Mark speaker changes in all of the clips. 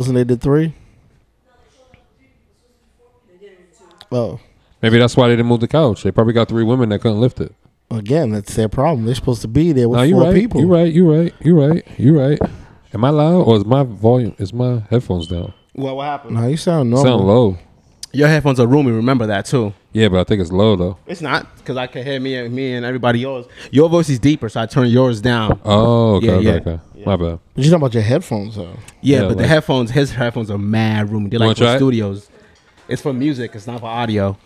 Speaker 1: Wasn't they did three? Oh,
Speaker 2: Maybe that's why they didn't move the couch. They probably got three women that couldn't lift it.
Speaker 1: again, that's their problem. They're supposed to be there with
Speaker 2: Nah, you
Speaker 1: four
Speaker 2: right.
Speaker 1: people.
Speaker 2: You right. You right. You right. You right. Am I loud or is my volume? Is my headphones down?
Speaker 3: Well, what happened?
Speaker 1: No, you sound
Speaker 3: Oh.
Speaker 1: normal.
Speaker 2: Sound low.
Speaker 3: Your headphones are roomy. Remember that too.
Speaker 2: Yeah, but I think it's low though.
Speaker 3: It's not because I can hear me and me and everybody yours. Your voice is deeper, so I turn yours down.
Speaker 2: Oh, okay,
Speaker 3: Yeah,
Speaker 2: okay,
Speaker 3: yeah.
Speaker 2: okay. My bad.
Speaker 1: But you talking about your headphones though?
Speaker 3: Yeah, but
Speaker 2: Yeah,
Speaker 3: the
Speaker 2: like-
Speaker 3: headphones, his headphones are mad roomy. They're
Speaker 2: Wanna
Speaker 3: like
Speaker 2: try
Speaker 3: for
Speaker 2: it?
Speaker 3: studios. It's for music. It's not for audio.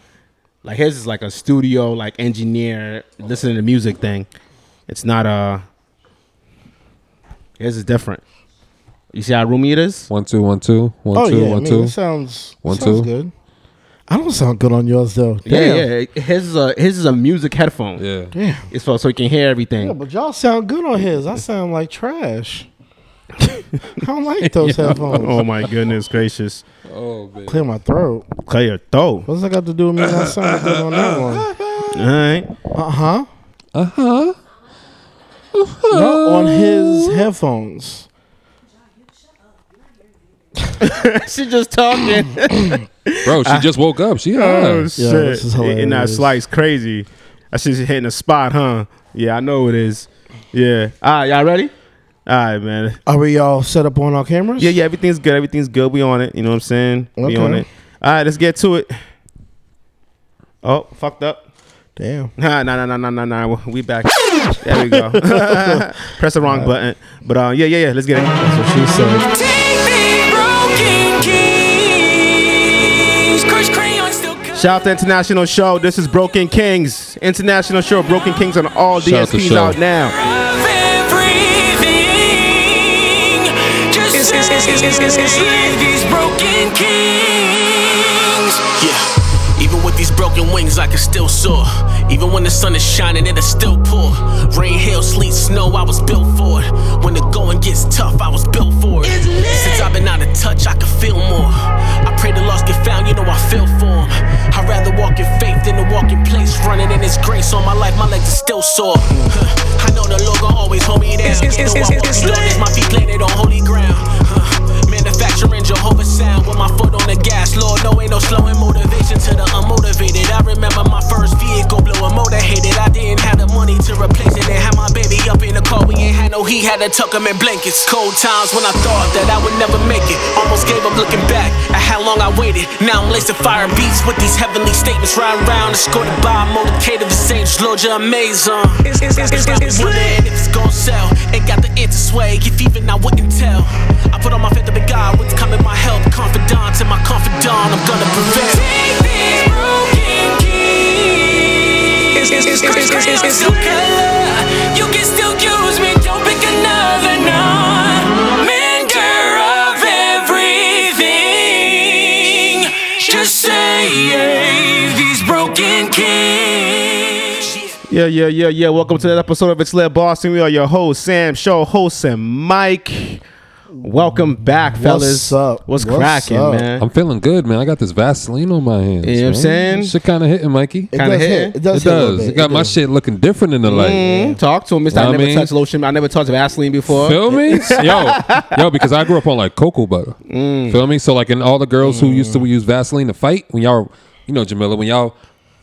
Speaker 3: Like his is like a studio, like engineer listening to music thing. It's not uh His is different. You see how roomy it is?
Speaker 2: One two one two
Speaker 1: Oh
Speaker 2: one two
Speaker 1: yeah, I
Speaker 2: one
Speaker 1: mean,
Speaker 2: two.
Speaker 1: It sounds
Speaker 2: One,
Speaker 1: sounds
Speaker 2: two.
Speaker 1: good. I don't sound good on yours though.
Speaker 3: Yeah,
Speaker 1: Damn.
Speaker 3: yeah. His is a his is a music headphone.
Speaker 2: Yeah.
Speaker 1: Damn.
Speaker 3: It's for so you can hear everything.
Speaker 1: Yeah, but y'all sound good on his. I sound like trash. I don't like those headphones.
Speaker 3: oh my goodness gracious.
Speaker 2: Oh man.
Speaker 1: Clear my throat.
Speaker 3: Clear throat.
Speaker 1: What's that got to do with me not sounding good on that one?
Speaker 3: All right.
Speaker 1: Uh huh.
Speaker 2: Uh huh.
Speaker 1: Uh-huh. Not on his headphones.
Speaker 3: she just talking.
Speaker 2: Bro,
Speaker 1: Ah.
Speaker 2: she just woke up. She
Speaker 4: Oh
Speaker 2: high.
Speaker 4: shit!
Speaker 1: this is
Speaker 4: And that
Speaker 1: hilarious.
Speaker 4: slice crazy. That shit's hitting a spot, huh? Yeah, I know it is. Yeah.
Speaker 3: All right, y'all ready?
Speaker 4: All right, man.
Speaker 1: Are we all set up on our cameras?
Speaker 4: Yeah, yeah. Everything's good. Everything's good. We on it. You know what I'm saying? We
Speaker 1: Okay.
Speaker 4: on it. All right, let's get to it. Oh, fucked up.
Speaker 1: Damn.
Speaker 4: Nah, nah, nah, nah, nah, nah. nah. We back. There we go. Press the wrong button. But uh, yeah, yeah, yeah. Let's get it. That's what she said.
Speaker 5: Take me broken keys. Crush crayon still cut.
Speaker 4: Shout out to International Show. This is Broken Kings. International Show. Broken Kings on all
Speaker 2: Shout out to
Speaker 4: DSPs
Speaker 2: Show.
Speaker 4: out now.
Speaker 5: of everything. Just leave these broken kings.
Speaker 6: Yeah. Even with these broken wings, I can still soar. Even when the sun is shining, it'll still pour. Rain, hail, sleet, snow, I was built for it. When the going gets tough, I was built for it.
Speaker 5: It's lit.
Speaker 6: Since I've been out of touch, I can feel more. I pray the lost get found, you know I feel for 'em. I'd rather walk in faith than to walk in place. Running in His grace all my life, my legs are still sore. Huh. I know the Lord gon' always hold me down.
Speaker 5: It's- it's-
Speaker 6: You know
Speaker 5: it's-
Speaker 6: I won't
Speaker 5: it's
Speaker 6: be
Speaker 5: lit.
Speaker 6: lost, My feet planted on holy ground. Huh. Manufacturing Jehovah's sound with my foot on the gas. Lord, no ain't no slowing motivation to the unmotivated. I remember my first vehicle blowing motor hated. I didn't have the money to replace it. And had my baby up in the car. We ain't had no heat, had to tuck him in blankets. Cold times when I thought that I would never make it. Almost gave up looking back at how long I waited. Now I'm laced to fire beats with these heavenly statements. Riding round, escorted by a motorcade of the saints. Lord, you're amazing.
Speaker 5: It's- it's- it's- it's- it's lit.
Speaker 6: And if it's gon' sell, ain't got the answer swag. If even I wouldn't tell, I put all my faith up in God. What's coming, my help, confidant to my confidant. I'm gonna prevail.
Speaker 5: Take these broken keys. Crush crayon still color. You can still use me. Don't pick another none. Mender of everything. Just save these broken keys.
Speaker 4: Yeah, yeah, yeah, yeah. Welcome to that episode of It's Led Boston. We are your host, Sam Show, host, and Mike. Welcome back, fellas.
Speaker 1: up?
Speaker 4: What's,
Speaker 1: What's
Speaker 4: cracking,
Speaker 1: up?
Speaker 4: man?
Speaker 2: I'm feeling good, man. I got this Vaseline on my hands.
Speaker 4: You know what I'm
Speaker 2: man.
Speaker 4: saying?
Speaker 2: Shit kinda hitting, Mikey.
Speaker 1: It
Speaker 2: It,
Speaker 4: Kinda
Speaker 1: does
Speaker 4: hit.
Speaker 1: hit. It Mm-hmm. does. hit a little
Speaker 2: does.
Speaker 1: bit.
Speaker 2: It got my
Speaker 1: does.
Speaker 2: shit looking different in the light.
Speaker 4: Mm, talk to him, Mister.
Speaker 2: Know
Speaker 4: I
Speaker 2: what I
Speaker 4: never
Speaker 2: mean?
Speaker 4: touched lotion. I never touched Vaseline before.
Speaker 2: Feel me? yo, yo, because I grew up on like cocoa butter.
Speaker 4: Mm.
Speaker 2: Feel me? So like in all the girls who used to use Vaseline to fight, when y'all, you know, Jamila, when y'all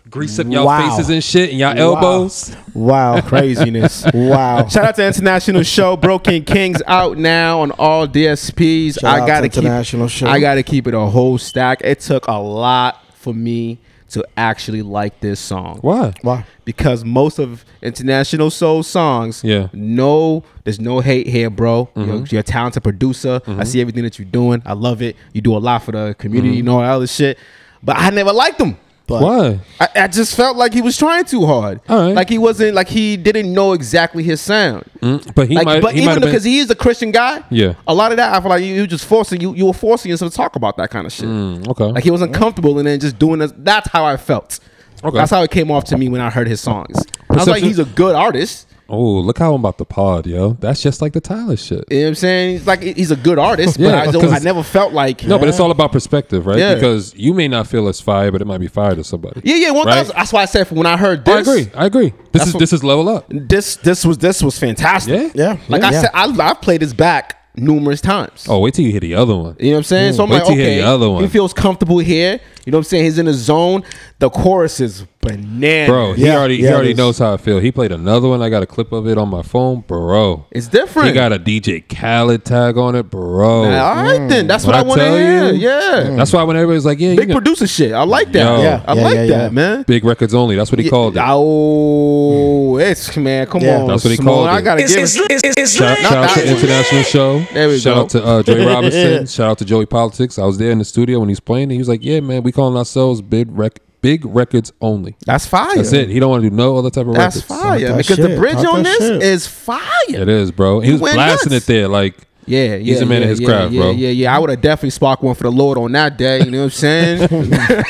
Speaker 2: grease up y'all
Speaker 1: Wow.
Speaker 2: faces and shit and y'all elbows.
Speaker 1: Wow.
Speaker 4: Craziness.
Speaker 1: wow.
Speaker 4: Shout out to International Show, Broken Kings out now on all DSPs.
Speaker 1: Shout out
Speaker 4: I gotta
Speaker 1: to International
Speaker 4: keep.
Speaker 1: Show.
Speaker 4: I gotta keep it a whole stack. It took a lot for me to actually like this song.
Speaker 2: Why?
Speaker 1: Wow.
Speaker 4: because most of international soul songs,
Speaker 2: Yeah. Mm-hmm.
Speaker 4: no, there's no hate here, bro. You're, you're a talented producer. I see everything that you're doing. I love it. You do a lot for the
Speaker 2: Mm-hmm.
Speaker 4: community and all that other shit. But I never liked him.
Speaker 1: But
Speaker 2: Why?
Speaker 4: I, I just felt like he was trying too hard.
Speaker 2: All right.
Speaker 4: Like he wasn't like he didn't know exactly his sound.
Speaker 2: Mm, But he
Speaker 4: Like,
Speaker 2: might.
Speaker 4: but
Speaker 2: he might
Speaker 4: even
Speaker 2: have
Speaker 4: because
Speaker 2: been.
Speaker 4: he is a Christian guy,
Speaker 2: Yeah.
Speaker 4: a lot of that I feel like you, you just forcing you you were forcing yourself to talk about that kind of shit.
Speaker 2: Mm, okay.
Speaker 4: Like he wasn't comfortable and then just doing this. That's how I felt.
Speaker 2: Okay.
Speaker 4: That's how it came off to me when I heard his songs. I was like,
Speaker 2: Perception-
Speaker 4: he's a good artist.
Speaker 2: Oh, look how I'm about to pod, yo. That's just like the Tyler shit.
Speaker 4: You know what I'm saying? He's like he's a good artist,
Speaker 2: Yeah,
Speaker 4: but I, don't, I
Speaker 2: 'cause-
Speaker 4: never felt like
Speaker 2: No, but it's all about perspective, right?
Speaker 4: Yeah.
Speaker 2: Because you may not feel it's fire, but it might be fire to somebody.
Speaker 4: Yeah, yeah, one
Speaker 2: right?
Speaker 4: thousand. That's why I said when I heard
Speaker 2: I
Speaker 4: this,
Speaker 2: agree. I agree. This
Speaker 4: That's
Speaker 2: is
Speaker 4: what-
Speaker 2: this is level up.
Speaker 4: This this was this was fantastic.
Speaker 2: Yeah.
Speaker 1: Yeah.
Speaker 4: Like
Speaker 1: yeah,
Speaker 4: I
Speaker 1: yeah.
Speaker 4: said, I, I've played this back numerous times.
Speaker 2: Oh, wait till you hear the other one.
Speaker 4: You know what I'm saying? so I'm
Speaker 2: Wait
Speaker 4: like,
Speaker 2: till you hear
Speaker 4: okay,
Speaker 2: the other one.
Speaker 4: he feels comfortable here. You know what I'm saying? He's in the zone. The chorus is bananas.
Speaker 2: Bro, he
Speaker 1: Yeah,
Speaker 2: already he
Speaker 1: yeah, it
Speaker 2: already
Speaker 1: is.
Speaker 2: knows how I feel. He played another one. I got a clip of it on my phone, bro.
Speaker 4: it's different.
Speaker 2: He got a DJ Khaled tag on it, bro.
Speaker 4: All right then, that's
Speaker 2: When
Speaker 4: what I
Speaker 2: I
Speaker 4: want to
Speaker 2: tell
Speaker 4: hear.
Speaker 2: you-
Speaker 4: Yeah,
Speaker 2: That's why when everybody's like, "Yeah, you
Speaker 4: big
Speaker 2: can,
Speaker 4: producer shit. I like that.
Speaker 2: Yo.
Speaker 1: Yeah,
Speaker 4: I
Speaker 1: yeah,
Speaker 4: like
Speaker 1: yeah,
Speaker 4: that,
Speaker 1: yeah.
Speaker 4: man.
Speaker 2: big records only." That's what he called it.
Speaker 4: Oh, it's man, come
Speaker 1: Yeah.
Speaker 4: on,
Speaker 2: That's what he
Speaker 4: Simone,
Speaker 2: called
Speaker 4: I
Speaker 2: it.
Speaker 4: gotta give it.
Speaker 2: Shout, shout out to International Show.
Speaker 4: There we
Speaker 2: shout
Speaker 4: go.
Speaker 2: out to uh, Dre Robinson. shout out to Joey Politics. I was there in the studio when he was playing. And he was like, "Yeah, man, we calling ourselves big rec- big records only."
Speaker 4: That's fire.
Speaker 2: That's it. He don't want to do no other type of
Speaker 4: That's
Speaker 2: records.
Speaker 4: fire.
Speaker 1: that
Speaker 4: because the
Speaker 1: shit.
Speaker 4: bridge
Speaker 1: Talk
Speaker 4: on
Speaker 1: that
Speaker 4: this
Speaker 1: shit.
Speaker 4: is fire.
Speaker 2: It is, bro. He
Speaker 4: You
Speaker 2: was
Speaker 4: went
Speaker 2: blasting
Speaker 4: nuts.
Speaker 2: it there. Like,
Speaker 4: Yeah, yeah,
Speaker 2: He's a man
Speaker 4: yeah,
Speaker 2: of his
Speaker 4: yeah,
Speaker 2: craft,
Speaker 4: yeah,
Speaker 2: bro.
Speaker 4: Yeah, yeah, I would have definitely sparked one for the Lord on that day. You know what I'm saying?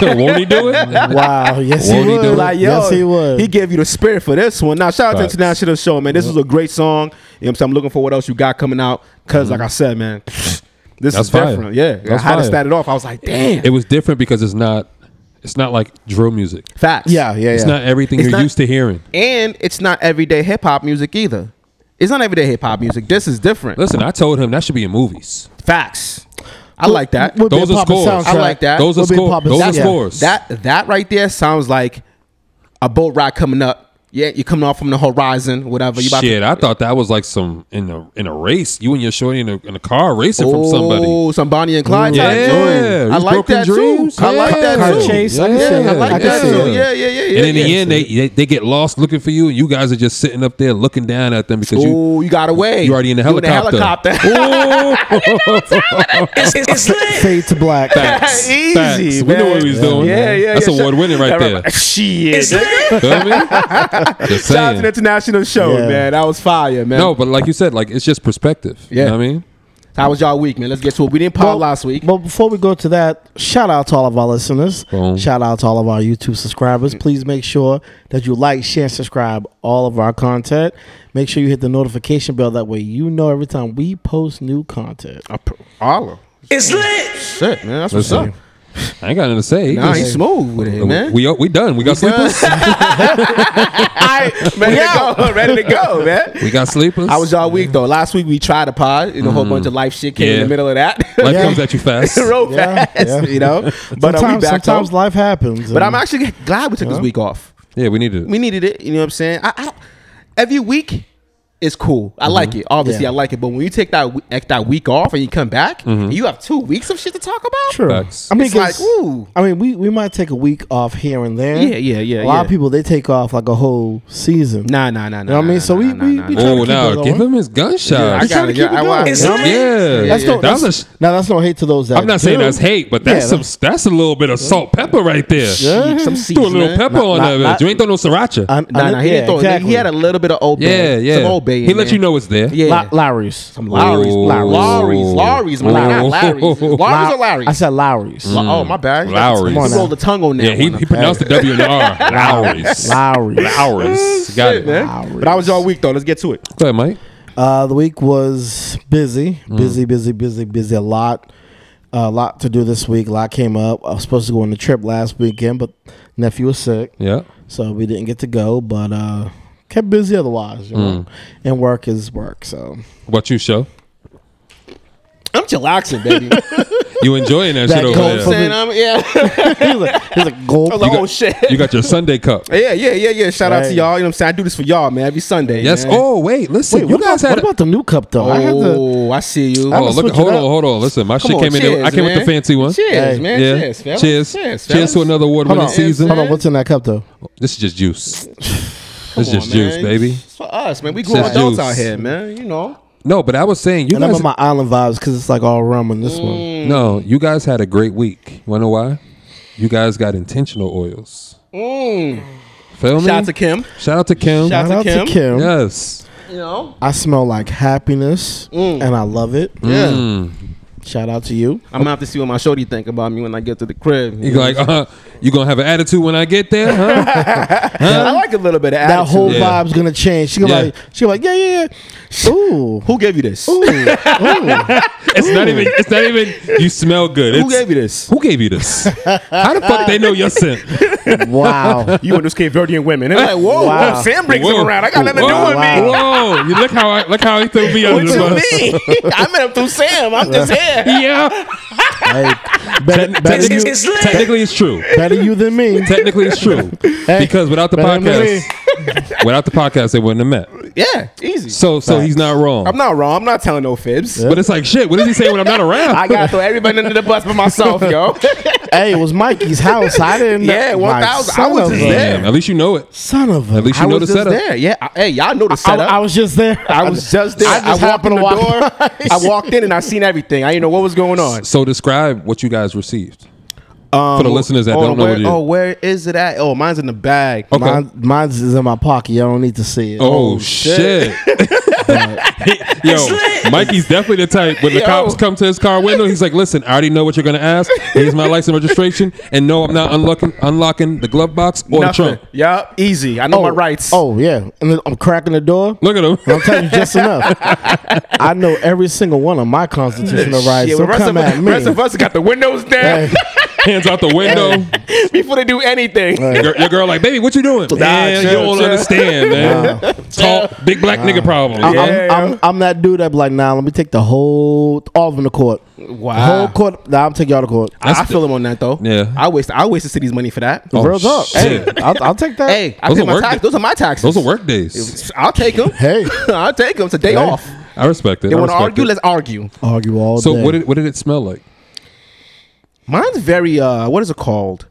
Speaker 2: won't he do it?
Speaker 1: Wow. Yes, he
Speaker 2: Won't he
Speaker 1: would.
Speaker 2: do it?
Speaker 4: like, yo,
Speaker 1: yes, he would.
Speaker 4: He gave you the spirit for this one. Now, shout out
Speaker 2: Facts.
Speaker 4: to International Show, man. This is a great song. You know what I'm saying? I'm looking for what else you got coming out. Because, like I said, man, this
Speaker 2: Mm-hmm. That's
Speaker 4: is
Speaker 2: fire.
Speaker 4: different. Yeah.
Speaker 2: That's
Speaker 4: I had to
Speaker 2: fire.
Speaker 4: start it off. I was like, damn.
Speaker 2: It was different because it's not. It's not like drill music.
Speaker 4: Facts.
Speaker 1: yeah, yeah, yeah.
Speaker 2: It's not everything
Speaker 4: It's
Speaker 2: you're
Speaker 4: not-
Speaker 2: used to hearing.
Speaker 4: And it's not everyday hip hop music either. It's not everyday hip hop music. This is different.
Speaker 2: Listen, I told him that should be in movies.
Speaker 4: Facts. I like that.
Speaker 1: Would be
Speaker 2: Those
Speaker 1: a
Speaker 2: are
Speaker 1: popular
Speaker 2: scores.
Speaker 4: I like that.
Speaker 2: Those are
Speaker 1: Would be
Speaker 2: scores.
Speaker 1: popping
Speaker 2: Those are
Speaker 1: soundtrack.
Speaker 2: scores.
Speaker 4: That that right there sounds like a boat ride coming up. Yeah, you're coming off from the horizon, whatever. You about
Speaker 2: Shit,
Speaker 4: to
Speaker 2: I thought that was like some in a in a race. You and your shorty in a, in a car racing from somebody.
Speaker 4: Oh, some Bonnie and Clyde.
Speaker 2: Yeah,
Speaker 4: type joint. I
Speaker 2: these
Speaker 4: like
Speaker 2: broken
Speaker 4: that
Speaker 2: dreams.
Speaker 4: too. I like
Speaker 2: Yeah.
Speaker 4: that
Speaker 1: Car
Speaker 4: too.
Speaker 1: chase. I can
Speaker 2: Yeah,
Speaker 1: see it.
Speaker 2: I like
Speaker 1: I can
Speaker 2: that
Speaker 1: see
Speaker 2: too.
Speaker 1: it.
Speaker 4: Yeah, yeah, yeah, yeah.
Speaker 2: and in the
Speaker 4: yeah.
Speaker 2: end, they, they they get lost looking for you, and you guys are just sitting up there looking down at them because you
Speaker 4: Ooh, you got away.
Speaker 2: you already in the
Speaker 4: You
Speaker 2: helicopter.
Speaker 4: helicopter.
Speaker 1: Fade to black.
Speaker 2: Facts.
Speaker 4: Easy,
Speaker 2: Facts. We know
Speaker 4: man.
Speaker 2: what he was
Speaker 4: Yeah.
Speaker 2: doing.
Speaker 4: Yeah, yeah,
Speaker 2: That's
Speaker 4: yeah.
Speaker 2: award winning right there.
Speaker 4: Everybody- Shit.
Speaker 2: Feel me? Just
Speaker 4: Shout out to
Speaker 2: saying.
Speaker 4: the international show,
Speaker 1: Yeah.
Speaker 4: man. That was fire, man.
Speaker 2: No, but like you said, like it's just perspective.
Speaker 4: Yeah.
Speaker 2: You know what I mean?
Speaker 4: How was y'all week, man? Let's get to it. We didn't pod last week.
Speaker 1: But before we go to that, shout out to all of our listeners.
Speaker 2: Boom.
Speaker 1: Shout out to all of our YouTube subscribers.
Speaker 4: Mm.
Speaker 1: Please make sure that you like, share, and subscribe all of our content. Make sure you hit the notification bell. That way you know every time we post new content.
Speaker 4: All of
Speaker 5: It's lit.
Speaker 4: shit, man. That's what's
Speaker 2: Listen.
Speaker 4: up.
Speaker 2: I ain't got nothing to say.
Speaker 4: Nah,
Speaker 2: Just-
Speaker 4: he's smooth with it,
Speaker 2: we-
Speaker 4: man.
Speaker 2: We, we done. We got sleepers.
Speaker 4: I ready to go, ready to go, man.
Speaker 2: we got sleepers.
Speaker 4: How was y'all week though? Last week we tried a pod, you know, a
Speaker 1: Mm-hmm.
Speaker 4: whole bunch of life shit came in
Speaker 2: Yeah.
Speaker 4: the middle of that.
Speaker 2: Life comes at you fast.
Speaker 4: Real
Speaker 1: Yeah,
Speaker 4: fast,
Speaker 1: yeah.
Speaker 4: you know. But uh, we
Speaker 1: sometimes,
Speaker 4: back
Speaker 1: sometimes
Speaker 4: though.
Speaker 1: life happens.
Speaker 4: But I'm
Speaker 1: and-
Speaker 4: actually glad we took this week off.
Speaker 2: yeah, we needed it.
Speaker 4: We needed it. You know what I'm saying? I, I don't- every week is cool. I like it.
Speaker 1: Mm-hmm.
Speaker 4: Obviously,
Speaker 1: Yeah.
Speaker 4: I like it. But when you take that we- like, that week off and you come back, you have two weeks of shit to talk
Speaker 1: Mm-hmm.
Speaker 4: about.
Speaker 1: True.
Speaker 2: Facts.
Speaker 1: I mean,
Speaker 4: It's like,
Speaker 1: 'cause-
Speaker 4: ooh.
Speaker 1: I mean, we, we might take a week off here and there.
Speaker 4: Yeah, yeah, yeah,
Speaker 1: A lot of
Speaker 4: yeah.
Speaker 1: people they take off like a whole season.
Speaker 4: Nah, nah, nah, nah.
Speaker 1: know what I mean?
Speaker 4: nah,
Speaker 1: So we-
Speaker 4: nah,
Speaker 1: we-
Speaker 4: nah,
Speaker 1: we
Speaker 4: nah.
Speaker 1: trying to
Speaker 2: Oh,
Speaker 1: keep it
Speaker 2: now
Speaker 1: going.
Speaker 2: give him his
Speaker 4: I
Speaker 2: gunshots.
Speaker 1: Just trying to
Speaker 4: gotta-
Speaker 1: keep it
Speaker 4: I- I-
Speaker 1: going.
Speaker 4: it's
Speaker 1: you know
Speaker 2: yeah,
Speaker 1: what I mean? That's
Speaker 2: Yeah.
Speaker 1: no,
Speaker 2: That
Speaker 1: that's,
Speaker 2: was a sh-
Speaker 1: now that's no hate to those. That
Speaker 2: I'm not saying
Speaker 1: do.
Speaker 2: that's hate, but that's
Speaker 1: Yeah,
Speaker 2: some that's a little bit of salt pepper right there.
Speaker 1: Yeah.
Speaker 4: Some
Speaker 2: Threw a
Speaker 4: season,
Speaker 2: little
Speaker 4: man.
Speaker 2: pepper on
Speaker 1: nah,
Speaker 2: that.
Speaker 1: nah.
Speaker 2: bitch. you ain't throw no sriracha.
Speaker 1: I- I
Speaker 4: Nah,
Speaker 1: know-
Speaker 4: nah, he
Speaker 1: yeah,
Speaker 4: didn't throw.
Speaker 1: exactly.
Speaker 4: He had a little bit of old
Speaker 2: yeah,
Speaker 4: bay.
Speaker 2: yeah.
Speaker 4: Some old bay. in
Speaker 2: he let
Speaker 4: there.
Speaker 2: you know it's there.
Speaker 4: Yeah.
Speaker 1: La- Lowry's.
Speaker 4: Some Lowry's,
Speaker 2: Oh.
Speaker 4: Lowry's, Lowry's, Lowry's, man,
Speaker 2: Oh.
Speaker 4: not Larry's. Lowry's
Speaker 1: Low-
Speaker 4: or Larry's?
Speaker 1: I said Lowry's.
Speaker 4: Lo-
Speaker 2: Mm.
Speaker 4: oh my bad.
Speaker 2: Lowry's.
Speaker 4: He
Speaker 1: Come on
Speaker 4: rolled
Speaker 1: now.
Speaker 4: the tongue on that.
Speaker 2: Yeah, he,
Speaker 4: one.
Speaker 2: he pronounced the W and the R. Lowry's.
Speaker 1: Lowry's.
Speaker 2: Lowry's. Got it.
Speaker 4: Man. But I was all week though. Let's get to it.
Speaker 2: Go ahead, Mike.
Speaker 1: Uh, the week was busy,
Speaker 2: Mm.
Speaker 1: busy, busy, busy, busy. A lot, a lot to do this week. A lot came up. I was supposed to go on a trip last weekend, but nephew was sick,
Speaker 2: Yeah.
Speaker 1: so we didn't get to go. But uh, kept busy otherwise. You
Speaker 2: Mm.
Speaker 1: know? And work is work. So
Speaker 2: What you show?
Speaker 4: I'm chillaxing, baby. you know
Speaker 2: You enjoying that shit
Speaker 1: That
Speaker 2: over
Speaker 1: goes
Speaker 2: there?
Speaker 4: what I'm saying? I'm, yeah.
Speaker 1: he's like, he's like gold.
Speaker 4: like,
Speaker 2: You got-
Speaker 4: oh shit.
Speaker 2: You got your Sunday cup.
Speaker 4: Yeah, yeah, yeah, yeah. Shout out to
Speaker 1: Right.
Speaker 4: y'all. You know what I'm saying? I do this for y'all, man. Every Sunday.
Speaker 2: Yes.
Speaker 4: Man.
Speaker 2: Oh wait, listen.
Speaker 1: Wait,
Speaker 2: you
Speaker 1: what,
Speaker 2: guys
Speaker 1: about,
Speaker 2: had.
Speaker 1: what about the new cup though? I had the,
Speaker 4: Oh, I see you.
Speaker 2: oh
Speaker 1: I'ma
Speaker 2: look.
Speaker 1: switch it
Speaker 2: Hold on.
Speaker 1: up.
Speaker 2: Hold on. Listen, my shit
Speaker 4: Come on,
Speaker 2: came in.
Speaker 4: cheers,
Speaker 2: I came with the
Speaker 4: man.
Speaker 2: fancy one.
Speaker 4: Cheers,
Speaker 1: Hey.
Speaker 4: man.
Speaker 2: Yeah.
Speaker 4: Cheers, fellas.
Speaker 2: Cheers.
Speaker 4: Cheers,
Speaker 2: Cheers,
Speaker 4: fellas.
Speaker 2: to another award
Speaker 1: hold
Speaker 2: winning
Speaker 1: on,
Speaker 2: season.
Speaker 1: hold on. What's in that cup though?
Speaker 2: This is just juice. this is
Speaker 4: Come on,
Speaker 2: just juice,
Speaker 4: man.
Speaker 2: baby.
Speaker 4: It's for us, man. We grew
Speaker 2: Just
Speaker 4: adults
Speaker 2: juice.
Speaker 4: out here, man. You know.
Speaker 2: No, but I was saying you
Speaker 1: And I'm
Speaker 2: guys.
Speaker 1: on my island vibes because it's like all rum on this one.
Speaker 4: Mm,
Speaker 2: no, you guys had a great week. You wanna know why? You guys got intentional oils. Feel me?
Speaker 4: Shout out to Kim.
Speaker 2: Shout out to Kim.
Speaker 4: Shout
Speaker 1: Shout out to
Speaker 4: Kim.
Speaker 1: Kim.
Speaker 2: yes.
Speaker 4: You know. Mm.
Speaker 2: Mm.
Speaker 1: I smell like happiness, and I love it.
Speaker 4: Yeah.
Speaker 1: Shout out to you.
Speaker 4: I'm gonna have to see what my shorty think about me when I get to the crib.
Speaker 2: You like,
Speaker 4: uh-huh.
Speaker 2: uh, you gonna have an attitude when I get there, huh? uh-huh.
Speaker 4: I like a little bit of
Speaker 1: That
Speaker 4: attitude.
Speaker 1: whole
Speaker 2: Yeah.
Speaker 1: vibe's gonna change. She gonna
Speaker 2: Yeah.
Speaker 1: like, she gonna like, yeah, yeah, yeah. Ooh,
Speaker 4: Who gave you this?
Speaker 2: It's not even. It's not even. You smell good.
Speaker 4: Who
Speaker 2: It's,
Speaker 4: gave you this?
Speaker 2: Who gave you this? How the fuck they know your scent?
Speaker 1: wow.
Speaker 4: You and those Cape Verdean women. And they're like, whoa,
Speaker 1: Wow.
Speaker 4: whoa, Sam brings them around. I got nothing to do
Speaker 2: whoa,
Speaker 4: with me.
Speaker 2: Whoa! You look how I, look how he threw me under the bus.
Speaker 4: I met him through Sam. I'm just here.
Speaker 2: Yeah,
Speaker 1: Hey, better, better,
Speaker 2: technically,
Speaker 1: you,
Speaker 5: it's lit.
Speaker 2: technically it's true.
Speaker 1: better you than me.
Speaker 2: Technically it's true because without the
Speaker 1: better than me.
Speaker 2: podcast, without the podcast, they wouldn't have met.
Speaker 4: Yeah, easy.
Speaker 2: So so he's not wrong.
Speaker 4: I'm not wrong. I'm not telling no fibs.
Speaker 2: but it's like shit. What is he saying when I'm not around?
Speaker 4: I gotta throw everybody under the bus but myself, yo.
Speaker 1: Hey, it was Mikey's house. I didn't. know-
Speaker 4: Yeah, 1,000. I
Speaker 1: My son
Speaker 4: was
Speaker 1: of
Speaker 4: just
Speaker 1: a-
Speaker 4: there.
Speaker 2: Damn, at least you know it.
Speaker 1: Son of a.
Speaker 2: At least you
Speaker 4: I
Speaker 2: know
Speaker 4: was
Speaker 2: the
Speaker 4: just
Speaker 2: setup.
Speaker 4: there. Yeah. I- hey, y'all know the
Speaker 1: I,
Speaker 4: setup.
Speaker 1: I was just there.
Speaker 4: I was just there.
Speaker 1: I
Speaker 4: I,
Speaker 1: just
Speaker 4: walked in
Speaker 1: happened
Speaker 4: the
Speaker 1: to
Speaker 4: door.
Speaker 1: walk
Speaker 4: I walked in and I seen everything. I didn't know what was going on.
Speaker 2: So describe what you guys received for the listeners that
Speaker 4: oh,
Speaker 2: don't know
Speaker 4: where,
Speaker 2: what it is.
Speaker 4: oh, where is it at? Oh, mine's in the bag.
Speaker 2: Okay.
Speaker 1: Mine, mine's is in my pocket. Y'all don't need to see it.
Speaker 2: Oh, shit. Yo, Mikey's definitely the type when the
Speaker 4: Yo.
Speaker 2: cops come to his car window, he's like, listen, I already know what you're going to ask. Here's my license registration. And no, I'm not unlocking unlocking the glove box or the trunk.
Speaker 4: Yup, easy. I know my rights.
Speaker 1: Oh yeah, and then I'm cracking the door.
Speaker 2: Look at him.
Speaker 1: I'm telling you just enough. I know every single one of my constitutional rights.
Speaker 4: Shit,
Speaker 1: so
Speaker 4: well, rest,
Speaker 1: come
Speaker 4: of,
Speaker 1: at me.
Speaker 4: rest of us got the windows down
Speaker 1: Hey,
Speaker 2: Hands out the window.
Speaker 4: before they do anything.
Speaker 2: Your, girl- your girl like, baby, what you doing? man,
Speaker 4: chill,
Speaker 2: you don't
Speaker 4: chill.
Speaker 2: understand, man. Tall, big black nigga problem.
Speaker 1: I'm,
Speaker 2: Yeah.
Speaker 1: I'm, I'm, I'm that dude that be like, nah, let me take the whole, all of them to court.
Speaker 4: Wow.
Speaker 1: Whole court. Nah, I'm taking y'all to court.
Speaker 4: I, I feel him on that though.
Speaker 2: Yeah.
Speaker 4: I waste I wasted city's money for that.
Speaker 2: Oh,
Speaker 1: Real talk. Hey,
Speaker 2: shit.
Speaker 1: I'll, I'll take that.
Speaker 4: Hey, I
Speaker 2: Those
Speaker 4: pay
Speaker 2: are
Speaker 4: my
Speaker 2: work
Speaker 4: tax.
Speaker 2: day-
Speaker 4: Those are my taxes.
Speaker 2: Those are work days.
Speaker 4: I'll take them.
Speaker 1: Hey.
Speaker 4: I'll take them. It's a day off.
Speaker 2: I respect it.
Speaker 4: They
Speaker 2: I
Speaker 4: want to
Speaker 2: respect
Speaker 4: argue?
Speaker 2: it.
Speaker 4: Let's argue.
Speaker 1: Argue all
Speaker 2: So
Speaker 1: day.
Speaker 2: what did, what did it smell like?
Speaker 4: Mine's very uh, what is it called?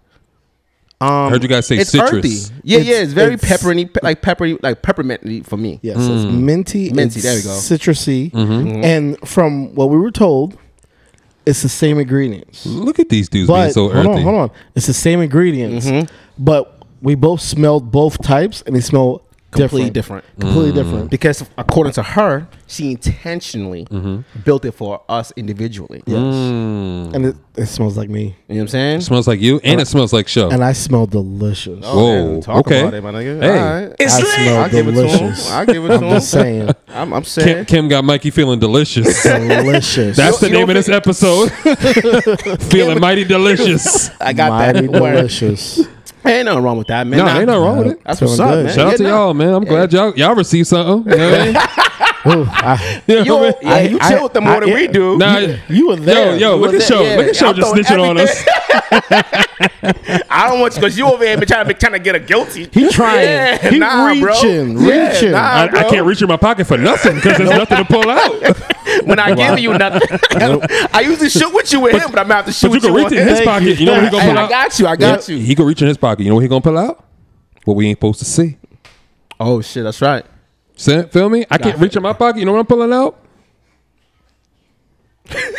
Speaker 2: I heard you guys say
Speaker 4: it's
Speaker 2: citrus.
Speaker 4: earthy. Yeah,
Speaker 1: It's-
Speaker 4: yeah. It's very
Speaker 1: it's-
Speaker 4: peppery, pe- like peppery, like pepperminty for me.
Speaker 1: Yes, it's
Speaker 4: Mm.
Speaker 1: minty,
Speaker 4: Minty,
Speaker 1: it's
Speaker 4: there we go.
Speaker 1: citrusy,
Speaker 4: Mm-hmm.
Speaker 1: and from what we were told, it's the same ingredients.
Speaker 2: Look at these dudes being
Speaker 1: But
Speaker 2: so
Speaker 1: hold
Speaker 2: earthy.
Speaker 1: on, hold on, it's the same ingredients,
Speaker 4: Mm-hmm.
Speaker 1: but we both smelled both types, and they smell
Speaker 4: Completely different.
Speaker 1: completely
Speaker 4: Mm.
Speaker 1: different.
Speaker 4: Because according to her, she intentionally
Speaker 2: Mm-hmm.
Speaker 4: built it for us individually.
Speaker 1: Yes,
Speaker 4: Mm.
Speaker 1: and it, it smells like me,
Speaker 4: You know what I'm saying?
Speaker 2: smells like you, and it smells like show.
Speaker 1: and I smell delicious.
Speaker 2: Whoa.
Speaker 4: Man, talk
Speaker 2: okay.
Speaker 4: about it, my nigga.
Speaker 2: Hey.
Speaker 4: All right.
Speaker 5: It's
Speaker 1: I
Speaker 5: lit.
Speaker 1: smell
Speaker 4: Oh, I'll give it to him.
Speaker 1: delicious.
Speaker 4: I'll give it to
Speaker 1: I'm just
Speaker 4: him.
Speaker 1: saying,
Speaker 4: I'm, I'm
Speaker 2: Kim,
Speaker 4: saying.
Speaker 2: Kim got Mikey feeling delicious.
Speaker 1: delicious.
Speaker 2: That's the
Speaker 4: You don't
Speaker 2: name of this episode. feeling mighty delicious.
Speaker 4: I got
Speaker 1: mighty
Speaker 4: that. Word.
Speaker 1: delicious.
Speaker 4: Ain't nothing wrong with that, man.
Speaker 2: No,
Speaker 4: Nah,
Speaker 2: ain't nothing wrong with it.
Speaker 4: That's what's
Speaker 1: Feeling
Speaker 4: up,
Speaker 1: good.
Speaker 4: man.
Speaker 2: Shout out to
Speaker 4: Yeah, nah.
Speaker 2: y'all, man. I'm glad y'all y'all received something. You know what I mean?
Speaker 1: Ooh, I-
Speaker 2: You know
Speaker 4: Yo,
Speaker 2: what I mean?
Speaker 4: yeah, you chill with them more
Speaker 1: I-
Speaker 4: than we do.
Speaker 2: Nah,
Speaker 1: you were there.
Speaker 2: Yo, yo,
Speaker 4: You
Speaker 2: look
Speaker 4: was
Speaker 2: at
Speaker 4: there,
Speaker 2: show.
Speaker 4: yeah.
Speaker 2: Look at show
Speaker 4: I'm
Speaker 2: just
Speaker 4: throwing
Speaker 2: snitching on us.
Speaker 4: I don't want you because you over here been trying to be, trying to get a guilty.
Speaker 1: He trying. He reaching, reaching.
Speaker 2: I, I can't reach in my pocket for nothing because there's nothing to pull out.
Speaker 4: When I give you nothing, I usually shoot with you with him, but I'm gonna have to shoot
Speaker 2: But you
Speaker 4: with
Speaker 2: can reach
Speaker 4: with
Speaker 2: in
Speaker 4: him.
Speaker 2: his pocket. You know what he gonna
Speaker 4: Hey,
Speaker 2: pull
Speaker 4: I
Speaker 2: out?
Speaker 4: got you. I got
Speaker 2: Yeah,
Speaker 4: you.
Speaker 2: He gonna reach in his pocket. You know what he gonna pull out? What we ain't supposed to see.
Speaker 4: Oh shit, that's right.
Speaker 2: Se- Feel me? I can't reach in my pocket. You know what I'm pulling out?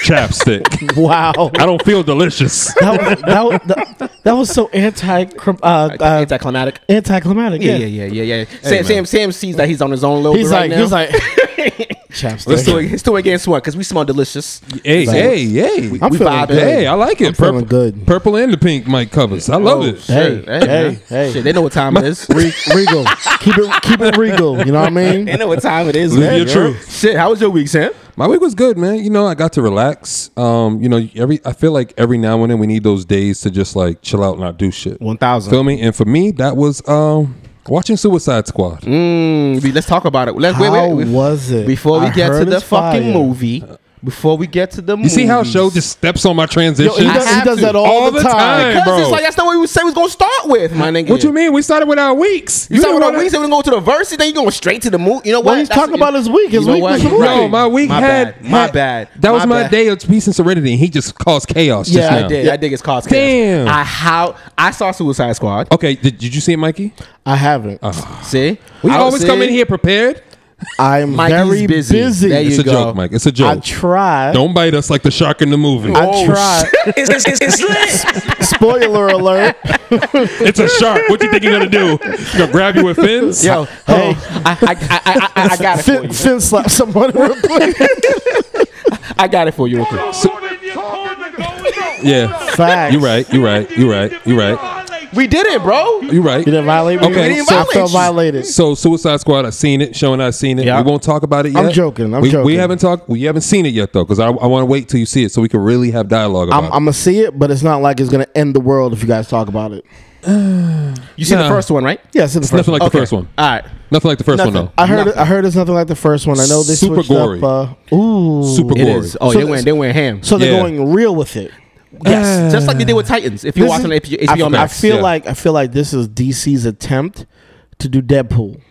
Speaker 2: Chapstick.
Speaker 1: wow.
Speaker 2: I don't feel delicious.
Speaker 1: that was that was, that, that was so anti uh, uh,
Speaker 4: Anticlimactic.
Speaker 1: anticlimactic.
Speaker 4: Yeah, yeah, yeah, yeah, yeah. Sam, Sam, Sam sees that he's on his own load
Speaker 1: He's
Speaker 4: right
Speaker 1: like,
Speaker 4: now.
Speaker 1: he's like,
Speaker 4: Let's do
Speaker 1: chapstick.
Speaker 4: it. Let's do it against what? Because we smell delicious.
Speaker 2: Hey, hey, hey.
Speaker 1: I'm
Speaker 4: we
Speaker 1: feeling
Speaker 4: vibing.
Speaker 1: good.
Speaker 2: Hey, I like it.
Speaker 1: I'm feeling good. Oh.
Speaker 2: Purple and the pink mic covers. I love it.
Speaker 1: Hey, hey,
Speaker 4: man.
Speaker 1: hey.
Speaker 4: Shit, they know what time it is.
Speaker 1: Re- regal, keep it, keep it regal. You know what I
Speaker 4: they
Speaker 1: mean?
Speaker 4: know what time it is.
Speaker 2: Live
Speaker 4: man.
Speaker 2: your truth.
Speaker 4: Shit, how was your week, Sam?
Speaker 2: My week was good, man. You know, I got to relax. Um, you know, every I feel like every now and then we need those days to just like chill out, and not do shit.
Speaker 4: One thousand.
Speaker 2: Feel me? And for me, that was um watching Suicide Squad.
Speaker 4: Hmm, We- Let's talk about it. Let's,
Speaker 1: How
Speaker 4: wait, wait, wait.
Speaker 1: was it?
Speaker 4: Before we
Speaker 1: I
Speaker 4: get to
Speaker 1: heard
Speaker 4: the
Speaker 1: it's fire.
Speaker 4: fucking movie, before we get to the movie,
Speaker 2: You see how show just steps on my
Speaker 1: Yo,
Speaker 2: transition?
Speaker 1: he does, he
Speaker 4: Mm. have
Speaker 1: does
Speaker 4: to.
Speaker 1: that all, the, time.
Speaker 4: Because
Speaker 2: bro.
Speaker 4: it's like that's not what we said we was gonna start with, my nigga.
Speaker 2: what you mean? We started with our weeks.
Speaker 4: You said
Speaker 2: know
Speaker 4: what
Speaker 2: what I-
Speaker 4: we said we gonna go to the verses, then you going straight to the movie. You know what?
Speaker 1: Well, he's
Speaker 4: That's-
Speaker 1: talking about his week. His
Speaker 4: You know
Speaker 1: week
Speaker 4: what?
Speaker 1: was the
Speaker 4: You're
Speaker 1: movie.
Speaker 2: No, my week
Speaker 4: My
Speaker 2: had,
Speaker 4: bad. My
Speaker 2: had-
Speaker 4: bad.
Speaker 2: That was my
Speaker 4: My bad.
Speaker 2: day of peace and serenity. and He just caused chaos. just
Speaker 1: Yeah, I
Speaker 2: now.
Speaker 4: I did. I did. It's cause chaos.
Speaker 2: Damn.
Speaker 4: I how I saw Suicide Squad.
Speaker 2: Okay, did, did you see it, Mikey?
Speaker 1: I haven't.
Speaker 4: Uh-huh. See,
Speaker 2: We
Speaker 4: I
Speaker 2: always
Speaker 4: see-
Speaker 2: come in here prepared.
Speaker 1: I am
Speaker 4: Mikey's
Speaker 1: very busy.
Speaker 4: busy. There
Speaker 2: It's
Speaker 4: you
Speaker 2: a
Speaker 4: go.
Speaker 2: joke, Mike. It's a
Speaker 1: I
Speaker 2: joke.
Speaker 1: tried.
Speaker 2: Don't bite us like the shark in the movie.
Speaker 1: I tried.
Speaker 5: It's, it's, it's, it's lit.
Speaker 1: Spoiler alert.
Speaker 2: It's a shark. What you think you're gonna do? You gonna grab you with fins?
Speaker 4: Yo,
Speaker 1: Hey.
Speaker 4: hey, I, I, I, I, I, I got it for
Speaker 1: Fin,
Speaker 4: you.
Speaker 1: fin slap someone real quick.
Speaker 4: I got it for you real quick.
Speaker 2: Yeah.
Speaker 1: Facts.
Speaker 2: You right. You right. You right. You right.
Speaker 4: We did it, bro.
Speaker 2: You right.
Speaker 1: You didn't violate me.
Speaker 2: Okay,
Speaker 1: You didn't
Speaker 2: so-
Speaker 1: I felt violated.
Speaker 2: So Suicide Squad, I seen it. Showing I seen it.
Speaker 4: Yeah.
Speaker 2: We won't talk about it yet.
Speaker 1: I'm joking, I'm
Speaker 2: we, We
Speaker 1: joking.
Speaker 2: haven't talked. We haven't seen it yet though, because I, I want to wait till you see it so we can really have dialogue about
Speaker 1: I'm, I'm gonna see it, but it's not like it's gonna end the world if you guys talk about it.
Speaker 4: You seen
Speaker 2: Nah.
Speaker 4: the first one, right?
Speaker 1: Yeah, it's in the
Speaker 2: it. Nothing like
Speaker 1: one.
Speaker 2: the first one.
Speaker 4: All right.
Speaker 2: Nothing like the first
Speaker 1: Nothing.
Speaker 2: one though.
Speaker 1: I heard. I heard it's nothing like the first one. I know they
Speaker 2: Super
Speaker 1: switched
Speaker 2: gory.
Speaker 1: up. Uh, ooh,
Speaker 2: Super
Speaker 4: It
Speaker 2: gory.
Speaker 4: is. Oh,
Speaker 1: So
Speaker 4: they
Speaker 1: this-
Speaker 4: went. They went ham.
Speaker 1: So they're
Speaker 2: Yeah.
Speaker 1: going real with it.
Speaker 4: yes, just like they did with Titans. If you
Speaker 1: This
Speaker 4: watch on
Speaker 1: is-
Speaker 4: HBO, HBO
Speaker 1: I, I
Speaker 4: Max,
Speaker 1: feel
Speaker 2: yeah.
Speaker 1: like I feel like this is DC's attempt to do Deadpool.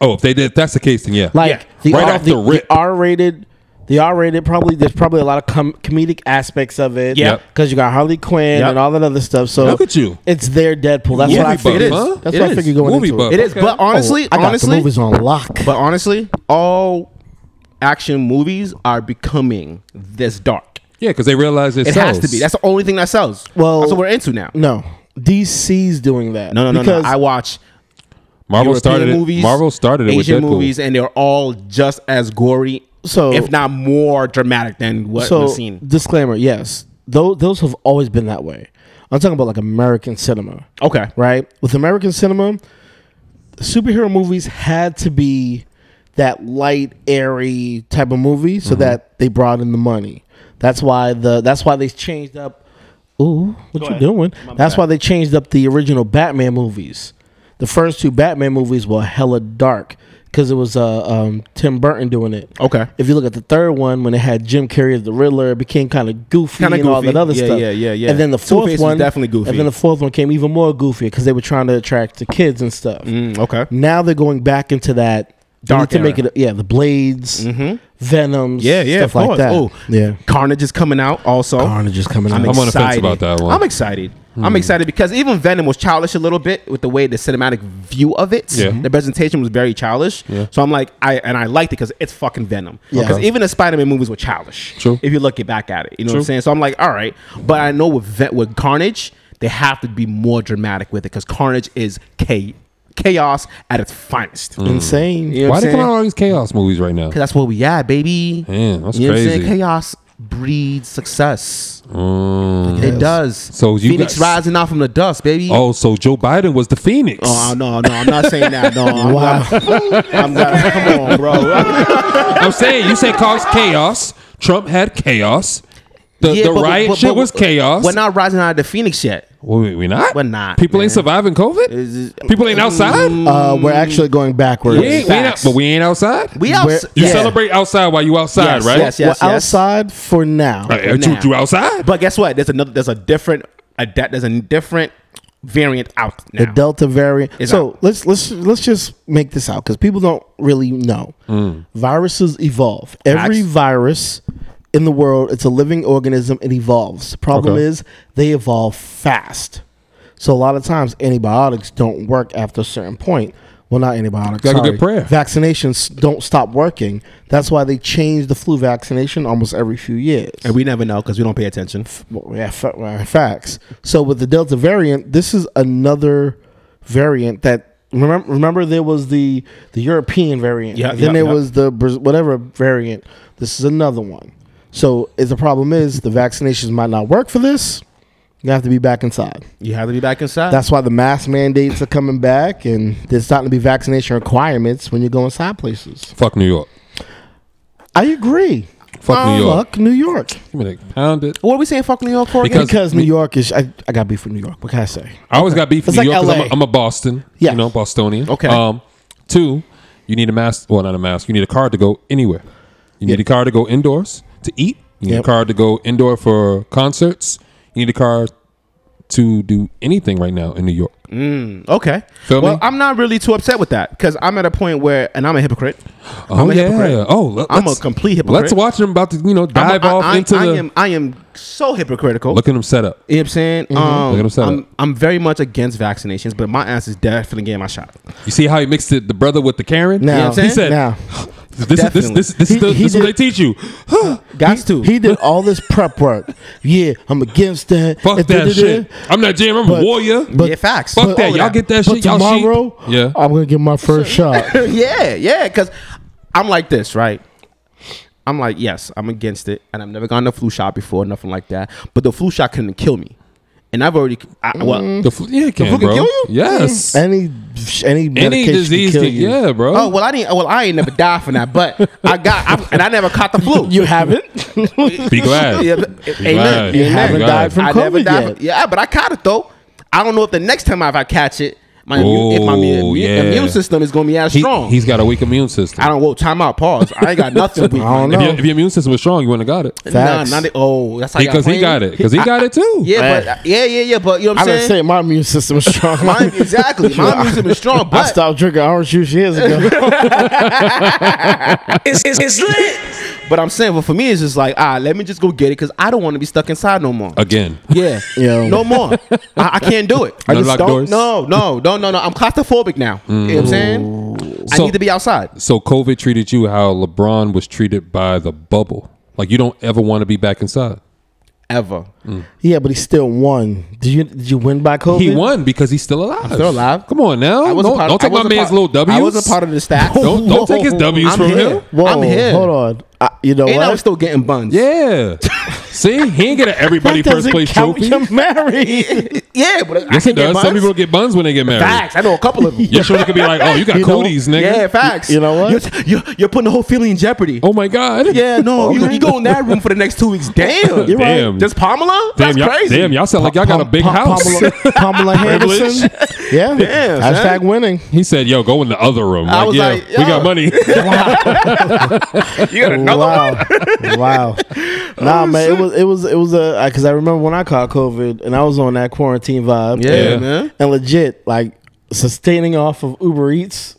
Speaker 2: Oh, if they did, if that's the case, then yeah.
Speaker 1: Like the,
Speaker 2: Right
Speaker 1: R,
Speaker 2: off
Speaker 1: the,
Speaker 2: the rip.
Speaker 1: the R-rated, the R-rated. Probably there's probably a lot of com- comedic aspects of it.
Speaker 2: Yep.
Speaker 1: because you got Harley Quinn
Speaker 4: Yep.
Speaker 1: and all that other stuff. So
Speaker 2: Look at you.
Speaker 1: It's their Deadpool. That's what I
Speaker 2: Movie buff,
Speaker 1: figured.
Speaker 2: huh?
Speaker 1: That's
Speaker 2: It
Speaker 1: what I
Speaker 2: is.
Speaker 1: figured going
Speaker 2: Movie
Speaker 1: into
Speaker 2: buff.
Speaker 1: it.
Speaker 4: it is.
Speaker 2: Okay.
Speaker 4: But honestly,
Speaker 1: Oh, I got
Speaker 4: honestly,
Speaker 1: the movies on lock.
Speaker 4: But honestly, all action movies are becoming this dark.
Speaker 2: Yeah, because they realize it,
Speaker 4: It
Speaker 2: sells.
Speaker 4: has to be. That's the only thing that sells.
Speaker 1: Well-
Speaker 4: that's what we're into now.
Speaker 1: no, DC's doing that.
Speaker 4: No, no, no,
Speaker 1: because
Speaker 4: no. I watch
Speaker 2: Marvel
Speaker 4: European
Speaker 2: started it.
Speaker 4: movies,
Speaker 2: Marvel started it
Speaker 4: Asian
Speaker 2: with Deadpool.
Speaker 4: movies, and they're all just as gory,
Speaker 1: So-
Speaker 4: if not more dramatic than what
Speaker 1: so
Speaker 4: we've seen.
Speaker 1: disclaimer. Yes, those those have always been that way. I'm talking about like American cinema.
Speaker 4: Okay,
Speaker 1: right? With American cinema, superhero movies had to be that light, airy type of movie
Speaker 4: Mm-hmm.
Speaker 1: so that they brought in the money. That's why the that's why they changed up. Ooh, what you doing? That's why they changed up the original Batman movies. The first two Batman movies were hella dark because it was uh, um, Tim Burton doing it.
Speaker 4: Okay.
Speaker 1: If you look at the third one, when it had Jim Carrey as the Riddler, it became kind of goofy
Speaker 4: Kinda
Speaker 1: and all
Speaker 4: goofy.
Speaker 1: that other
Speaker 4: Yeah,
Speaker 1: stuff.
Speaker 4: yeah, yeah, yeah.
Speaker 1: And then the fourth
Speaker 4: Two-Face was
Speaker 1: one
Speaker 4: definitely goofy.
Speaker 1: And then the fourth one came even more goofy because they were trying to attract the kids and stuff.
Speaker 4: okay.
Speaker 1: Now they're going back into that they
Speaker 4: Mm.
Speaker 1: need
Speaker 4: Dark
Speaker 1: to
Speaker 4: era.
Speaker 1: make
Speaker 4: Mm-hmm.
Speaker 1: it. Yeah, the blades, venoms,
Speaker 4: Yeah, yeah,
Speaker 1: stuff
Speaker 4: of
Speaker 1: like
Speaker 4: course.
Speaker 1: that.
Speaker 4: Oh,
Speaker 1: yeah.
Speaker 4: Carnage is coming out also.
Speaker 1: Carnage is coming out. Hmm.
Speaker 2: I'm on the fence about that one.
Speaker 4: I'm excited. I'm excited because even Venom was childish a little bit with the way the cinematic view of it.
Speaker 2: Yeah.
Speaker 4: The presentation was very childish. So I'm like, I and I liked it because it's fucking Venom.
Speaker 1: Yeah.
Speaker 4: Because even the Spider-Man movies were childish.
Speaker 2: True.
Speaker 4: If you look it back at it, you know what
Speaker 2: True.
Speaker 4: I'm saying. So I'm like, all right, but I know with Ven- with Carnage, they have to be more dramatic with it because Carnage is cha- chaos at its finest.
Speaker 1: Mm. Insane.
Speaker 4: You know what
Speaker 2: Why
Speaker 4: I'm
Speaker 2: they
Speaker 4: saying?
Speaker 2: come out with all these chaos movies right now?
Speaker 4: 'Cause that's where we at, baby.
Speaker 2: Damn, that's
Speaker 4: you know What I'm
Speaker 2: crazy.
Speaker 4: saying? Chaos breeds success.
Speaker 2: Mm.
Speaker 4: It does.
Speaker 2: So you
Speaker 4: Phoenix
Speaker 2: got-
Speaker 4: rising out from the dust, baby.
Speaker 2: Oh, so Joe Biden was the Phoenix.
Speaker 4: Oh, no, no, I'm not saying that. No, I'm not. I'm not. Come on, bro.
Speaker 2: I'm saying you said cause chaos. Trump had chaos. The,
Speaker 4: Yeah,
Speaker 2: the
Speaker 4: but-
Speaker 2: riot
Speaker 4: but-
Speaker 2: shit
Speaker 4: but
Speaker 2: was chaos.
Speaker 4: We're not rising out of the Phoenix yet.
Speaker 2: Wait, we not?
Speaker 4: We're not,
Speaker 2: People ain't
Speaker 4: man.
Speaker 2: surviving COVID.
Speaker 4: Is it-
Speaker 2: People ain't outside.
Speaker 1: Uh, we're actually going backwards.
Speaker 2: we ain't, we ain't out,
Speaker 4: facts.
Speaker 2: but we ain't outside.
Speaker 4: We out.
Speaker 1: Where-
Speaker 2: you
Speaker 1: yeah.
Speaker 2: celebrate outside while you outside,
Speaker 4: Yes,
Speaker 2: right?
Speaker 4: yes, yes.
Speaker 1: we're outside for now.
Speaker 2: Right, you,
Speaker 4: Now.
Speaker 2: you outside?
Speaker 4: But guess what? There's another. There's a different. A de- there's a different variant out now.
Speaker 1: The Delta variant.
Speaker 4: Is
Speaker 1: so
Speaker 4: out.
Speaker 1: let's let's let's just make this out because people don't really know. Viruses evolve. Every
Speaker 4: Facts.
Speaker 1: virus in the world, it's a living organism. It evolves. Problem
Speaker 2: Okay.
Speaker 1: is they evolve fast. So a lot of times antibiotics don't work after a certain point. Well, not antibiotics.
Speaker 2: Like a
Speaker 1: sorry.
Speaker 2: good prayer.
Speaker 1: Vaccinations don't stop working. That's why they change the flu vaccination almost every few years.
Speaker 4: and we never know because we don't pay attention.
Speaker 1: Well, yeah, fa- well, facts. So with the Delta variant, this is another variant that remember. Remember, there was the the European variant.
Speaker 4: Yeah,
Speaker 1: Then
Speaker 4: yeah,
Speaker 1: there
Speaker 4: yeah.
Speaker 1: was the Braz- whatever variant. This is another one. So is the problem is the vaccinations might not work for this. You have to be back inside.
Speaker 4: You have to be back inside.
Speaker 1: That's why the mask mandates are coming back, and there's starting to be vaccination requirements when you go inside places.
Speaker 2: Fuck New York.
Speaker 1: I agree.
Speaker 2: Fuck New York.
Speaker 1: Fuck New York.
Speaker 2: Give me that. Pound it.
Speaker 4: what are we saying? Fuck New York for again?
Speaker 2: Because-
Speaker 1: Because New York is, I, I got beef with New York. What can I say?
Speaker 2: I always got beef with
Speaker 1: It's
Speaker 2: New
Speaker 1: like
Speaker 2: York 'cause I'm,
Speaker 1: LA.
Speaker 2: a- I'm a Boston.
Speaker 1: Yeah.
Speaker 2: You know, Bostonian.
Speaker 4: Okay.
Speaker 2: Um, two, you need a mask. Well, not a mask. You need a card to go anywhere. You need a card to go indoors to eat. You need
Speaker 1: Yep.
Speaker 2: a card to go indoor for concerts. You need a card to do anything right now in New York.
Speaker 4: Okay.
Speaker 2: Feel
Speaker 4: well,
Speaker 2: me?
Speaker 4: I'm not really too upset with that because I'm at a point where, and I'm a hypocrite.
Speaker 2: Oh
Speaker 4: I'm a
Speaker 2: yeah.
Speaker 4: hypocrite.
Speaker 2: Oh, let,
Speaker 4: I'm a
Speaker 2: let's-
Speaker 4: complete hypocrite.
Speaker 2: Let's watch them about to you know
Speaker 4: I'm a-
Speaker 2: dive
Speaker 4: I-
Speaker 2: off
Speaker 4: I-
Speaker 2: into
Speaker 4: I
Speaker 2: the.
Speaker 4: am, I am so hypocritical.
Speaker 2: look at them set up.
Speaker 4: You know what I'm saying? Um,
Speaker 2: Look at him set
Speaker 4: I'm,
Speaker 2: up.
Speaker 4: I'm very much against vaccinations, but my ass is definitely getting my shot.
Speaker 2: You see how he mixed it, the brother with the Karen.
Speaker 1: Now,
Speaker 4: what I'm
Speaker 2: he said,
Speaker 4: saying?
Speaker 1: now.
Speaker 2: "This is this
Speaker 4: Definitely.
Speaker 2: this this is
Speaker 1: He-
Speaker 2: the,
Speaker 1: he
Speaker 2: this is what they
Speaker 1: did-
Speaker 2: teach you."
Speaker 4: Guys, too.
Speaker 1: He did all this prep work. Yeah, I'm against that.
Speaker 2: Fuck
Speaker 1: And
Speaker 2: that
Speaker 1: da-da-da.
Speaker 2: shit. I'm not Jim. I'm a
Speaker 1: But-
Speaker 2: warrior.
Speaker 1: but-
Speaker 4: yeah, facts.
Speaker 2: Fuck
Speaker 4: But-
Speaker 2: that.
Speaker 4: all of
Speaker 2: Y'all get that
Speaker 1: But
Speaker 2: shit. Y'all sheep.
Speaker 1: tomorrow,
Speaker 2: Yeah.
Speaker 1: I'm gonna get my first shot.
Speaker 4: yeah, yeah. Because I'm like this, right? I'm like, yes, I'm against it, and I've never gotten a flu shot before, nothing like that. But the flu shot couldn't kill me, and I've already, I, well,
Speaker 2: The flu, yeah, it can,
Speaker 4: flu can
Speaker 2: bro.
Speaker 4: kill you? Mm.
Speaker 2: Yes.
Speaker 1: Any any
Speaker 2: Any
Speaker 1: medication
Speaker 2: disease
Speaker 1: can
Speaker 2: can,
Speaker 1: kill you.
Speaker 2: yeah, bro.
Speaker 4: oh well, I didn't, well, I ain't never died from that, but I got, I, and I never caught the flu.
Speaker 1: You haven't.
Speaker 2: Be glad.
Speaker 4: Yeah,
Speaker 2: glad.
Speaker 4: amen.
Speaker 1: You
Speaker 2: Thank
Speaker 1: haven't
Speaker 2: God.
Speaker 1: died from
Speaker 4: I never
Speaker 1: COVID
Speaker 4: died.
Speaker 1: yet.
Speaker 4: From, yeah, but I caught it though. I don't know if the next time if I catch it, my immune, if my immune,
Speaker 2: Oh, yeah.
Speaker 4: immune system is gonna be as
Speaker 2: He,
Speaker 4: strong.
Speaker 2: has got a weak immune system.
Speaker 4: I don't. Whoa, time out. Pause. I ain't got nothing. with
Speaker 1: I don't
Speaker 4: my-
Speaker 2: if,
Speaker 1: know.
Speaker 2: your, if your immune system was strong, you wouldn't have got it.
Speaker 4: Nah,
Speaker 1: Facts.
Speaker 4: not the- oh, that's how I
Speaker 2: Because he
Speaker 4: blamed.
Speaker 2: got it. Because he
Speaker 4: I-
Speaker 2: got it too.
Speaker 4: Yeah,
Speaker 1: Man.
Speaker 4: but uh, yeah, yeah, yeah. But you know what
Speaker 1: I
Speaker 4: I'm
Speaker 1: didn't
Speaker 4: saying?
Speaker 1: say my immune system is strong.
Speaker 4: Mine, exactly. My immune system is strong,
Speaker 1: I
Speaker 4: but
Speaker 1: stopped drinking orange juice years ago.
Speaker 5: It's, it's, it's lit.
Speaker 4: but I'm saying, but for me, it's just like, ah, let me just go get it because I don't want to be stuck inside no more.
Speaker 2: Again.
Speaker 4: Yeah,
Speaker 1: Yo.
Speaker 4: no more. I, I can't do it.
Speaker 2: No
Speaker 4: I just
Speaker 2: locked
Speaker 4: don't.
Speaker 2: doors?
Speaker 4: No, no, no, no, no. I'm claustrophobic now. You know what I'm saying? I
Speaker 2: So-
Speaker 4: need to be outside.
Speaker 2: So COVID treated you how LeBron was treated by the bubble. Like you don't ever want to be back inside.
Speaker 4: Ever.
Speaker 2: Mm.
Speaker 1: yeah, but he still won. Did you did you win by COVID?
Speaker 2: He won because he's still alive.
Speaker 4: still alive.
Speaker 2: Come on now.
Speaker 4: I was
Speaker 2: Oh, Don't,
Speaker 4: a part,
Speaker 2: don't take
Speaker 4: I was
Speaker 2: my
Speaker 4: a
Speaker 2: man's
Speaker 4: part-
Speaker 2: little W's.
Speaker 4: I was a part of the staff.
Speaker 2: Don't, don't take his W's
Speaker 4: I'm
Speaker 2: from
Speaker 4: here.
Speaker 2: him.
Speaker 1: Whoa,
Speaker 4: I'm here.
Speaker 1: Hold on. I, you know
Speaker 4: And
Speaker 1: what?
Speaker 4: I was still getting buns.
Speaker 2: Yeah. See, he ain't get an everybody
Speaker 1: That
Speaker 2: first
Speaker 1: doesn't
Speaker 2: place
Speaker 1: count.
Speaker 2: trophy.
Speaker 1: You're married.
Speaker 4: yeah, but I
Speaker 2: Yes,
Speaker 4: can
Speaker 2: it
Speaker 4: get
Speaker 2: does.
Speaker 4: buns.
Speaker 2: Some people get buns when they get married.
Speaker 4: facts. I know a couple of them.
Speaker 2: Your shoulder could be like, oh, you got
Speaker 1: You know-
Speaker 2: Cody's, nigga.
Speaker 4: yeah, facts.
Speaker 1: You know what?
Speaker 4: You're, you're, you're putting the whole feeling in jeopardy.
Speaker 2: Oh my God.
Speaker 4: Yeah, no, you, you go in that room for the next two weeks. Damn,
Speaker 1: You're right.
Speaker 2: Damn.
Speaker 4: Just Pamela?
Speaker 2: Damn,
Speaker 4: That's
Speaker 2: y'all,
Speaker 4: crazy.
Speaker 2: damn, y'all sound like y'all got a big
Speaker 1: Pa-
Speaker 2: house.
Speaker 1: Pamela, Pamela Henderson. Yeah. Hashtag winning.
Speaker 2: He said, "Yo, go in the other room."
Speaker 4: I
Speaker 2: Like,
Speaker 4: was
Speaker 2: yeah,
Speaker 4: like,
Speaker 2: we got
Speaker 4: yo.
Speaker 2: money.
Speaker 4: You got another one? Oh,
Speaker 1: wow, wow. Nah, man, it was it was it was a because I remember when I caught COVID and I was on that quarantine vibe.
Speaker 4: Yeah,
Speaker 2: Yeah.
Speaker 4: man.
Speaker 1: and legit like sustaining off of Uber Eats.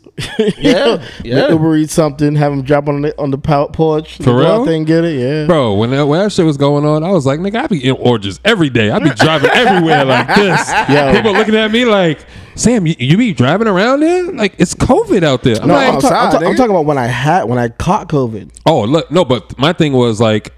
Speaker 4: Yeah, yeah.
Speaker 1: Uber Eats something, have them drop on the on the pou- porch.
Speaker 2: For
Speaker 1: go
Speaker 2: real?
Speaker 1: out there and get it. Yeah,
Speaker 2: Bro, when that, when that shit was going on, I was like, nigga, I be in orgies every day. I be driving everywhere like this.
Speaker 1: Yo.
Speaker 2: People looking at me like, Sam, you, you be driving around there? Like, it's COVID out there. I'm
Speaker 1: No,
Speaker 2: like,
Speaker 1: I'm, ta- I'm
Speaker 4: outside,
Speaker 1: ta- I'm
Speaker 4: nigga.
Speaker 1: talking about when I had when I caught COVID.
Speaker 2: oh, look, no, but my thing was like,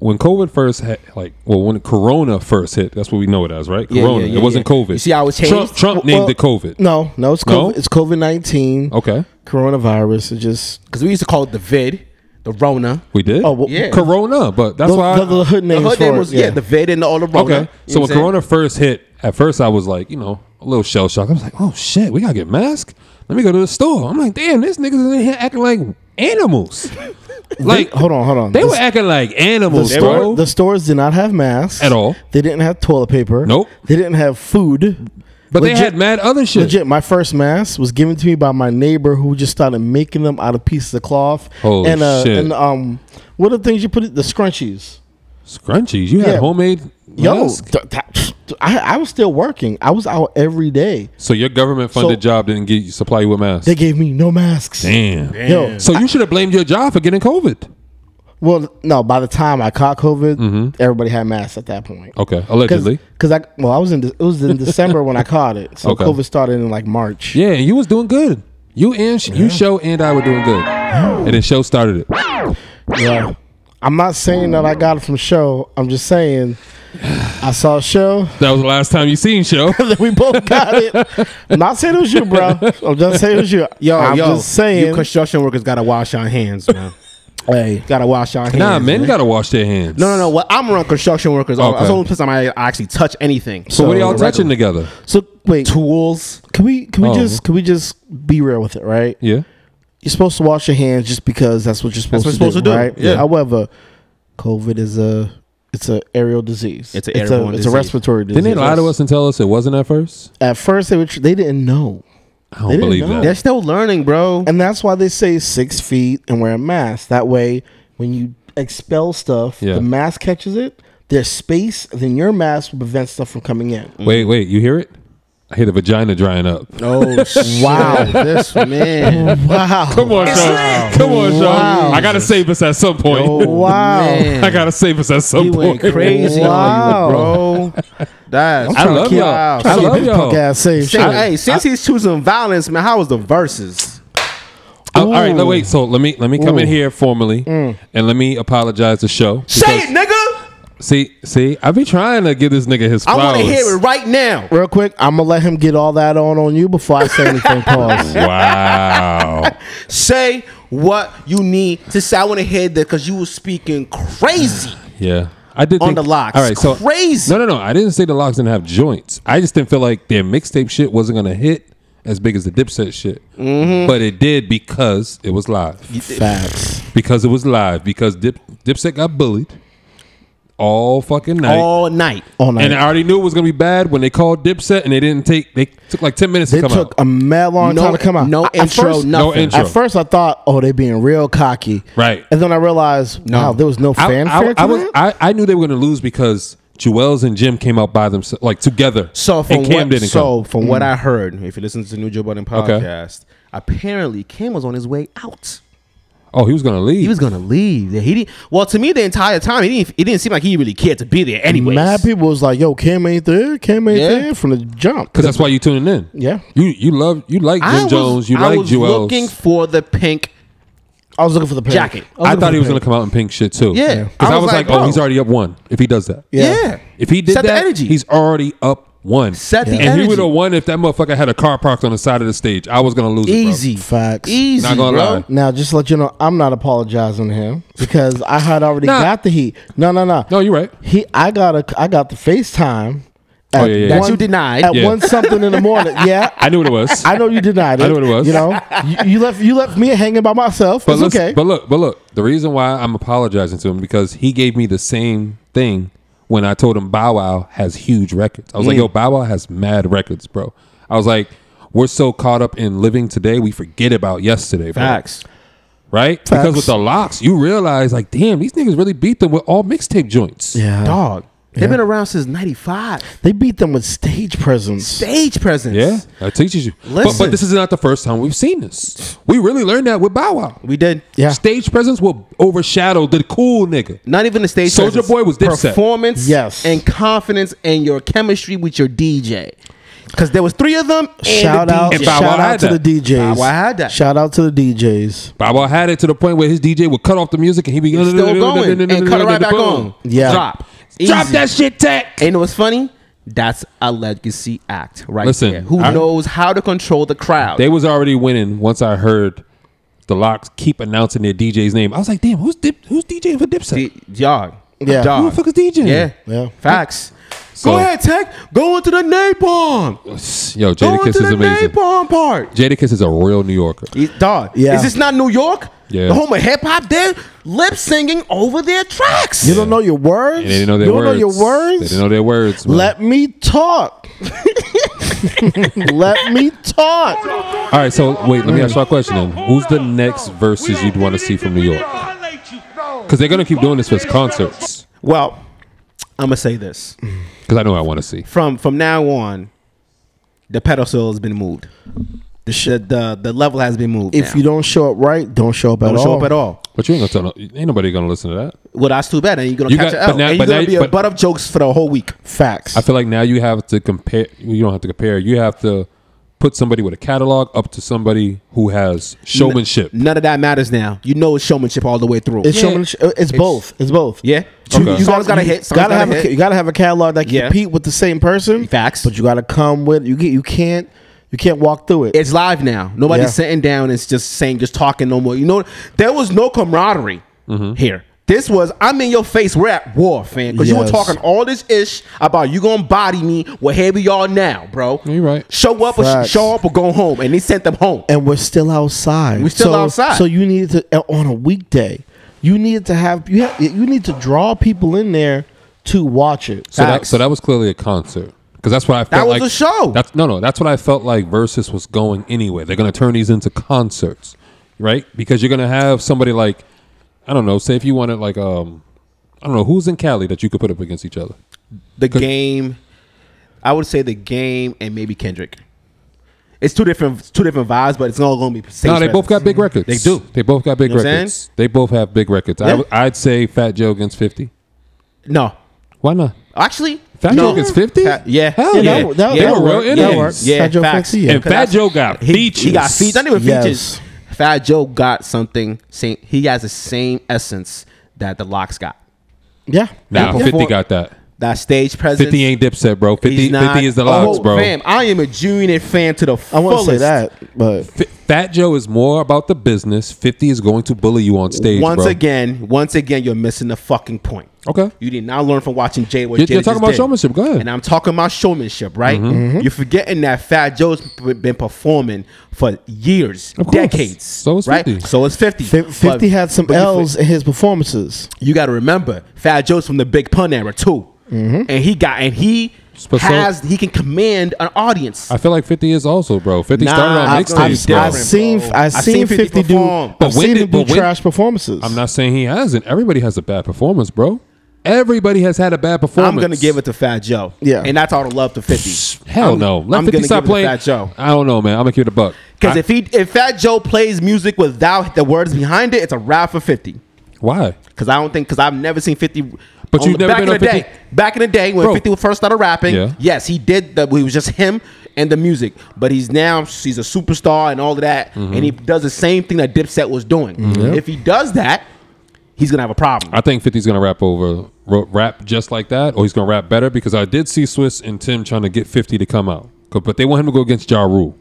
Speaker 2: when COVID first hit, like, well, when Corona first hit, that's what we know it as, right?
Speaker 4: Yeah,
Speaker 2: Corona.
Speaker 4: yeah, yeah,
Speaker 2: it wasn't
Speaker 4: yeah.
Speaker 2: COVID.
Speaker 4: You see how it changed?
Speaker 2: Trump, Trump named
Speaker 1: Well,
Speaker 2: it COVID.
Speaker 1: No, no, it's
Speaker 2: No? Oh.
Speaker 1: COVID. It's COVID nineteen.
Speaker 2: Okay.
Speaker 1: Coronavirus. It just
Speaker 4: Because we used to call it the vid, the Rona.
Speaker 2: We did?
Speaker 1: oh well,
Speaker 4: Yeah.
Speaker 2: Corona, but that's
Speaker 1: Those,
Speaker 2: why.
Speaker 1: those are the hood
Speaker 4: The
Speaker 1: names.
Speaker 4: hood
Speaker 1: for
Speaker 4: name
Speaker 1: it,
Speaker 4: was, yeah. the vid and all the Rona.
Speaker 2: Okay.
Speaker 4: You
Speaker 2: So
Speaker 4: know
Speaker 2: when
Speaker 4: what I'm saying?
Speaker 2: Corona first hit, at first I was like, you know, a little shell shock. I was like, oh shit, we gotta get masks. Let me go to the store. I'm like, damn, this niggas in here acting like animals. like,
Speaker 1: hold on, hold on.
Speaker 2: They
Speaker 1: This-
Speaker 2: were acting like
Speaker 1: The,
Speaker 2: animals,
Speaker 1: store-
Speaker 2: bro.
Speaker 1: the stores did not have masks
Speaker 2: At all.
Speaker 1: They didn't have toilet paper.
Speaker 2: Nope.
Speaker 1: They didn't have food.
Speaker 2: but
Speaker 1: Legit-
Speaker 2: they had mad other shit.
Speaker 1: Legit, my first mask was given to me by my neighbor who just started making them out of pieces of cloth
Speaker 2: Holy
Speaker 1: and uh,
Speaker 2: shit.
Speaker 1: and um, what are the things you put it? The scrunchies.
Speaker 2: Scrunchies. You had
Speaker 1: Yeah.
Speaker 2: homemade.
Speaker 1: Yo,
Speaker 2: mask?
Speaker 1: th- th- I, I was still working. I was out every day.
Speaker 2: so your government funded
Speaker 1: So-
Speaker 2: job didn't get you supply you with masks.
Speaker 1: They gave me no masks.
Speaker 2: damn.
Speaker 1: Yo,
Speaker 2: So you should have blamed your job for getting COVID.
Speaker 1: well, no. By the time I caught COVID, everybody had masks at that point.
Speaker 2: Mm-hmm. Okay, allegedly.
Speaker 1: Because I well, I was in de- it was in December when I caught it. So
Speaker 2: Okay.
Speaker 1: COVID started in like March.
Speaker 2: Yeah, and you was doing good. You and sh- you show and I were doing good, and then show started it.
Speaker 1: Yeah. I'm not saying that I got it from show. I'm just saying I saw show.
Speaker 2: That was the last time you seen show.
Speaker 1: we both got it. I'm not saying it was you, bro. I'm just saying it was you.
Speaker 4: Yo,
Speaker 1: I'm
Speaker 4: yo,
Speaker 1: just saying.
Speaker 4: You construction workers got to wash your hands, man.
Speaker 1: hey,
Speaker 4: got to wash your hands.
Speaker 2: Nah, men gotta wash their hands.
Speaker 4: No, no, no. Well, I'm around construction workers. all
Speaker 2: Okay.
Speaker 4: That's the only place I'm- I I actually touch anything.
Speaker 2: So, what are y'all
Speaker 1: So-
Speaker 2: touching together?
Speaker 1: so wait,
Speaker 4: Tools.
Speaker 1: can we can we
Speaker 2: Oh.
Speaker 1: just can we just be real with it, right?
Speaker 2: Yeah.
Speaker 1: You're supposed to wash your hands just because that's what you're supposed,
Speaker 4: what
Speaker 1: to,
Speaker 4: you're
Speaker 1: do,
Speaker 4: supposed to do,
Speaker 1: right?
Speaker 4: yeah.
Speaker 1: However, COVID is a it's a aerial disease.
Speaker 4: It's a
Speaker 1: it's a,
Speaker 4: airborne
Speaker 1: it's a
Speaker 4: disease.
Speaker 1: respiratory disease.
Speaker 2: Didn't they lie to us and tell us it wasn't at first?
Speaker 1: At first, they were tr- they didn't know.
Speaker 2: I don't
Speaker 1: They didn't
Speaker 2: believe
Speaker 1: know.
Speaker 2: that.
Speaker 4: They're still learning, bro.
Speaker 1: And that's why they say six feet and wear a mask. That way, when you expel stuff,
Speaker 2: Yeah.
Speaker 1: the mask catches it. There's space, then your mask will prevent stuff from coming in.
Speaker 2: Wait, wait, you hear it? I hear the vagina drying up.
Speaker 4: Oh, wow. This man.
Speaker 2: Come on, Sean. Come on, Sean. I gotta save us at some point.
Speaker 1: Wow.
Speaker 4: Man.
Speaker 2: I gotta save us at some
Speaker 4: He
Speaker 2: point.
Speaker 4: went crazy
Speaker 1: Wow.
Speaker 4: on you, bro. That's
Speaker 2: I love
Speaker 1: keep-
Speaker 2: y'all.
Speaker 1: I
Speaker 2: I
Speaker 1: love
Speaker 2: love
Speaker 1: this
Speaker 2: y'all.
Speaker 1: punk ass safe.
Speaker 4: Since- hey, since he's choosing violence, man, how was the verses?
Speaker 2: Uh, all right, no, wait. So let me let me come in
Speaker 1: Ooh.
Speaker 2: here formally and let me apologize to show.
Speaker 4: Mm. Say it, nigga.
Speaker 2: See, see, I be trying to give this nigga his
Speaker 4: I
Speaker 2: flowers.
Speaker 4: want to hear it right now.
Speaker 1: Real quick, I'm gonna let him get all that on on you before I say anything. Pause.
Speaker 2: Wow.
Speaker 4: Say what you need to say. I want to hear that because you were speaking crazy.
Speaker 2: Yeah. I did
Speaker 4: On
Speaker 2: think-
Speaker 4: the locks. Crazy.
Speaker 2: No, no, no. I didn't say the locks didn't have joints. I just didn't feel like their mixtape shit wasn't gonna hit as big as the Dipset shit.
Speaker 4: Mm-hmm.
Speaker 2: But it did because it was live.
Speaker 1: Facts.
Speaker 2: Because it was live. Because Dip Dipset got bullied all fucking night.
Speaker 4: All night.
Speaker 1: All night.
Speaker 2: and I already knew it was gonna be bad when they called Dipset and they didn't take. They took like ten minutes
Speaker 1: they
Speaker 2: to come
Speaker 1: took
Speaker 2: out.
Speaker 1: a mad long
Speaker 4: No-
Speaker 1: time to come out.
Speaker 4: no
Speaker 1: At
Speaker 4: intro,
Speaker 1: first-
Speaker 2: no
Speaker 4: nothing.
Speaker 2: intro.
Speaker 1: At first, I thought, oh, they being real cocky,
Speaker 2: Right.
Speaker 1: And then I realized, wow, there was no
Speaker 2: I-
Speaker 1: fanfare.
Speaker 2: I,
Speaker 1: to
Speaker 2: I, was.
Speaker 1: that?
Speaker 2: I, I knew they were gonna lose because Jewels and Jim came out by themselves, like together.
Speaker 4: So from
Speaker 2: and Cam
Speaker 4: what,
Speaker 2: didn't
Speaker 4: so
Speaker 2: come. Mm.
Speaker 4: from what I heard, if you listen to the New Joe Budden
Speaker 2: Okay.
Speaker 4: podcast, apparently Cam was on his way out.
Speaker 2: Oh, he was gonna leave.
Speaker 4: He was gonna leave. He didn't. Well, to me, the entire time, he didn't. It didn't seem like he really cared to be there. Anyways,
Speaker 1: Mad people was like, yo, Cam ain't there. Cam ain't
Speaker 4: Yeah.
Speaker 1: there from the jump.
Speaker 2: Because that's why you tuning in.
Speaker 1: Yeah.
Speaker 2: You you love you like Jim
Speaker 4: I was,
Speaker 2: Jones. You
Speaker 4: I
Speaker 2: like
Speaker 4: was
Speaker 2: Jewels.
Speaker 4: looking for the pink
Speaker 1: I was looking for the pink.
Speaker 4: jacket.
Speaker 2: I thought he was gonna come out and pink shit too.
Speaker 4: Yeah.
Speaker 2: Because I was, like, oh, he's already up one if he does that.
Speaker 4: Yeah.
Speaker 2: If he did
Speaker 4: Set the
Speaker 2: that,
Speaker 4: energy.
Speaker 2: he's already up one.
Speaker 4: Set the
Speaker 2: and
Speaker 4: energy.
Speaker 2: he would have won if that motherfucker had a car parked on the side of the stage. I was gonna lose.
Speaker 4: Easy.
Speaker 1: E. Facts.
Speaker 4: Easy.
Speaker 2: Not gonna
Speaker 4: bro.
Speaker 2: lie.
Speaker 1: Now, just to let you know, I'm not apologizing to him because I had already
Speaker 2: Nah.
Speaker 1: got the heat. No, no, no.
Speaker 2: It, bro. No, you're right.
Speaker 1: He, I got a, I got the FaceTime. At
Speaker 2: Oh, yeah, yeah, yeah. That
Speaker 4: you denied.
Speaker 1: at
Speaker 2: Yeah.
Speaker 1: one something in the morning. Yeah,
Speaker 2: I knew what it was.
Speaker 1: I know you denied it.
Speaker 2: I know what it was.
Speaker 1: You know, you, you left you left me hanging by myself.
Speaker 2: but
Speaker 1: it's
Speaker 2: listen-
Speaker 1: okay.
Speaker 2: But look, but look. The reason why I'm apologizing to him because he gave me the same thing when I told him Bow Wow has huge records. I was like,
Speaker 1: Mm.
Speaker 2: yo, Bow Wow has mad records, bro. I was like, we're so caught up in living today, we forget about yesterday, bro.
Speaker 4: Facts.
Speaker 2: right? Because with the locks, you realize like, damn, these niggas really beat them with all mixtape joints.
Speaker 1: yeah,
Speaker 4: Dog. They've been around since '95.
Speaker 1: they beat them with stage presence.
Speaker 4: Stage presence.
Speaker 2: Yeah, that teaches you. But, but
Speaker 4: Listen.
Speaker 2: this is not the first time we've seen this. We really learned that with Bow Wow.
Speaker 4: We did.
Speaker 1: Yeah.
Speaker 2: Stage presence will overshadow the cool nigga.
Speaker 4: Not even the stage.
Speaker 2: Soulja
Speaker 4: presence.
Speaker 2: Boy was Dipset.
Speaker 4: Performance.
Speaker 1: Yes.
Speaker 4: And confidence and your chemistry with your DJ. Because there was three of them. And
Speaker 1: Shout
Speaker 4: the
Speaker 1: out,
Speaker 4: DJ.
Speaker 2: And Bow Wow
Speaker 1: shout out
Speaker 2: had
Speaker 1: to the
Speaker 2: that.
Speaker 1: DJs.
Speaker 4: Bow Wow had that.
Speaker 1: Shout out to the DJs.
Speaker 2: Bow Wow had it to the point where his DJ would cut off the music and he be
Speaker 4: still going and cut it right back on.
Speaker 1: Yeah.
Speaker 4: Drop.
Speaker 2: Drop
Speaker 4: Easy.
Speaker 2: that shit, Tech.
Speaker 4: And what's funny? That's a legacy act right
Speaker 2: Listen,
Speaker 4: there. Who
Speaker 2: I-
Speaker 4: knows how to control the crowd?
Speaker 2: They was already winning once I heard the locks keep announcing their DJ's name. I was like, damn, who's dip, who's DJing for Dipset?
Speaker 4: D- dog.
Speaker 1: Yeah.
Speaker 4: Dog.
Speaker 2: Who the fuck is DJing?
Speaker 4: Yeah.
Speaker 1: Yeah.
Speaker 4: Facts.
Speaker 2: So-
Speaker 4: Go ahead, Tech. Go into the napalm.
Speaker 2: Yo,
Speaker 4: Go
Speaker 2: Jadakiss
Speaker 4: into
Speaker 2: is
Speaker 4: the
Speaker 2: amazing.
Speaker 4: napalm part.
Speaker 2: Jadakiss is a real New Yorker.
Speaker 4: He- Dog.
Speaker 1: Yeah.
Speaker 4: Is this not New York?
Speaker 2: Yeah.
Speaker 4: The home of hip hop. They're lip singing over their tracks.
Speaker 1: You don't know your words.
Speaker 2: They didn't know their
Speaker 1: you don't
Speaker 2: words.
Speaker 1: know your words.
Speaker 2: They didn't know their words. man.
Speaker 1: Let me talk. Let me talk.
Speaker 2: All right, so wait, let me ask you a question then. Who's the next verses you'd want to see from New York? Because they're going to keep doing this for his concerts.
Speaker 4: Well, I'm going to say this.
Speaker 2: Because I know what I want to see.
Speaker 4: From from now on, the pedestal has been moved. The, sh- the, the, the level has been moved.
Speaker 1: If
Speaker 4: now.
Speaker 1: you don't show up right, don't show up at
Speaker 4: don't
Speaker 1: all.
Speaker 4: show up at all.
Speaker 2: But you ain't going to tell no, ain't nobody going to listen to that.
Speaker 4: Well, that's too bad. And you're gonna
Speaker 2: You
Speaker 4: catch
Speaker 2: got-
Speaker 4: an
Speaker 2: but
Speaker 4: L.
Speaker 2: now-
Speaker 4: and
Speaker 2: but
Speaker 4: you're gonna
Speaker 2: now-
Speaker 4: be a
Speaker 2: but-
Speaker 4: butt up jokes for the whole week.
Speaker 1: Facts.
Speaker 2: I feel like now you have to compare. You don't have to compare. You have to put somebody with a catalog up to somebody who has showmanship.
Speaker 4: None of that matters now. You know it's showmanship all the way through.
Speaker 1: it's showmanship. It's, both. It's both.
Speaker 4: yeah.
Speaker 2: Okay.
Speaker 4: You, you
Speaker 2: Songs
Speaker 4: always gotta
Speaker 1: you
Speaker 4: hit. Songs
Speaker 1: gotta have a, you gotta have a catalog that can
Speaker 4: Yeah.
Speaker 1: compete with the same person.
Speaker 4: Facts.
Speaker 1: But you gotta come with you. Get you can't you can't walk through it.
Speaker 4: it's live now. Nobody's
Speaker 1: Yeah.
Speaker 4: sitting down and just saying just talking no more. You know, there was no camaraderie here. This was I'm in your face. We're at war, fam. Because you were
Speaker 1: Yes.
Speaker 4: talking all this ish about you gonna body me. Well, here we are now, bro.
Speaker 2: You right.
Speaker 4: Show up or
Speaker 1: Facts.
Speaker 4: sh- show up or go home. And they sent them home.
Speaker 1: and we're still outside.
Speaker 4: We're still
Speaker 1: so,
Speaker 4: outside.
Speaker 1: So you need to uh, on a weekday. You need to have you have, you need to draw people in there to watch it.
Speaker 2: So that,
Speaker 4: Facts.
Speaker 2: so that was clearly a concert because that's what I felt
Speaker 4: That was
Speaker 2: like-
Speaker 4: a show.
Speaker 2: That's no, no. That's what I felt like Versus was going anyway. They're gonna turn these into concerts, right? Because you're gonna have somebody like I don't know. Say if you wanted like um I don't know who's in Cali that you could put up against each other.
Speaker 4: The game, I would say the game and maybe Kendrick. It's two different two different vibes, but it's all going to be. same
Speaker 2: no, they both
Speaker 4: presence.
Speaker 2: got big records.
Speaker 4: They do.
Speaker 2: They both got big
Speaker 4: You know what I'm
Speaker 2: records. They both have big records. I
Speaker 4: Yeah.
Speaker 2: w- I'd say Fat Joe against Fifty.
Speaker 4: No,
Speaker 2: Why not?
Speaker 4: actually,
Speaker 2: Fat
Speaker 4: no.
Speaker 2: Joe against Fifty.
Speaker 4: Fa- yeah,
Speaker 2: hell
Speaker 4: Yeah,
Speaker 2: yeah.
Speaker 4: that- that-
Speaker 2: they
Speaker 4: that
Speaker 2: were
Speaker 1: worked.
Speaker 2: real
Speaker 1: That
Speaker 2: innings.
Speaker 1: worked.
Speaker 4: Yeah,
Speaker 1: Fat Joe
Speaker 4: facts.
Speaker 1: 50, yeah.
Speaker 2: And Fat Joe got
Speaker 4: he,
Speaker 2: features.
Speaker 4: He got features. Not even
Speaker 1: Yes.
Speaker 4: features. Fat Joe got something. Same. He has the same essence that the Locks got.
Speaker 1: Yeah.
Speaker 2: Nah,
Speaker 1: People
Speaker 2: Fifty
Speaker 1: for-
Speaker 2: got that.
Speaker 4: that stage presence.
Speaker 2: 50 ain't Dipset, bro. 50,
Speaker 4: He's not-
Speaker 2: 50 is the
Speaker 4: Oh,
Speaker 2: locks, bro.
Speaker 4: Fam, I am a Junior fan to the
Speaker 1: I want
Speaker 4: fullest.
Speaker 1: to say that, but
Speaker 2: F- Fat Joe is more about the business. 50 is going to bully you on stage,
Speaker 4: once
Speaker 2: bro.
Speaker 4: again, once again, you're missing the fucking point.
Speaker 2: Okay.
Speaker 4: You did not learn from watching Jay what
Speaker 2: You're-
Speaker 4: Jada
Speaker 2: you're talking
Speaker 4: just
Speaker 2: about
Speaker 4: did.
Speaker 2: showmanship. Go ahead. Mm-hmm.
Speaker 4: And I'm talking about showmanship, right? You're forgetting that Fat Joe's p- been performing for years,
Speaker 2: Of course.
Speaker 4: decades.
Speaker 2: So is 50.
Speaker 4: Right? So is 50.
Speaker 1: Fif- Fifty
Speaker 4: But-
Speaker 1: had some
Speaker 4: but you for-
Speaker 1: L's in his performances.
Speaker 4: you got to remember Fat Joe's from the Big Pun era too,
Speaker 1: Mm-hmm.
Speaker 4: and he got and he
Speaker 2: But so-
Speaker 4: has he can command an audience.
Speaker 2: I feel like 50 is also, bro. 50
Speaker 4: Nah,
Speaker 2: started on
Speaker 4: I- I'm
Speaker 2: mixtapes,
Speaker 1: I've
Speaker 2: bro.
Speaker 4: different.
Speaker 1: seen
Speaker 4: bro.
Speaker 1: I've seen Fifty do
Speaker 4: perform.
Speaker 2: But
Speaker 1: I've
Speaker 2: when
Speaker 1: seen
Speaker 2: did-
Speaker 1: him do
Speaker 2: but when-
Speaker 1: trash performances.
Speaker 2: I'm not saying he hasn't. Everybody has a bad performance, bro. Everybody has had a bad performance.
Speaker 4: I'm gonna give it to Fat Joe.
Speaker 1: Yeah.
Speaker 4: and that's all the love to Fifty.
Speaker 2: Hell
Speaker 4: I'm-
Speaker 2: no. Let
Speaker 4: I'm
Speaker 2: 50
Speaker 4: gonna
Speaker 2: stop
Speaker 4: give it to
Speaker 2: playing.
Speaker 4: Fat Joe.
Speaker 2: I don't know, man. I'm going to give it a buck.
Speaker 4: Because
Speaker 2: I-
Speaker 4: if he if Fat Joe plays music without the words behind it, it's a rap for Fifty.
Speaker 2: Why?
Speaker 4: Because I don't think because I've never seen Fifty.
Speaker 2: But
Speaker 4: on
Speaker 2: you've
Speaker 4: the-
Speaker 2: never
Speaker 4: back
Speaker 2: been
Speaker 4: in
Speaker 2: on
Speaker 4: the
Speaker 2: 50
Speaker 4: day. Back in the day when
Speaker 2: Bro.
Speaker 4: Fifty was first started rapping,
Speaker 2: Yeah.
Speaker 4: yes, he did. The, he was just him and the music. But he's now he's a superstar and all of that,
Speaker 2: Mm-hmm.
Speaker 4: and he does the same thing that Dipset was doing. If he does that, he's gonna have a problem.
Speaker 2: I think 50's gonna rap over ro- rap just like that, or he's gonna rap better because I did see Swiss and Tim trying to get 50 to come out, 'Cause- but they want him to go against Ja Rule,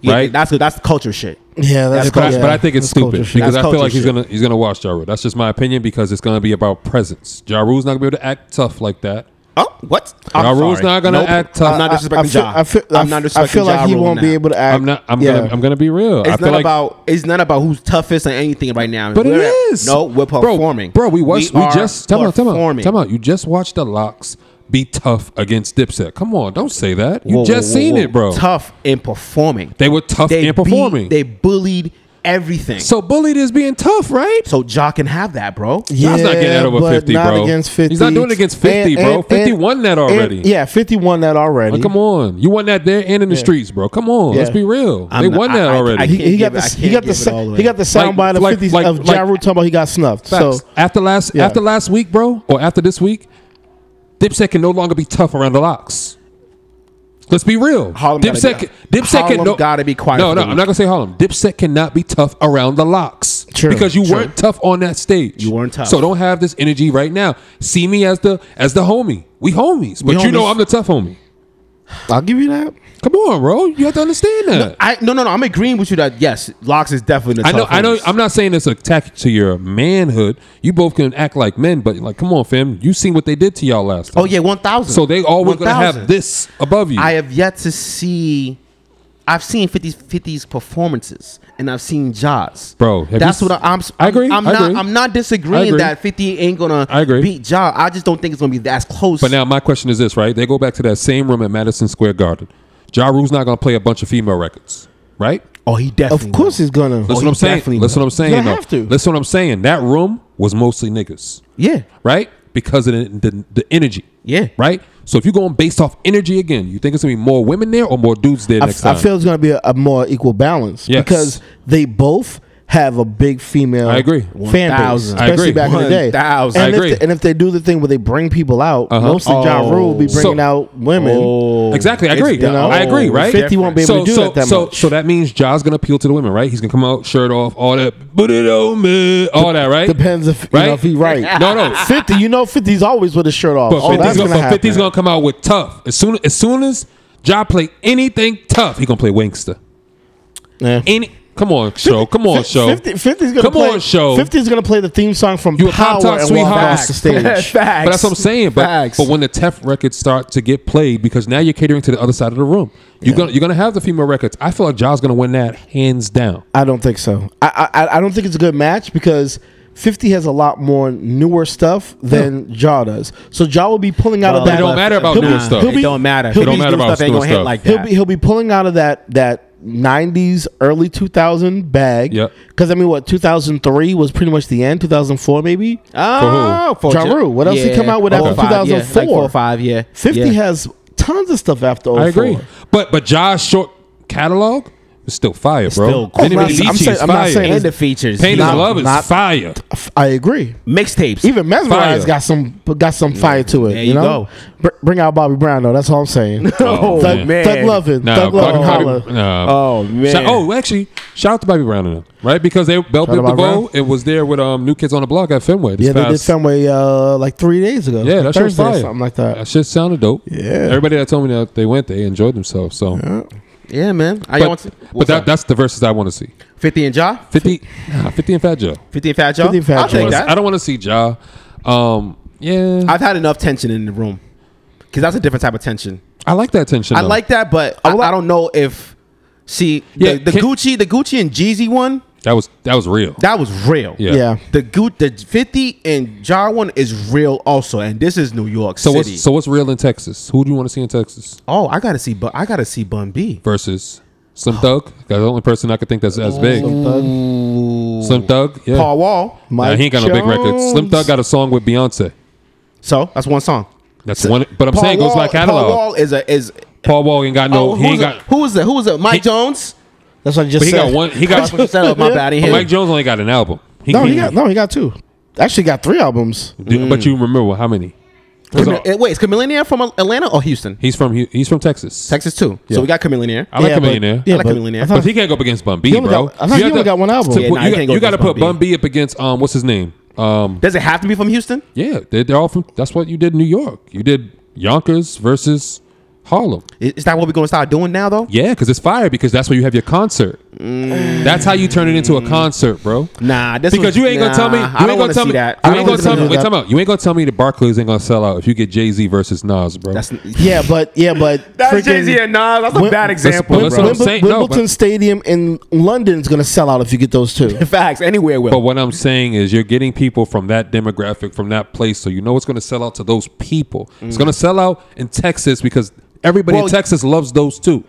Speaker 4: Yeah,
Speaker 2: right?
Speaker 4: That's that's the culture shit.
Speaker 1: yeah, that's,
Speaker 2: but, I,
Speaker 1: yeah,
Speaker 2: but I think it's
Speaker 1: that's culture
Speaker 2: stupid
Speaker 1: shit.
Speaker 2: because
Speaker 4: That's
Speaker 2: I feel
Speaker 4: culture
Speaker 2: like he's
Speaker 4: shit.
Speaker 2: gonna he's gonna watch Ja Rule. That's just my opinion because it's gonna be about presence. Ja Rule's not gonna be able to act tough like that.
Speaker 4: Oh, what?
Speaker 2: Ja Rule's not gonna act tough.
Speaker 4: I'm not
Speaker 1: I- I
Speaker 4: disrespecting
Speaker 1: feel,
Speaker 4: Ja.
Speaker 1: I feel,
Speaker 4: I'm not disrespecting
Speaker 1: I feel like
Speaker 4: Ja
Speaker 1: he
Speaker 4: Rule
Speaker 1: won't
Speaker 4: now.
Speaker 1: be able to act.
Speaker 2: I'm not. I'm
Speaker 1: yeah.
Speaker 2: gonna. I'm gonna be real. I
Speaker 4: It's
Speaker 2: feel
Speaker 4: not
Speaker 2: like
Speaker 4: about. It's not about who's toughest or anything right now.
Speaker 2: But
Speaker 4: We're-
Speaker 2: it is.
Speaker 4: No, we're performing,
Speaker 2: bro. We watched. We,
Speaker 4: are
Speaker 2: just time out. Time out.
Speaker 4: performing.
Speaker 2: Time out. You just watched the locks be tough against Dipset. Come on, don't say that. You
Speaker 4: Whoa,
Speaker 2: just
Speaker 4: whoa, whoa,
Speaker 2: seen
Speaker 4: whoa.
Speaker 2: it, bro.
Speaker 4: Tough and performing.
Speaker 2: They were tough and
Speaker 4: beat-
Speaker 2: performing.
Speaker 4: they bullied everything. So,
Speaker 2: so bullied is being tough, right?
Speaker 4: so Ja can have that, bro.
Speaker 1: Yeah,
Speaker 2: John's not getting that over
Speaker 1: but
Speaker 2: 50,
Speaker 1: not
Speaker 2: bro.
Speaker 1: against
Speaker 2: He's
Speaker 1: 50.
Speaker 2: not doing it against 50, bro. 50 won that
Speaker 1: and-
Speaker 2: already.
Speaker 1: yeah, 50 won that already.
Speaker 2: Like, come on, you won that there and in the streets, bro. Come on, let's
Speaker 1: Yeah.
Speaker 2: be real. they
Speaker 4: not-
Speaker 2: won that
Speaker 4: I- I-
Speaker 2: already.
Speaker 4: I
Speaker 1: He,
Speaker 4: can't
Speaker 1: he got
Speaker 4: give it-
Speaker 1: the
Speaker 4: I
Speaker 1: he
Speaker 4: can't
Speaker 1: got the
Speaker 4: give it all
Speaker 1: se-
Speaker 4: away.
Speaker 1: he got the soundbite
Speaker 2: Like-
Speaker 1: of
Speaker 2: like-
Speaker 1: 50s
Speaker 2: like-
Speaker 1: of
Speaker 2: like-
Speaker 1: Ja Rule talking about he got snuffed.
Speaker 2: Facts.
Speaker 1: So
Speaker 2: after last
Speaker 1: Yeah.
Speaker 2: after last week, bro, or after this week, Dipset can no longer be tough around the locks. Let's be real.
Speaker 4: Harlem gotta
Speaker 2: Dipset,
Speaker 4: be-
Speaker 2: can- Dipset can
Speaker 4: Harlem
Speaker 2: no,
Speaker 4: gotta be quiet
Speaker 2: No, no,
Speaker 4: for the
Speaker 2: I'm
Speaker 4: week.
Speaker 2: not gonna say Harlem. Dipset cannot be tough around the locks
Speaker 1: True,
Speaker 2: because you
Speaker 1: true.
Speaker 2: weren't tough on that stage. You
Speaker 4: weren't tough.
Speaker 2: So don't have this energy right now. See me as the as the homie. We homies, but
Speaker 4: We
Speaker 2: you know
Speaker 4: homies.
Speaker 2: I'm the tough homie.
Speaker 1: I'll give you that.
Speaker 2: Come on, bro. You have to understand that.
Speaker 4: I no no no. I'm agreeing with you that yes, Locks is definitely. The
Speaker 2: I know,
Speaker 4: tough
Speaker 2: I know.
Speaker 4: homies.
Speaker 2: I'm not saying it's an attack to your manhood. You both can act like men, but like, come on, fam. You seen what they did to y'all last time.
Speaker 4: Oh yeah, one thousand.
Speaker 2: So they always gonna have this above you.
Speaker 4: I have yet to see. I've seen 50, 50's performances, and I've seen Jaws.
Speaker 2: Bro, have
Speaker 4: that's
Speaker 2: you s-
Speaker 4: what I, am
Speaker 2: I agree,
Speaker 4: I'm
Speaker 2: I
Speaker 4: not.
Speaker 2: agree.
Speaker 4: I'm not
Speaker 2: I
Speaker 4: disagreeing
Speaker 2: agree.
Speaker 4: that Fifty ain't gonna
Speaker 2: I agree.
Speaker 4: beat Jaws. I just don't think it's gonna be that close.
Speaker 2: but now my question is this, right? They go back to that same room at Madison Square Garden. Ja Rule's not gonna play a bunch of female records, right?
Speaker 4: oh, he
Speaker 1: Of
Speaker 4: definitely.
Speaker 1: course he's gonna.
Speaker 2: That's
Speaker 4: he
Speaker 2: what I'm saying.
Speaker 4: definitely
Speaker 2: That's
Speaker 4: will.
Speaker 2: what I'm saying.
Speaker 1: He's gonna
Speaker 2: though.
Speaker 1: have to.
Speaker 2: That's what I'm saying. That room was mostly niggas,
Speaker 4: yeah.
Speaker 2: right? Because of the, the, the energy.
Speaker 4: Yeah.
Speaker 2: Right? So if you're going based off energy again, you think it's gonna be more women there or more dudes there
Speaker 1: I,
Speaker 2: next
Speaker 1: f- I
Speaker 2: time?
Speaker 1: feel it's gonna be a, a more equal balance
Speaker 2: Yes.
Speaker 1: because they both have a big female.
Speaker 2: I agree.
Speaker 1: Fan base,
Speaker 4: 1,000.
Speaker 2: I
Speaker 1: especially
Speaker 2: agree.
Speaker 1: back in the day.
Speaker 4: 1,000.
Speaker 1: And
Speaker 2: I
Speaker 1: if
Speaker 2: agree.
Speaker 1: They, and if they do the thing where they bring people out,
Speaker 2: Uh-huh.
Speaker 1: mostly Ja
Speaker 4: Oh.
Speaker 1: Rule will be
Speaker 2: So- Oh.
Speaker 1: bringing out women. Oh,
Speaker 2: Exactly, I
Speaker 4: It's
Speaker 2: agree.
Speaker 4: done.
Speaker 2: I agree,
Speaker 4: Oh,
Speaker 2: right?
Speaker 1: 50 won't be able
Speaker 2: so,
Speaker 1: to do
Speaker 2: so,
Speaker 1: that that
Speaker 2: so,
Speaker 1: much.
Speaker 2: So that means Ja's gonna appeal to the women, right? He's gonna come out, shirt off, all that, put it on me, all that, right?
Speaker 1: Depends if you
Speaker 2: right?
Speaker 1: know if he right.
Speaker 2: No, no.
Speaker 1: 50, you know 50's always with his shirt off.
Speaker 2: But
Speaker 1: oh,
Speaker 2: 50's,
Speaker 1: that's
Speaker 2: gonna,
Speaker 1: gonna
Speaker 2: but 50's
Speaker 1: happen.
Speaker 2: gonna come out with tough. As soon as soon as Ja play anything tough, he gonna play Wingster.
Speaker 1: Yeah.
Speaker 2: Any come on, show. Come on, show.
Speaker 1: 50, 50's gonna
Speaker 2: come
Speaker 1: play,
Speaker 2: on, show.
Speaker 1: 50's gonna play the theme song from
Speaker 2: You a
Speaker 1: Power
Speaker 2: pop top
Speaker 1: and walk
Speaker 2: sweetheart.
Speaker 1: off the stage.
Speaker 4: Facts.
Speaker 2: But that's what I'm saying. But,
Speaker 4: Facts.
Speaker 2: but when the TEF records start to get played, because now you're catering to the other side of the room, you're gonna you're gonna have the female records. I feel like Ja's gonna win that hands down.
Speaker 1: I don't think so. I, I I don't think it's a good match because 50 has a lot more newer stuff than Ja does. So Ja will be pulling out
Speaker 4: Well,
Speaker 1: of that.
Speaker 2: it don't matter about
Speaker 1: he'll
Speaker 2: newer stuff.
Speaker 1: he'll
Speaker 4: It don't matter.
Speaker 1: he'll
Speaker 2: It don't
Speaker 1: be-
Speaker 2: matter about
Speaker 4: stuff ain't
Speaker 2: newer
Speaker 4: gonna hit
Speaker 2: stuff.
Speaker 4: like
Speaker 1: he'll
Speaker 4: that.
Speaker 1: be he'll be pulling out of that that 90s early 2000 bag
Speaker 2: Yep.
Speaker 1: because i mean what 2003 was pretty much the end 2004 maybe
Speaker 4: oh,
Speaker 2: For
Speaker 4: for
Speaker 1: Ja
Speaker 4: Ja-
Speaker 1: Rule. What else he come out with
Speaker 4: four
Speaker 1: after
Speaker 4: five, yeah.
Speaker 1: 2004?
Speaker 4: Like four or five, yeah.
Speaker 1: 50
Speaker 4: yeah.
Speaker 1: has tons of stuff after 04.
Speaker 2: I agree. But but Ja's short catalog It's still fire, bro.
Speaker 3: still cool.
Speaker 2: Benny
Speaker 1: I'm not-
Speaker 2: Benny
Speaker 1: I'm
Speaker 2: Beachy
Speaker 1: say-
Speaker 2: is
Speaker 1: I'm not
Speaker 2: fire.
Speaker 1: saying
Speaker 3: and the features.
Speaker 2: Pain
Speaker 1: Not-
Speaker 2: and Love is
Speaker 1: not-
Speaker 2: fire.
Speaker 1: F- I agree.
Speaker 3: Mixtapes.
Speaker 1: Even mesmerized
Speaker 2: Fire.
Speaker 1: got some got some fire to it.
Speaker 3: There
Speaker 1: you,
Speaker 3: you go.
Speaker 1: know, Br- bring out Bobby Brown though. That's all I'm saying.
Speaker 2: Oh,
Speaker 1: thug,
Speaker 2: man.
Speaker 1: thug loving,
Speaker 2: Nah,
Speaker 1: thug
Speaker 2: Bobby-
Speaker 1: loving,
Speaker 2: Bobby-
Speaker 1: holla.
Speaker 2: nah.
Speaker 3: Oh, man.
Speaker 2: Shout- oh, actually, shout out to Bobby Brown and them, right? Because they Bell
Speaker 1: out
Speaker 2: Biv
Speaker 1: Bobby
Speaker 2: DeVoe it was there with um New Kids on the Block at Fenway. This
Speaker 1: Yeah, they did
Speaker 2: past-
Speaker 1: Fenway uh, like three days ago.
Speaker 2: Yeah, that
Speaker 1: Like
Speaker 2: shit was
Speaker 1: Thursday or
Speaker 2: fire.
Speaker 1: something like that.
Speaker 2: That shit sounded dope.
Speaker 1: Yeah.
Speaker 2: Everybody that told me that they went, they enjoyed themselves. So,
Speaker 4: Yeah, man. I want
Speaker 2: but,
Speaker 4: to,
Speaker 2: but that, that's the verses I want to see.
Speaker 4: Fifty and Ja,
Speaker 2: 50, nah, 50 and Fat Joe.
Speaker 4: Fifty and Fat Joe.
Speaker 1: 50 and Fat
Speaker 4: I'll
Speaker 1: Joe.
Speaker 4: take
Speaker 1: Like
Speaker 2: Honestly,
Speaker 4: that.
Speaker 2: I don't want to see Ja. Um, yeah, I,
Speaker 4: I've had enough tension in the room because that's a different type of tension.
Speaker 2: like that tension.
Speaker 4: I
Speaker 2: though.
Speaker 4: like that, but I, I don't know if see
Speaker 2: Yeah,
Speaker 4: the, the
Speaker 2: can-
Speaker 4: Gucci, the Gucci and Jeezy one
Speaker 2: that was that was real.
Speaker 4: that was real.
Speaker 2: yeah.
Speaker 1: yeah.
Speaker 4: The Gu- the fifty and Ja one is real also, and this is New York
Speaker 2: So
Speaker 4: City.
Speaker 2: what's so what's real in Texas? Who do you want to see in Texas
Speaker 4: oh, I gotta see, but I gotta see Bun B.
Speaker 2: versus Slim Thug? That's the only person I could think that's as big.
Speaker 1: Slim Thug,
Speaker 2: Slim Thug, yeah.
Speaker 4: Paul Wall.
Speaker 2: Nah, he ain't got no big record. Slim Thug got a song with Beyonce.
Speaker 4: So that's one song.
Speaker 2: That's one. But I'm saying it goes by catalog.
Speaker 4: Paul Wall is a is
Speaker 2: Paul Wall ain't got no.
Speaker 4: oh,
Speaker 2: he ain't
Speaker 4: who's
Speaker 2: got.
Speaker 4: it? Who was it? Who was it? Mike
Speaker 2: He-
Speaker 4: Jones.
Speaker 1: That's what I just
Speaker 2: But he
Speaker 1: said.
Speaker 2: got one. He got.
Speaker 4: Shut up, Oh, my bad. I didn't
Speaker 2: but
Speaker 4: hear
Speaker 2: Mike
Speaker 4: you.
Speaker 2: Jones only got an album. He
Speaker 1: No,
Speaker 2: can't-
Speaker 1: he got no, he got two. Actually, got three albums.
Speaker 2: Dude, But
Speaker 4: Mm.
Speaker 2: you remember how many? 'Cause, uh,
Speaker 4: Camille- Wait, is Chameleonaire from Atlanta or Houston?
Speaker 2: He's from. Hu- He's from Texas.
Speaker 4: Texas too. So we got Chameleonaire.
Speaker 2: I like
Speaker 1: Yeah,
Speaker 2: him
Speaker 1: but-
Speaker 2: in there.
Speaker 1: Yeah,
Speaker 4: I like
Speaker 1: but,
Speaker 4: him in there.
Speaker 1: I
Speaker 2: But
Speaker 1: thought-
Speaker 2: he can't go up against Bun B,
Speaker 1: He only
Speaker 2: bro.
Speaker 1: got- I thought he only got one album.
Speaker 2: to
Speaker 1: Yeah,
Speaker 2: put-
Speaker 4: nah,
Speaker 2: you
Speaker 4: he
Speaker 2: got,
Speaker 4: can't go
Speaker 2: you got to
Speaker 4: against
Speaker 2: put
Speaker 4: Bun
Speaker 2: Bun B up against um, what's his name? Um,
Speaker 4: Does it have to be from Houston?
Speaker 2: yeah, they, they're all from. That's what you did in New York. You did Yonkers versus Harlem.
Speaker 4: Is is that what we're gonna start doing now though?
Speaker 2: Yeah, because it's fire. Because that's where you have your concert.
Speaker 4: Mm.
Speaker 2: That's how you turn it into a concert, bro.
Speaker 4: Nah, this
Speaker 2: Because
Speaker 4: was-
Speaker 2: you ain't gonna tell me. You
Speaker 4: nah, I
Speaker 2: ain't
Speaker 4: don't
Speaker 2: gonna
Speaker 4: wanna
Speaker 2: tell
Speaker 4: see
Speaker 2: me.
Speaker 4: that.
Speaker 2: You
Speaker 4: I
Speaker 2: ain't
Speaker 4: don't
Speaker 2: gonna
Speaker 4: wanna
Speaker 2: tell
Speaker 4: see
Speaker 2: me. Wait,
Speaker 1: that.
Speaker 2: time out. You ain't gonna tell me the Barclays ain't gonna sell out if you get Jay Z versus Nas, bro.
Speaker 4: That's
Speaker 1: yeah, but yeah, but
Speaker 4: that's
Speaker 1: freaking-
Speaker 4: Jay Z and Nas. That's a
Speaker 1: Wim-
Speaker 4: bad
Speaker 1: Listen,
Speaker 4: example.
Speaker 2: but listen-
Speaker 4: bro.
Speaker 2: I'm saying-
Speaker 1: Wimble-
Speaker 2: no,
Speaker 1: Wimbledon
Speaker 2: but-
Speaker 1: Stadium in London is going to sell out if you get those two.
Speaker 4: Facts anywhere
Speaker 2: but
Speaker 4: will.
Speaker 2: what I'm saying is, you're getting people from that demographic, from that place, so you know it's gonna sell out to those people. It's gonna sell out in Texas because everybody
Speaker 4: Mm. Well,
Speaker 2: in Texas loves those two.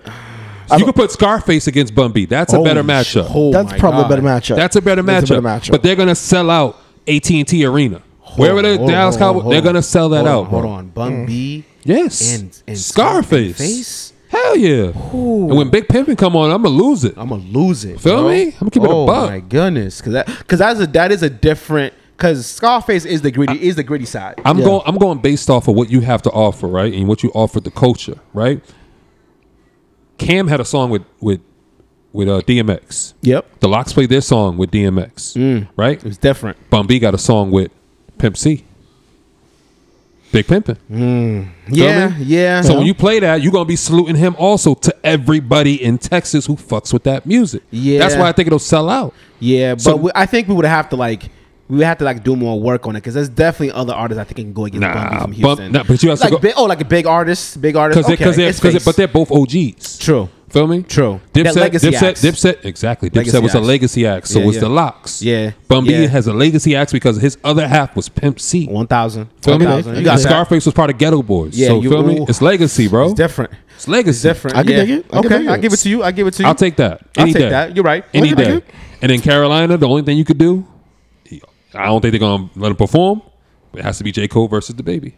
Speaker 2: So you could put Scarface against Bun B. That's a better
Speaker 4: Holy
Speaker 2: matchup.
Speaker 4: sh- oh
Speaker 1: That's
Speaker 4: my
Speaker 1: probably
Speaker 4: God.
Speaker 1: a better matchup.
Speaker 2: That's a better matchup.
Speaker 1: That's a better matchup.
Speaker 2: But they're gonna sell out AT&T Arena. Wherever the
Speaker 4: Hold on,
Speaker 2: Dallas
Speaker 4: hold on,
Speaker 2: Cowboys,
Speaker 4: hold
Speaker 2: they're
Speaker 4: on.
Speaker 2: gonna sell that
Speaker 4: Hold on,
Speaker 2: out. bro.
Speaker 4: Hold on, Bun B.
Speaker 2: Yes.
Speaker 4: And- and
Speaker 2: Scarface.
Speaker 4: Scarface?
Speaker 2: Hell yeah. And when Big Pimpin come on, I'm gonna lose it.
Speaker 4: I'm gonna lose it.
Speaker 2: Feel
Speaker 4: bro.
Speaker 2: me? I'ma keep it a
Speaker 4: oh
Speaker 2: buck.
Speaker 4: my goodness, because that because that's a that is a different because Scarface is the gritty is the gritty side.
Speaker 2: I'm going. I'm going based off of what you have to offer, right, and what you offer the culture, right. Cam had a song with with with uh, DMX.
Speaker 4: yep,
Speaker 2: The Locks played their song with DMX, right?
Speaker 4: it was different.
Speaker 2: Bun B got a song with Pimp C. Big Pimpin.
Speaker 4: Yeah,
Speaker 2: me?
Speaker 4: yeah.
Speaker 2: So when you play that, you're gonna be saluting him also to everybody in Texas who fucks with that music.
Speaker 4: Yeah.
Speaker 2: that's why I think it'll sell out.
Speaker 4: Yeah, but
Speaker 2: So-
Speaker 4: we, I think we would have to like we would have to like do more work on it because there's definitely other artists I think can go against
Speaker 2: Nah,
Speaker 4: Bun B from
Speaker 2: Bun-
Speaker 4: Houston.
Speaker 2: nah, but you also
Speaker 4: like
Speaker 2: go-
Speaker 4: big, oh like a big artist, big artist.
Speaker 2: Because
Speaker 4: Okay,
Speaker 2: because they're,
Speaker 4: it's
Speaker 2: 'cause they're-
Speaker 4: face.
Speaker 2: but they're both OGs.
Speaker 4: True.
Speaker 2: Feel me?
Speaker 4: True.
Speaker 2: Dipset,
Speaker 4: That legacy
Speaker 2: Dipset,
Speaker 4: acts.
Speaker 2: Dipset, exactly. Dipset
Speaker 4: Legacy
Speaker 2: was a
Speaker 4: acts.
Speaker 2: legacy act, so
Speaker 4: Yeah,
Speaker 2: was
Speaker 4: yeah.
Speaker 2: the Locks.
Speaker 4: Yeah,
Speaker 2: Bun B
Speaker 4: yeah.
Speaker 2: has a legacy act because his other half was Pimp C.
Speaker 4: one thousand.
Speaker 2: Feel me?
Speaker 1: thousand.
Speaker 4: You
Speaker 2: And
Speaker 4: got that.
Speaker 2: Scarface was part of Ghetto Boys.
Speaker 4: Yeah,
Speaker 2: so
Speaker 4: you-
Speaker 2: feel me?
Speaker 4: ooh.
Speaker 2: It's legacy, bro.
Speaker 4: It's different.
Speaker 2: It's legacy.
Speaker 4: It's different.
Speaker 1: I can
Speaker 4: yeah.
Speaker 1: dig it. I can
Speaker 4: okay,
Speaker 1: dig
Speaker 4: I
Speaker 1: it.
Speaker 4: give it to you. I give it to you.
Speaker 2: I'll take that.
Speaker 4: I'll
Speaker 2: Any
Speaker 4: take
Speaker 2: day.
Speaker 4: that. You're right.
Speaker 2: Any
Speaker 4: I can dig
Speaker 2: day.
Speaker 4: it.
Speaker 2: And in Carolina, the only thing you could do, I don't think they're gonna let him perform. It has to be J Cole versus the baby.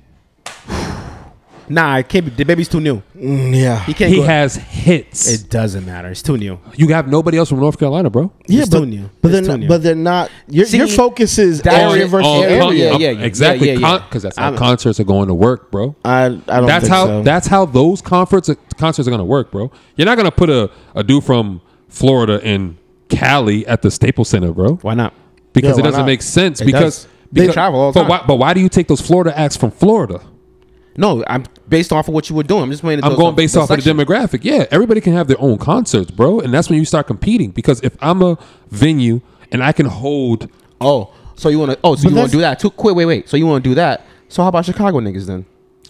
Speaker 4: Nah, it can't be, the baby's too new.
Speaker 1: Mm, yeah,
Speaker 4: He can't.
Speaker 2: He
Speaker 4: go.
Speaker 2: has hits.
Speaker 4: It doesn't matter. It's too new.
Speaker 2: you have nobody else from North Carolina, bro.
Speaker 1: yeah,
Speaker 4: it's
Speaker 1: but,
Speaker 4: too new.
Speaker 1: but
Speaker 4: It's
Speaker 1: they're
Speaker 4: too
Speaker 1: not,
Speaker 4: new.
Speaker 1: but they're not. Your, your
Speaker 4: See,
Speaker 1: focus is
Speaker 4: that-
Speaker 1: area versus
Speaker 2: on
Speaker 1: area.
Speaker 2: con-
Speaker 4: yeah,
Speaker 2: um,
Speaker 4: yeah, yeah,
Speaker 2: exactly.
Speaker 4: yeah,
Speaker 2: Because
Speaker 4: yeah.
Speaker 2: that's how
Speaker 4: I'm-
Speaker 2: concerts are going to work, bro.
Speaker 1: I, I don't.
Speaker 2: Oh, that's
Speaker 1: think
Speaker 2: how
Speaker 1: so.
Speaker 2: that's how those concerts concerts are going to work, bro. You're not going to put a, a dude from Florida in Cali at the Staples Center, bro,
Speaker 4: Why not?
Speaker 2: because
Speaker 1: Yeah,
Speaker 2: it
Speaker 1: why
Speaker 2: doesn't
Speaker 1: not?
Speaker 2: make sense.
Speaker 4: It
Speaker 2: because
Speaker 4: does. They
Speaker 2: because-
Speaker 4: travel all
Speaker 2: but
Speaker 4: the time.
Speaker 2: Why, but why do you take those Florida acts from Florida?
Speaker 4: No, I'm based off of what you were doing. I'm just playing.
Speaker 2: I'm going based off of the
Speaker 4: demographic.
Speaker 2: demographic. Yeah, everybody can have their own concerts, bro, and that's when you start competing. Because if I'm a venue and I can hold,
Speaker 4: Oh, so you want to? Oh, so you
Speaker 1: that's-
Speaker 4: want to do that too? Quick, wait, wait. So you want to do that? So how about Chicago niggas then?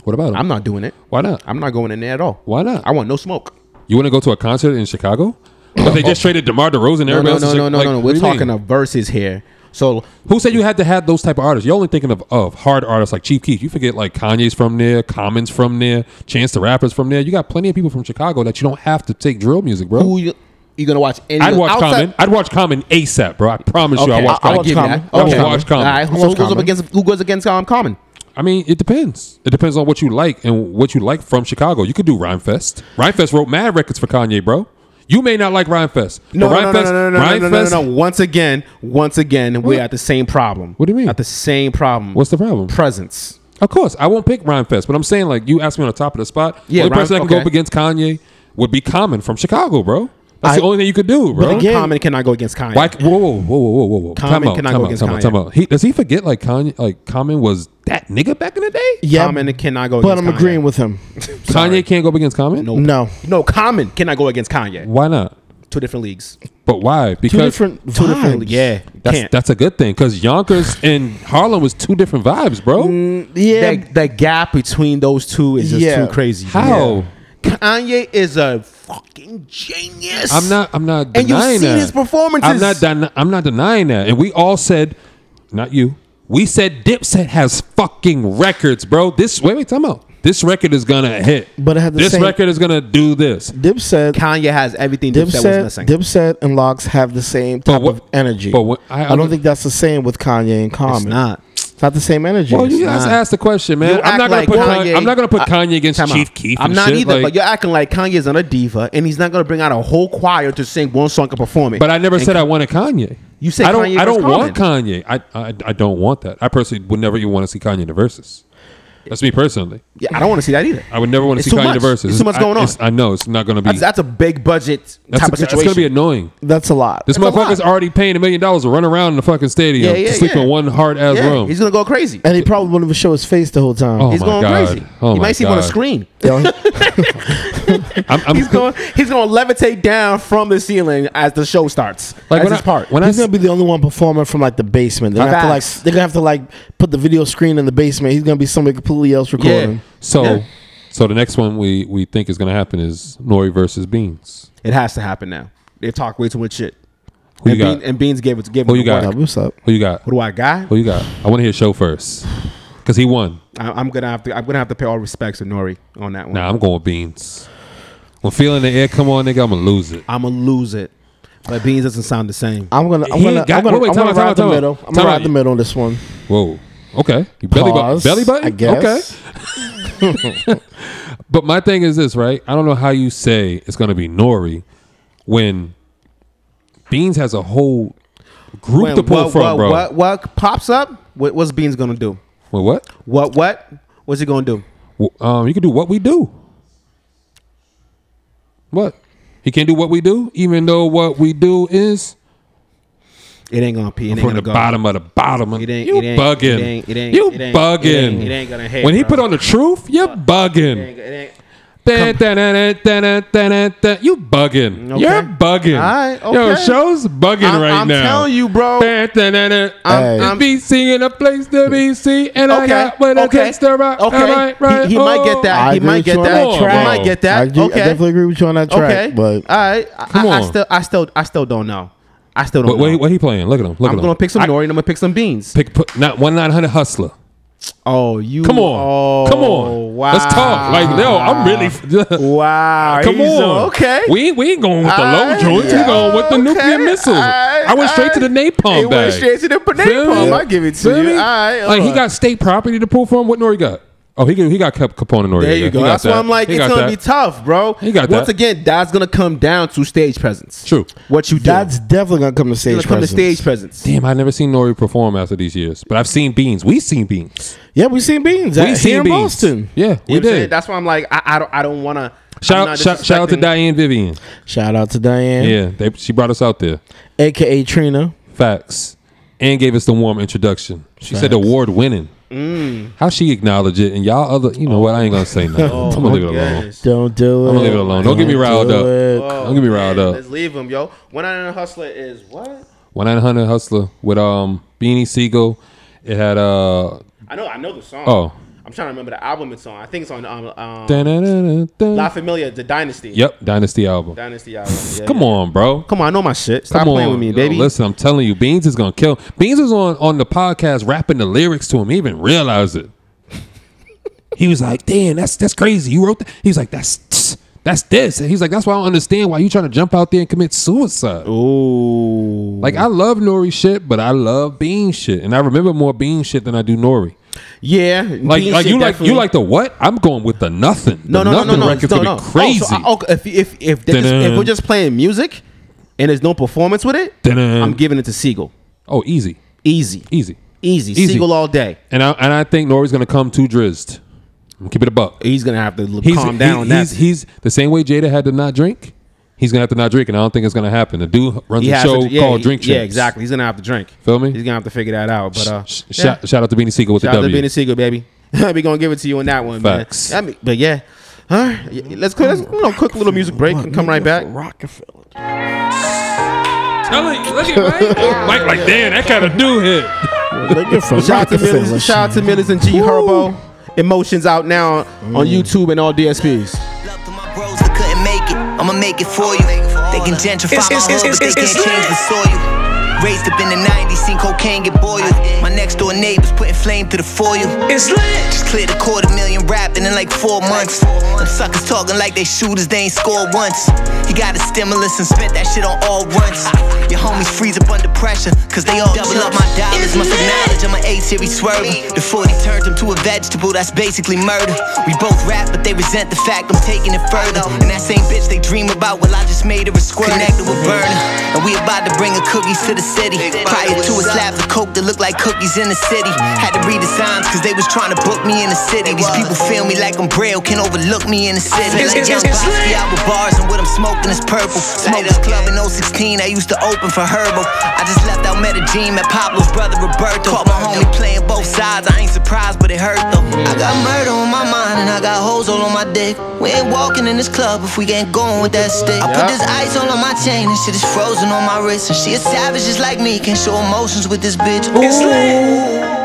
Speaker 2: what about 'em?
Speaker 4: I'm not doing it.
Speaker 2: Why not?
Speaker 4: I'm not going in there at all.
Speaker 2: Why not?
Speaker 4: I want no smoke.
Speaker 2: You want to go to a concert in Chicago? But they just traded DeMar DeRozan. and
Speaker 4: No,
Speaker 2: everybody
Speaker 4: no,
Speaker 2: else
Speaker 4: no,
Speaker 2: is
Speaker 4: no, no,
Speaker 2: like,
Speaker 4: no, no.
Speaker 2: what
Speaker 4: We're
Speaker 2: do you mean?
Speaker 4: talking of verses here. So
Speaker 2: Who said you had to have those type of artists? You're only thinking of, of hard artists like Chief Keef. You forget like Kanye's from there, Common's from there, Chance the Rapper's from there. You got plenty of people from Chicago that you don't have to take drill music, bro.
Speaker 4: who you, you gonna watch? Any
Speaker 2: I'd watch
Speaker 4: outside-
Speaker 2: Common. I'd watch Common ASAP, bro. I promise you, I
Speaker 4: Okay,
Speaker 2: watch
Speaker 4: I'll- I'll
Speaker 2: Common.
Speaker 4: give you that.
Speaker 2: I would
Speaker 4: Okay.
Speaker 2: watch Common.
Speaker 4: All right, so
Speaker 1: watch
Speaker 4: who goes up
Speaker 1: Common.
Speaker 4: against who goes against um, Common?
Speaker 2: I mean, it depends. It depends on what you like and what you like from Chicago. You could do Rhymefest. Rhymefest wrote mad records for Kanye, bro. You may not like Ryan Fest.
Speaker 4: No,
Speaker 2: but
Speaker 4: no,
Speaker 2: Ryan
Speaker 4: no, no,
Speaker 2: Fest,
Speaker 4: no, no, no,
Speaker 2: Ryan
Speaker 4: no, no,
Speaker 2: Fest,
Speaker 4: no, no. Once again, once again, we're at the same problem.
Speaker 2: What do you mean?
Speaker 4: At the same problem.
Speaker 2: What's the problem?
Speaker 4: Presence.
Speaker 2: Of course, I won't pick Ryan Fest, but I'm saying like you asked me on the top of the spot. the
Speaker 4: Yeah,
Speaker 2: only
Speaker 4: Rhyme-
Speaker 2: person that can go
Speaker 4: okay.
Speaker 2: up against Kanye would be Common from Chicago, bro. That's the
Speaker 1: I-
Speaker 2: only thing you could do, bro.
Speaker 1: But again- Yeah.
Speaker 4: Common cannot go against Kanye.
Speaker 2: Why? Whoa, whoa, whoa, whoa, whoa, whoa!
Speaker 4: Common
Speaker 2: Time out,
Speaker 4: cannot
Speaker 2: time
Speaker 4: go
Speaker 2: out,
Speaker 4: against
Speaker 2: time out,
Speaker 4: Kanye.
Speaker 2: time out. He, does he forget like Kanye? Like Common was that nigga back in the day?
Speaker 1: Yeah,
Speaker 4: Common cannot go
Speaker 1: but
Speaker 4: against
Speaker 1: I'm
Speaker 4: Kanye.
Speaker 1: agreeing with him.
Speaker 2: Kanye can't go up against Common. No,
Speaker 1: No,
Speaker 4: No, Common cannot go against Kanye.
Speaker 2: why not?
Speaker 4: Two different leagues.
Speaker 2: But why?
Speaker 1: two
Speaker 2: Because
Speaker 1: different,
Speaker 4: Two different leagues.
Speaker 1: vibes.
Speaker 4: Yeah.
Speaker 2: that's
Speaker 4: can't.
Speaker 2: that's a good thing because Yonkers and Harlem was two different vibes, bro.
Speaker 4: Mm.
Speaker 1: yeah.
Speaker 4: that, that gap between those two is just
Speaker 1: Yeah.
Speaker 4: too crazy.
Speaker 2: How?
Speaker 4: Kanye is a fucking genius.
Speaker 2: I'm not. I'm not
Speaker 4: And you've
Speaker 2: denying
Speaker 4: seen
Speaker 2: that.
Speaker 4: his performances.
Speaker 2: I'm not. den- I'm not denying that. And we all said, not you. We said Dipset has fucking records, bro. This wait, wait, time out. This record is gonna hit.
Speaker 1: But it had the
Speaker 2: this
Speaker 1: same-
Speaker 2: record is gonna do this.
Speaker 1: Dipset,
Speaker 4: Kanye has everything Dipset, was
Speaker 1: Dipset,
Speaker 4: missing.
Speaker 1: Dipset, and Locks have the same
Speaker 2: But
Speaker 1: type
Speaker 2: what-
Speaker 1: of energy.
Speaker 2: but what- I-
Speaker 1: I,
Speaker 2: I-
Speaker 1: don't think that's the same with Kanye and Common.
Speaker 4: it's not.
Speaker 1: It's not the same energy.
Speaker 2: Well, you
Speaker 1: It's
Speaker 2: guys
Speaker 1: not.
Speaker 2: asked the question, man.
Speaker 4: You
Speaker 2: I'm not,
Speaker 4: act
Speaker 2: gonna
Speaker 4: like
Speaker 2: put Kanye,
Speaker 4: Kanye-
Speaker 2: I'm not gonna put Kanye against
Speaker 4: Time out.
Speaker 2: Chief Keef.
Speaker 4: I'm
Speaker 2: and
Speaker 4: not
Speaker 2: shit,
Speaker 4: either,
Speaker 2: like-
Speaker 4: but you're acting like Kanye's not a diva and he's not going to bring out a whole choir to sing one song and perform it.
Speaker 2: But I never said I wanted Kanye.
Speaker 4: You said
Speaker 2: I don't.
Speaker 4: Kanye
Speaker 2: I don't
Speaker 4: versus
Speaker 2: want Kanye. I, I I don't want that. I personally would never even want to see Kanye in the verses. That's me personally.
Speaker 4: yeah, I don't want to see that either.
Speaker 2: I would never want to
Speaker 4: It's
Speaker 2: see
Speaker 4: too
Speaker 2: Kanye in the
Speaker 4: much.
Speaker 2: verses.
Speaker 4: It's too much
Speaker 2: I-
Speaker 4: going on.
Speaker 2: it's- I know it's not going to be.
Speaker 4: That's, that's a big budget
Speaker 2: that's
Speaker 4: type
Speaker 2: a- that's
Speaker 4: of situation.
Speaker 2: gonna be annoying.
Speaker 1: That's a lot.
Speaker 2: This
Speaker 4: That's a
Speaker 2: motherfucker's
Speaker 4: lot.
Speaker 2: already paying a million dollars to run around in the fucking stadium
Speaker 4: Yeah, yeah,
Speaker 2: to sleep
Speaker 4: yeah.
Speaker 2: in one hard ass
Speaker 4: yeah,
Speaker 2: room.
Speaker 4: He's going to go crazy.
Speaker 1: and he probably wouldn't even show his face the whole time.
Speaker 2: Oh
Speaker 4: he's
Speaker 2: my
Speaker 4: going
Speaker 2: God.
Speaker 4: crazy.
Speaker 2: Oh
Speaker 4: you
Speaker 2: my
Speaker 4: might see him on a
Speaker 2: God.
Speaker 4: screen.
Speaker 1: Yo,
Speaker 2: I'm, I'm,
Speaker 4: He's going he's going to levitate down from the ceiling as the show starts.
Speaker 2: Like
Speaker 4: Like
Speaker 2: when
Speaker 4: his
Speaker 2: I-
Speaker 4: part.
Speaker 2: when I
Speaker 1: he's gonna be the only one performing from like the basement. They're gonna, have to, like,
Speaker 4: Facts.
Speaker 1: they're gonna have to like put the video screen in the basement. He's gonna be somebody completely else recording.
Speaker 2: so
Speaker 4: Yeah.
Speaker 2: so the next one we we think is going to happen is Nori versus Beans.
Speaker 4: It has to happen now. They talk way too much shit.
Speaker 2: Who
Speaker 4: and,
Speaker 2: you got?
Speaker 4: Bean, and Beans gave it gave
Speaker 2: Who
Speaker 4: him
Speaker 2: you
Speaker 4: the
Speaker 2: got?
Speaker 1: Yeah,
Speaker 4: work.
Speaker 1: what's up?
Speaker 2: Who you got?
Speaker 4: Who do I got?
Speaker 2: Who you got? I want to hear show first because he won.
Speaker 4: I, I'm gonna have to I'm gonna have to pay all respects to Nori on that one.
Speaker 2: Nah, I'm going with Beans. When feeling the air come on, nigga, I'm gonna lose it.
Speaker 4: I'm gonna lose it. But Beans doesn't sound the same.
Speaker 2: Uh,
Speaker 1: I'm gonna, I'm
Speaker 2: He
Speaker 1: gonna,
Speaker 2: ain't got-
Speaker 1: I'm gonna,
Speaker 2: wait, wait,
Speaker 1: I'm
Speaker 2: time
Speaker 1: gonna
Speaker 2: out, time
Speaker 1: ride
Speaker 2: out, time
Speaker 1: the
Speaker 2: out.
Speaker 1: middle. I'm
Speaker 2: Time
Speaker 1: gonna
Speaker 2: out.
Speaker 1: ride the middle on this one.
Speaker 2: Whoa. Okay. You belly button.
Speaker 1: Pause,
Speaker 2: Belly button.
Speaker 1: I guess.
Speaker 2: Okay. but my thing is this, right? I don't know how you say it's gonna be Nori when Beans has a whole group
Speaker 4: When-
Speaker 2: to pull
Speaker 4: what,
Speaker 2: from,
Speaker 4: what,
Speaker 2: bro.
Speaker 4: what what pops up? What, what's Beans gonna do?
Speaker 2: Wait, what?
Speaker 4: What what? What's he gonna do?
Speaker 2: Well, Um, you can do what we do. What? He can't do what we do, even though what we do is
Speaker 4: It ain't gonna pee. It ain't
Speaker 2: from the
Speaker 4: gonna go.
Speaker 2: bottom of the bottom. Of,
Speaker 4: It ain't-
Speaker 2: you
Speaker 4: it ain't-
Speaker 2: bugging.
Speaker 4: it ain't- it ain't-
Speaker 2: you
Speaker 4: it ain't-
Speaker 2: bugging.
Speaker 4: it ain't- it ain't gonna hit,
Speaker 2: When he
Speaker 4: bro.
Speaker 2: put on the truth, you're bugging.
Speaker 4: It ain't-
Speaker 2: Dun, dun, dun, dun, dun, dun, dun, dun. You bugging.
Speaker 4: Mm, Okay.
Speaker 2: You're bugging.
Speaker 4: Alright,
Speaker 2: Yo,
Speaker 4: okay.
Speaker 2: show's bugging
Speaker 4: I'm-
Speaker 2: right
Speaker 4: I'm
Speaker 2: now.
Speaker 4: telling you, bro.
Speaker 2: Dun, dun, dun, dun.
Speaker 1: Hey.
Speaker 2: I'm be seeing a place to be seen, and I
Speaker 4: Okay.
Speaker 2: got what it
Speaker 4: okay.
Speaker 2: takes to rock.
Speaker 4: Okay.
Speaker 2: Alright, right.
Speaker 4: He, he might get that.
Speaker 2: Oh.
Speaker 1: I
Speaker 4: he
Speaker 1: agree
Speaker 4: might
Speaker 1: with
Speaker 4: get
Speaker 1: you on
Speaker 4: that.
Speaker 2: that
Speaker 4: He
Speaker 2: track.
Speaker 4: might get that.
Speaker 1: I, do,
Speaker 4: okay.
Speaker 1: I definitely agree with you on that track,
Speaker 4: okay.
Speaker 1: but
Speaker 4: all right. I,
Speaker 2: Come
Speaker 4: I, I
Speaker 2: on.
Speaker 4: still I still I still don't know. I still don't
Speaker 2: Oh. But wait,
Speaker 4: know.
Speaker 2: what he playing? Look at him. Look
Speaker 4: I'm
Speaker 2: at him.
Speaker 4: gonna pick some
Speaker 2: I-
Speaker 4: Nori and I'm gonna pick some Beans.
Speaker 2: Pick put, not one nine hundred hustler.
Speaker 4: Oh, you.
Speaker 2: Come on,
Speaker 4: Oh,
Speaker 2: come on.
Speaker 4: Wow.
Speaker 2: Let's talk. Like no, I'm really.
Speaker 4: Wow.
Speaker 2: Come
Speaker 4: he's
Speaker 2: on.
Speaker 4: a- Okay.
Speaker 2: We ain't, we ain't going with the low
Speaker 4: Aight,
Speaker 2: joints. We
Speaker 4: yeah.
Speaker 2: going with the nuclear
Speaker 4: Okay,
Speaker 2: missiles.
Speaker 4: aight,
Speaker 2: I went straight to the
Speaker 4: aight.
Speaker 2: napalm
Speaker 4: He
Speaker 2: bag.
Speaker 4: went straight to the
Speaker 2: Feel
Speaker 4: napalm.
Speaker 2: me?
Speaker 4: I give it to
Speaker 2: Feel
Speaker 4: you.
Speaker 2: me?
Speaker 4: Aight,
Speaker 2: like he
Speaker 4: alright.
Speaker 2: got state property to pull from. What Nori got? Oh, he got- he got Cap- Capone and Nori.
Speaker 4: There you go. That's why I'm like, it's gonna be tough, bro.
Speaker 2: He got
Speaker 4: Once
Speaker 2: that.
Speaker 4: again, that's gonna come down to stage presence.
Speaker 2: True.
Speaker 4: What you do.
Speaker 1: that's definitely gonna come to
Speaker 4: It's gonna
Speaker 1: stage.
Speaker 4: come to
Speaker 1: presence.
Speaker 4: stage presence.
Speaker 2: Damn, I've never seen Nori perform after these years, but I've seen Beans. We've seen Beans.
Speaker 1: Yeah, we seen Beans. We
Speaker 2: We've
Speaker 1: here
Speaker 2: seen
Speaker 1: in
Speaker 2: Beans.
Speaker 1: Boston.
Speaker 2: Yeah, we
Speaker 4: You know what I'm saying?
Speaker 2: did.
Speaker 4: That's why I'm like, I, I don't, I don't want to.
Speaker 2: Shout out, shout, shout out to Diane Vivian.
Speaker 1: Shout out to Diane,
Speaker 2: Yeah, they, she brought us out there.
Speaker 1: aka Trina.
Speaker 2: Facts. And gave us the warm introduction. She said award winning.
Speaker 4: Mm.
Speaker 2: How she acknowledge it and y'all other you know what, I ain't gonna say nothing.
Speaker 4: Oh,
Speaker 2: I'm gonna leave it alone.
Speaker 1: Don't do it.
Speaker 2: I'm gonna leave it alone. Don't get me riled
Speaker 1: do
Speaker 2: up.
Speaker 1: it.
Speaker 2: Don't get me riled up.
Speaker 4: Let's leave him, yo. One out of hustler is what?
Speaker 2: One nine hundred hustler with um Beanie Siegel. It had uh
Speaker 4: I know, I know the song.
Speaker 2: oh
Speaker 4: I'm trying to remember the album it's on. I think it's on um, um, La
Speaker 2: Da-na-na-na-na.
Speaker 4: Familia, the Dynasty.
Speaker 2: Yep, Dynasty album.
Speaker 4: Dynasty album. Yeah,
Speaker 2: Come
Speaker 4: yeah.
Speaker 2: on, bro.
Speaker 4: Come on, I know my shit. Stop
Speaker 2: Come
Speaker 4: playing
Speaker 2: on.
Speaker 4: with me,
Speaker 2: Yo,
Speaker 4: baby.
Speaker 2: Listen, I'm telling you, Beans is gonna kill. Beans was on on the podcast rapping the lyrics to him. He even realized it. he was like, "Damn, that's that's crazy. You wrote that." He was like, "That's that's this." And he's like, "That's why I don't understand why you trying to jump out there and commit suicide."
Speaker 4: Ooh.
Speaker 2: Like I love Nori shit, but I love Bean shit, and I remember more Bean shit than I do Nori.
Speaker 7: Yeah,
Speaker 2: Like,
Speaker 7: Dean shit
Speaker 2: like you like you
Speaker 7: definitely-
Speaker 2: like the what? I'm going with the nothing.
Speaker 7: no no
Speaker 2: the
Speaker 7: no
Speaker 2: nothing
Speaker 7: no no
Speaker 2: record's
Speaker 7: no,
Speaker 2: gonna
Speaker 7: no.
Speaker 2: be crazy.
Speaker 7: Oh, so, I- okay, if if if, they just,
Speaker 2: Dun-dun.
Speaker 7: if we're just playing music and there's no performance with it,
Speaker 2: Dun-dun.
Speaker 7: I'm giving it to Siegel.
Speaker 2: oh, easy,
Speaker 7: Easy,
Speaker 2: easy.
Speaker 7: easy, Siegel all day.
Speaker 2: And I and I think Nori's gonna come too drizzed. I'm keeping it a buck.
Speaker 7: He's gonna have to l-
Speaker 2: He's,
Speaker 7: calm down.
Speaker 2: he-
Speaker 7: on
Speaker 2: he's,
Speaker 7: that.
Speaker 2: he's the same way Jada had to not drink. He's gonna have to not drink, and I don't think it's gonna happen. The dude runs
Speaker 7: He
Speaker 2: a
Speaker 7: has
Speaker 2: show
Speaker 7: to- yeah,
Speaker 2: called
Speaker 7: he-
Speaker 2: Drink Champs.
Speaker 7: Yeah, exactly. He's gonna have to drink.
Speaker 2: Feel me?
Speaker 7: He's gonna have to figure that out. But uh,
Speaker 2: Sh- sh-
Speaker 7: yeah.
Speaker 2: shout, shout out to Beanie Siegel with
Speaker 7: Shout
Speaker 2: the
Speaker 7: out to
Speaker 2: W.
Speaker 7: Benny Siegel, baby. we gonna give it to you on that one,
Speaker 2: Facts.
Speaker 7: man. I mean, but yeah, huh? Y- Let's let's you know, quick little music break and come right back.
Speaker 1: Rockefeller.
Speaker 2: Telling you, look at Mike. Mike, like damn, that kind of dude hit.
Speaker 1: Nigga from
Speaker 7: Shout out to
Speaker 1: Rockefeller.
Speaker 7: Millers, shout out to Millers and G Herbo. Emotions out now
Speaker 1: Mm.
Speaker 7: on YouTube and all DSPs.
Speaker 8: Love to my bros that couldn't make it. I'ma make it for you. They can gentrify
Speaker 5: It's-
Speaker 8: my
Speaker 5: it's-
Speaker 8: hood,
Speaker 5: it's-
Speaker 8: but they
Speaker 5: it's- it's
Speaker 8: can't change the soil. Raised up in the 90s, seen cocaine get boiled. My next door neighbors putting flame to the foil.
Speaker 5: It's lit.
Speaker 8: Just cleared a quarter million rapping in like four months. Them suckers talking like they shooters, they ain't scored once. He got a stimulus and spent that shit on all runs. Your homies freeze up under pressure, cause they all double up my dollars. Must acknowledge I'm an A series swerving. The 40 turned him to a vegetable, that's basically murder. We both rap, but they resent the fact I'm taking it further. And that same bitch they dream about, well, I just made her a squirt. Connected with burner. And we about to bring her cookies to the city. Prior to us, slabs of coke that look like cookies in the city. Had to read the signs cause they was trying to book me in the city. These people feel me like I'm braille, can overlook me in the city.
Speaker 5: It's-
Speaker 8: Like
Speaker 5: it's-
Speaker 8: Young
Speaker 5: it's
Speaker 8: Bosky,
Speaker 5: lit.
Speaker 8: I with bars and what I'm smoking is purple. Smoke this club in 016, I used to open for Herbal. I just left out Medellin, met Pablo's brother Roberto. Caught my homie playing both sides, I ain't surprised, but it hurt though. I got murder on my mind and I got hoes all on my dick. We ain't walking in this club if we ain't going with that stick. I put this ice all on my chain and shit is frozen on my wrist. And she a savage just like me, can show emotions with this bitch.
Speaker 5: It's lit.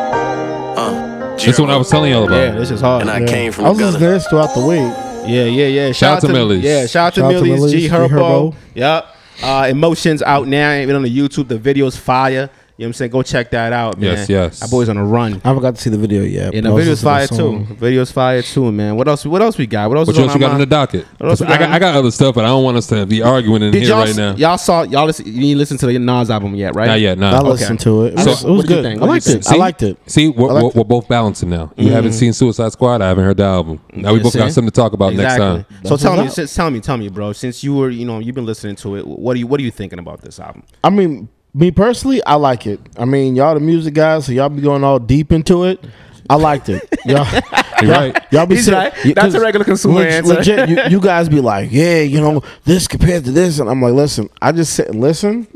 Speaker 2: That's what I was telling y'all about.
Speaker 4: Yeah, this is hard.
Speaker 9: And I
Speaker 4: yeah.
Speaker 9: came from
Speaker 1: I was just
Speaker 9: Gunna.
Speaker 1: there throughout the week.
Speaker 4: Yeah, yeah, yeah. Shout,
Speaker 2: out to Millie's.
Speaker 4: Yeah, shout out to
Speaker 1: Shout out to
Speaker 4: Millie's,
Speaker 1: Millie's, G
Speaker 4: G Herbo.
Speaker 1: Herbo.
Speaker 4: Yep. Uh, Emotions out now, even on the YouTube. The video's fire. You know what I'm saying? Go check that out, man.
Speaker 2: Yes, yes.
Speaker 4: That boy's on a run.
Speaker 1: I haven't got to see the video yet.
Speaker 4: Yeah,
Speaker 1: but I
Speaker 4: the
Speaker 1: was
Speaker 4: video's fire
Speaker 1: listening to
Speaker 4: too.
Speaker 1: that
Speaker 4: Video's fire too, man. What else? What else we got? What else?
Speaker 2: What
Speaker 4: is
Speaker 2: else you
Speaker 4: on
Speaker 2: got
Speaker 4: our
Speaker 2: in the
Speaker 4: mind?
Speaker 2: docket?
Speaker 4: What else
Speaker 2: 'Cause
Speaker 4: we
Speaker 2: I got,
Speaker 4: got?
Speaker 2: I got other stuff, but I don't want us to be arguing in
Speaker 4: Did
Speaker 2: here
Speaker 4: y'all
Speaker 2: right now.
Speaker 4: y'all saw y'all listen, you didn't listen to the Nas album yet, right?
Speaker 2: Not yet, nah.
Speaker 1: song. I listened to it. It was,
Speaker 4: Uh, So-
Speaker 1: it was
Speaker 4: what did you
Speaker 1: good.
Speaker 4: think?
Speaker 1: I
Speaker 4: What
Speaker 1: liked
Speaker 4: did you
Speaker 1: it. I liked it.
Speaker 2: See, we're,
Speaker 1: liked
Speaker 2: we're,
Speaker 1: it.
Speaker 2: we're both balancing now. You haven't seen Suicide Squad. I haven't heard the album. Now we
Speaker 4: You
Speaker 2: both got
Speaker 4: see?
Speaker 2: something to talk about
Speaker 4: Exactly.
Speaker 2: next time.
Speaker 4: So
Speaker 1: That's
Speaker 4: tell
Speaker 1: what's
Speaker 4: me,
Speaker 1: up.
Speaker 4: since, tell me, tell me, bro. Since you were, you know, you've been listening to it. What are you, what are you thinking about this album?
Speaker 1: I mean, me personally, I like it. I mean, y'all the music guys, so y'all be going all deep into it. I liked it. Y'all,
Speaker 2: You're
Speaker 1: y'all-
Speaker 2: right.
Speaker 1: y'all be
Speaker 4: He's
Speaker 1: sitting-
Speaker 4: right.
Speaker 1: you-
Speaker 4: That's a
Speaker 1: 'cause
Speaker 4: regular consumer
Speaker 1: leg-
Speaker 4: answer.
Speaker 1: Legit, you, you guys be like, yeah, you know, this compared to this, and I'm like, listen, I just sit and listen.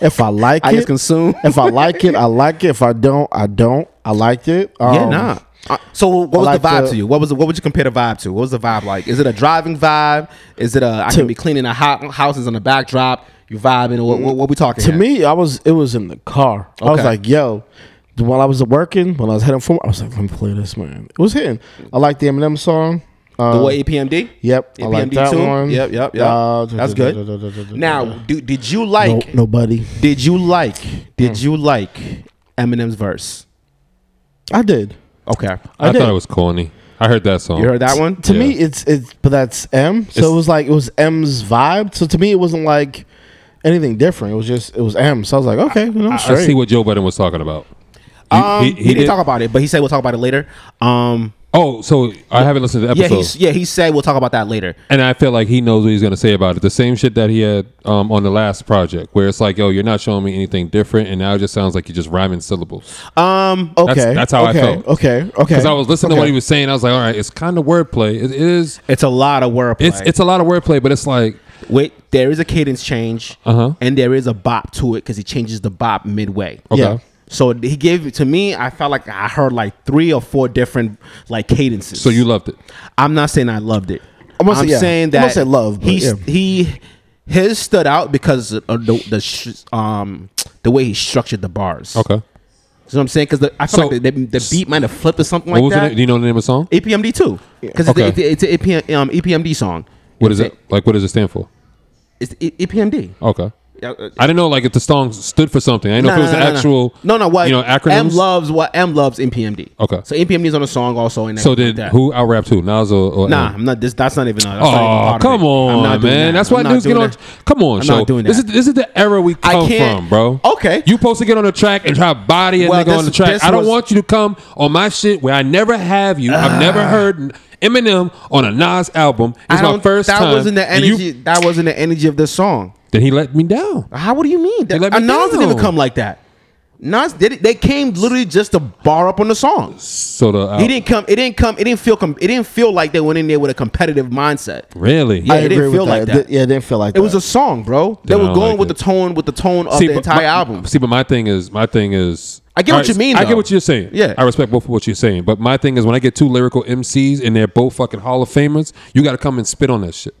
Speaker 1: If I like
Speaker 4: I
Speaker 1: it,
Speaker 4: just consume.
Speaker 1: If I like it, I like it. If I don't, I don't. I liked it.
Speaker 4: Yeah,
Speaker 1: Um,
Speaker 4: nah. Uh, so what
Speaker 1: I
Speaker 4: was
Speaker 1: like
Speaker 4: the vibe
Speaker 1: the-
Speaker 4: to you? What was what would you compare the vibe to? What was the vibe like? Is it a driving vibe? Is it a I can be cleaning a hot houses on the backdrop? You vibing? What what, what we talking?
Speaker 1: To
Speaker 4: here?
Speaker 1: me, I was it was in the car. I was
Speaker 4: Okay.
Speaker 1: like, yo, while I was working, when I was heading for, I was like, let me play this man. It was hitting. I like the Eminem song.
Speaker 4: the
Speaker 1: Um,
Speaker 4: what APMD?
Speaker 1: Yep, I
Speaker 4: APMD
Speaker 1: like that
Speaker 4: tune?
Speaker 1: one.
Speaker 4: Yep, yep, yep.
Speaker 1: Uh,
Speaker 4: That's
Speaker 1: da- da-
Speaker 4: good.
Speaker 1: da- da- da- da- da-
Speaker 4: Now,
Speaker 1: da.
Speaker 4: do, did you
Speaker 1: no,
Speaker 4: like?
Speaker 1: nobody.
Speaker 4: Did you like? Did you like Eminem's verse?
Speaker 1: I did.
Speaker 4: Okay, Uh,
Speaker 2: I,
Speaker 1: did.
Speaker 2: thought it was corny. I heard that song.
Speaker 4: you heard that one?
Speaker 1: To
Speaker 2: Yeah.
Speaker 1: me, it's it's but that's M. So
Speaker 2: It's-
Speaker 1: it was like it was M's vibe. So to me, it wasn't like anything different. It was just it was M. So I was like, okay, you know,
Speaker 2: I, I
Speaker 1: straight.
Speaker 2: see what Joe Budden was talking about. He-
Speaker 4: Um, he, didn't
Speaker 2: did-
Speaker 4: talk about it, but he said we'll talk about it later. Um,
Speaker 2: Oh, so I haven't listened to the
Speaker 4: yeah,
Speaker 2: episode.
Speaker 4: he's, yeah, he said we'll talk about that later.
Speaker 2: and I feel like he knows what he's going to say about it. The same shit that he had um, on the last project, where it's like, yo, you're not showing me anything different, and now it just sounds like you're just rhyming syllables.
Speaker 4: Um,
Speaker 1: okay,
Speaker 2: that's how I
Speaker 1: okay,
Speaker 2: felt.
Speaker 1: Okay, okay.
Speaker 2: Because I was listening to what he was saying, I was like, all right, it's kind of wordplay. It is.
Speaker 4: it's a lot of wordplay.
Speaker 2: It's it's a lot of wordplay, but it's like
Speaker 4: Wait, there is a cadence change,
Speaker 2: Uh-huh.
Speaker 4: and there is a bop to it because he changes the bop midway.
Speaker 2: okay.
Speaker 1: Yeah.
Speaker 4: So he gave to me. I felt like I heard like three or four different like cadences.
Speaker 2: So you loved it.
Speaker 4: I'm not saying I loved it.
Speaker 1: I'm gonna say-
Speaker 4: I'm
Speaker 1: yeah.
Speaker 4: saying
Speaker 1: I'm
Speaker 4: that
Speaker 1: gonna say love, but
Speaker 4: He
Speaker 1: yeah.
Speaker 4: he his stood out because of the, the sh- um the way he structured the bars.
Speaker 2: Okay.
Speaker 4: You know what I'm saying? Because I feel
Speaker 2: So-
Speaker 4: like the, the, the beat might have flipped or something
Speaker 2: What
Speaker 4: like
Speaker 2: was the
Speaker 4: that. E
Speaker 2: name? Do you know the name of the song?
Speaker 4: APMD too. Because
Speaker 2: Okay.
Speaker 4: it's, a- E it's, a- it's an APM, um, EPMD song.
Speaker 2: What is it? Like, what does it stand for?
Speaker 4: It's E- EPMD.
Speaker 2: Okay.
Speaker 4: uh,
Speaker 2: I didn't know like if the song stood for something. I didn't know if it was
Speaker 4: no,
Speaker 2: the
Speaker 4: no, no.
Speaker 2: actual
Speaker 4: No, no. What
Speaker 2: you know acronyms.
Speaker 4: M loves what M loves NPMD.
Speaker 2: Okay.
Speaker 4: So NPMD is on a song also. And
Speaker 2: so
Speaker 4: everything
Speaker 2: did
Speaker 4: like that.
Speaker 2: who out rapped who? Nas or, or
Speaker 4: Nah,
Speaker 2: M?
Speaker 4: I'm not. This that's not even. That's not
Speaker 2: Oh
Speaker 4: even part of
Speaker 2: come
Speaker 4: it.
Speaker 2: on,
Speaker 4: I'm not doing
Speaker 2: man!
Speaker 4: that.
Speaker 2: That's
Speaker 4: I'm
Speaker 2: why
Speaker 4: not
Speaker 2: dudes get
Speaker 4: doing
Speaker 2: on.
Speaker 4: that.
Speaker 2: Come on,
Speaker 4: I'm
Speaker 2: show.
Speaker 4: not doing
Speaker 2: This is
Speaker 4: that.
Speaker 2: this is the era we come
Speaker 4: can't-
Speaker 2: from, bro.
Speaker 4: Okay.
Speaker 2: you supposed to get on a track and try to body a
Speaker 4: Well,
Speaker 2: nigga
Speaker 4: this-
Speaker 2: on the track.
Speaker 4: this
Speaker 2: I don't
Speaker 4: was-
Speaker 2: want you to come on my shit where I never have you. I've never heard Eminem on a Nas album. It's
Speaker 4: Ah. I
Speaker 2: my
Speaker 4: don't-
Speaker 2: first
Speaker 4: that
Speaker 2: time.
Speaker 4: wasn't the
Speaker 2: and you-
Speaker 4: energy. that wasn't the energy of this song.
Speaker 2: then he let me down.
Speaker 4: How? What do you mean? That,
Speaker 2: let me
Speaker 4: uh, Nas didn't even
Speaker 2: down.
Speaker 4: come like that. Nas did. They came literally just to bar up on the song.
Speaker 2: So the
Speaker 4: He didn't come. It didn't come. It didn't feel. Com- it didn't feel like they went in there with a competitive mindset.
Speaker 2: really.
Speaker 4: Yeah,
Speaker 1: I
Speaker 4: it
Speaker 1: agree
Speaker 4: didn't
Speaker 1: with
Speaker 4: feel like
Speaker 1: that.
Speaker 4: that.
Speaker 1: Th- yeah, it didn't feel like
Speaker 4: It was
Speaker 1: that.
Speaker 4: a song, bro. They
Speaker 2: Then I
Speaker 4: were
Speaker 2: don't
Speaker 4: going
Speaker 2: like
Speaker 4: with
Speaker 2: it.
Speaker 4: the tone with the tone of the
Speaker 2: but
Speaker 4: entire
Speaker 2: my-
Speaker 4: album.
Speaker 2: See, but my thing is, my thing is,
Speaker 4: I get what you mean,
Speaker 2: I get
Speaker 4: though.
Speaker 2: what you're saying.
Speaker 4: Yeah.
Speaker 2: I respect both of what you're saying. But my thing is, when I get two lyrical MCs and they're both fucking Hall of Famers, you got to come and spit on that shit.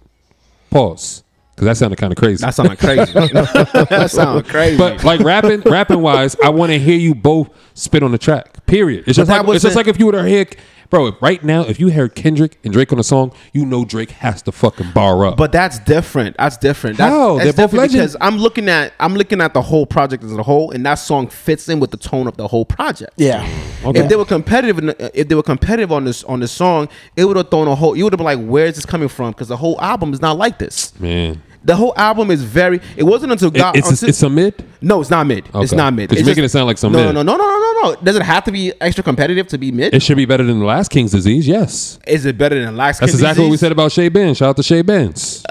Speaker 2: Pause, because that sounded kind of crazy.
Speaker 4: That sounded crazy. that sounded crazy.
Speaker 2: but like rapping, rapping wise, I want to hear you both spit on the track. Period. It's just
Speaker 4: that
Speaker 2: like it's just
Speaker 4: wasn't-
Speaker 2: like if you were to hear, bro. if Right now, if you heard Kendrick and Drake on a song, you know Drake has to fucking bar up.
Speaker 4: But that's different. That's different. That's,
Speaker 2: How?
Speaker 4: that's
Speaker 2: They're both
Speaker 4: different
Speaker 2: legends.
Speaker 4: Because I'm looking at I'm looking at the whole project as a whole, and that song fits in with the tone of the whole project.
Speaker 1: Yeah.
Speaker 4: If they were competitive, in the- if they were competitive on this on this song, it would have thrown a whole. You would have been like, "Where is this coming from?" Because the whole album is not like this.
Speaker 2: man,
Speaker 4: The whole album is very. It wasn't until
Speaker 2: it,
Speaker 4: God.
Speaker 2: it's
Speaker 4: until-
Speaker 2: it's a mid.
Speaker 4: no, it's not mid. It's
Speaker 2: Okay.
Speaker 4: not mid.
Speaker 2: 'Cause
Speaker 4: It's
Speaker 2: you're making it sound like some
Speaker 4: no,
Speaker 2: mid.
Speaker 4: No, no, no, no, no, no. Does it have to be extra competitive to be mid?
Speaker 2: It should be better than the last King's Disease. Yes.
Speaker 4: Is it better than Lax?
Speaker 2: That's exactly what we said about Shea Ben. Shout out to Shea Benz.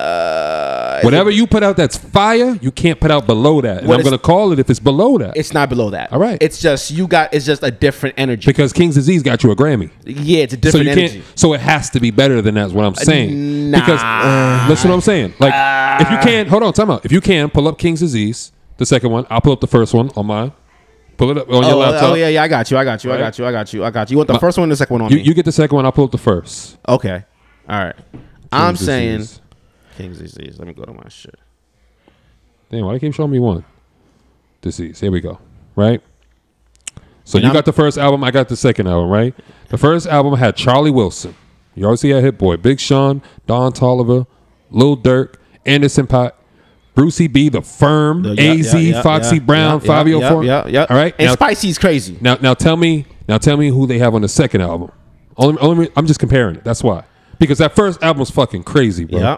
Speaker 2: Whatever you put out that's fire, you can't put out below that. And
Speaker 4: Uh, What
Speaker 2: I'm
Speaker 4: is-
Speaker 2: going to call it if it's below that.
Speaker 4: It's not below that.
Speaker 2: All right.
Speaker 4: It's just you got. It's just a different energy.
Speaker 2: because King's Disease got you a Grammy.
Speaker 4: yeah, it's a
Speaker 2: So
Speaker 4: different
Speaker 2: you
Speaker 4: energy.
Speaker 2: can't. So it has to be better than that's what I'm saying. Because uh, listen, what I'm saying. Like if
Speaker 4: Uh.
Speaker 2: you can, hold on, time out. If you can, pull up King's Disease, the second one. I'll pull up the first one on mine. Pull it up on your
Speaker 4: oh,
Speaker 2: laptop.
Speaker 4: oh, yeah, yeah, I got you. I got you. I
Speaker 2: Right?
Speaker 4: got you. I got you. I got you. You want the first one or the second one on
Speaker 2: You,
Speaker 4: me?
Speaker 2: you get the second one. I'll pull up the first.
Speaker 4: okay. All right. I'm
Speaker 2: King's
Speaker 4: saying
Speaker 2: Disease.
Speaker 4: King's disease. Let me go to my shit.
Speaker 2: Damn, why they keep showing me one? Disease. Here we go. Right? So you
Speaker 4: I'm-
Speaker 2: got the first album, I got the second album, right? The first album had Charlie Wilson. You always see that Hit Boy, Big Sean, Don Tolliver, Lil Durk, Anderson Pot, Brucey B, The Firm,
Speaker 4: Yeah, yeah,
Speaker 2: AZ,
Speaker 4: yeah,
Speaker 2: Foxy
Speaker 4: yeah,
Speaker 2: Brown,
Speaker 4: yeah,
Speaker 2: Fabio
Speaker 4: yeah,
Speaker 2: Four.
Speaker 4: Yeah, yeah.
Speaker 2: All right.
Speaker 4: And
Speaker 2: Now,
Speaker 4: Spicy's crazy.
Speaker 2: now now tell me now tell me who they have on the second album. Only, only I'm just comparing it. That's why. Because that first album's fucking crazy, bro.
Speaker 4: Yeah.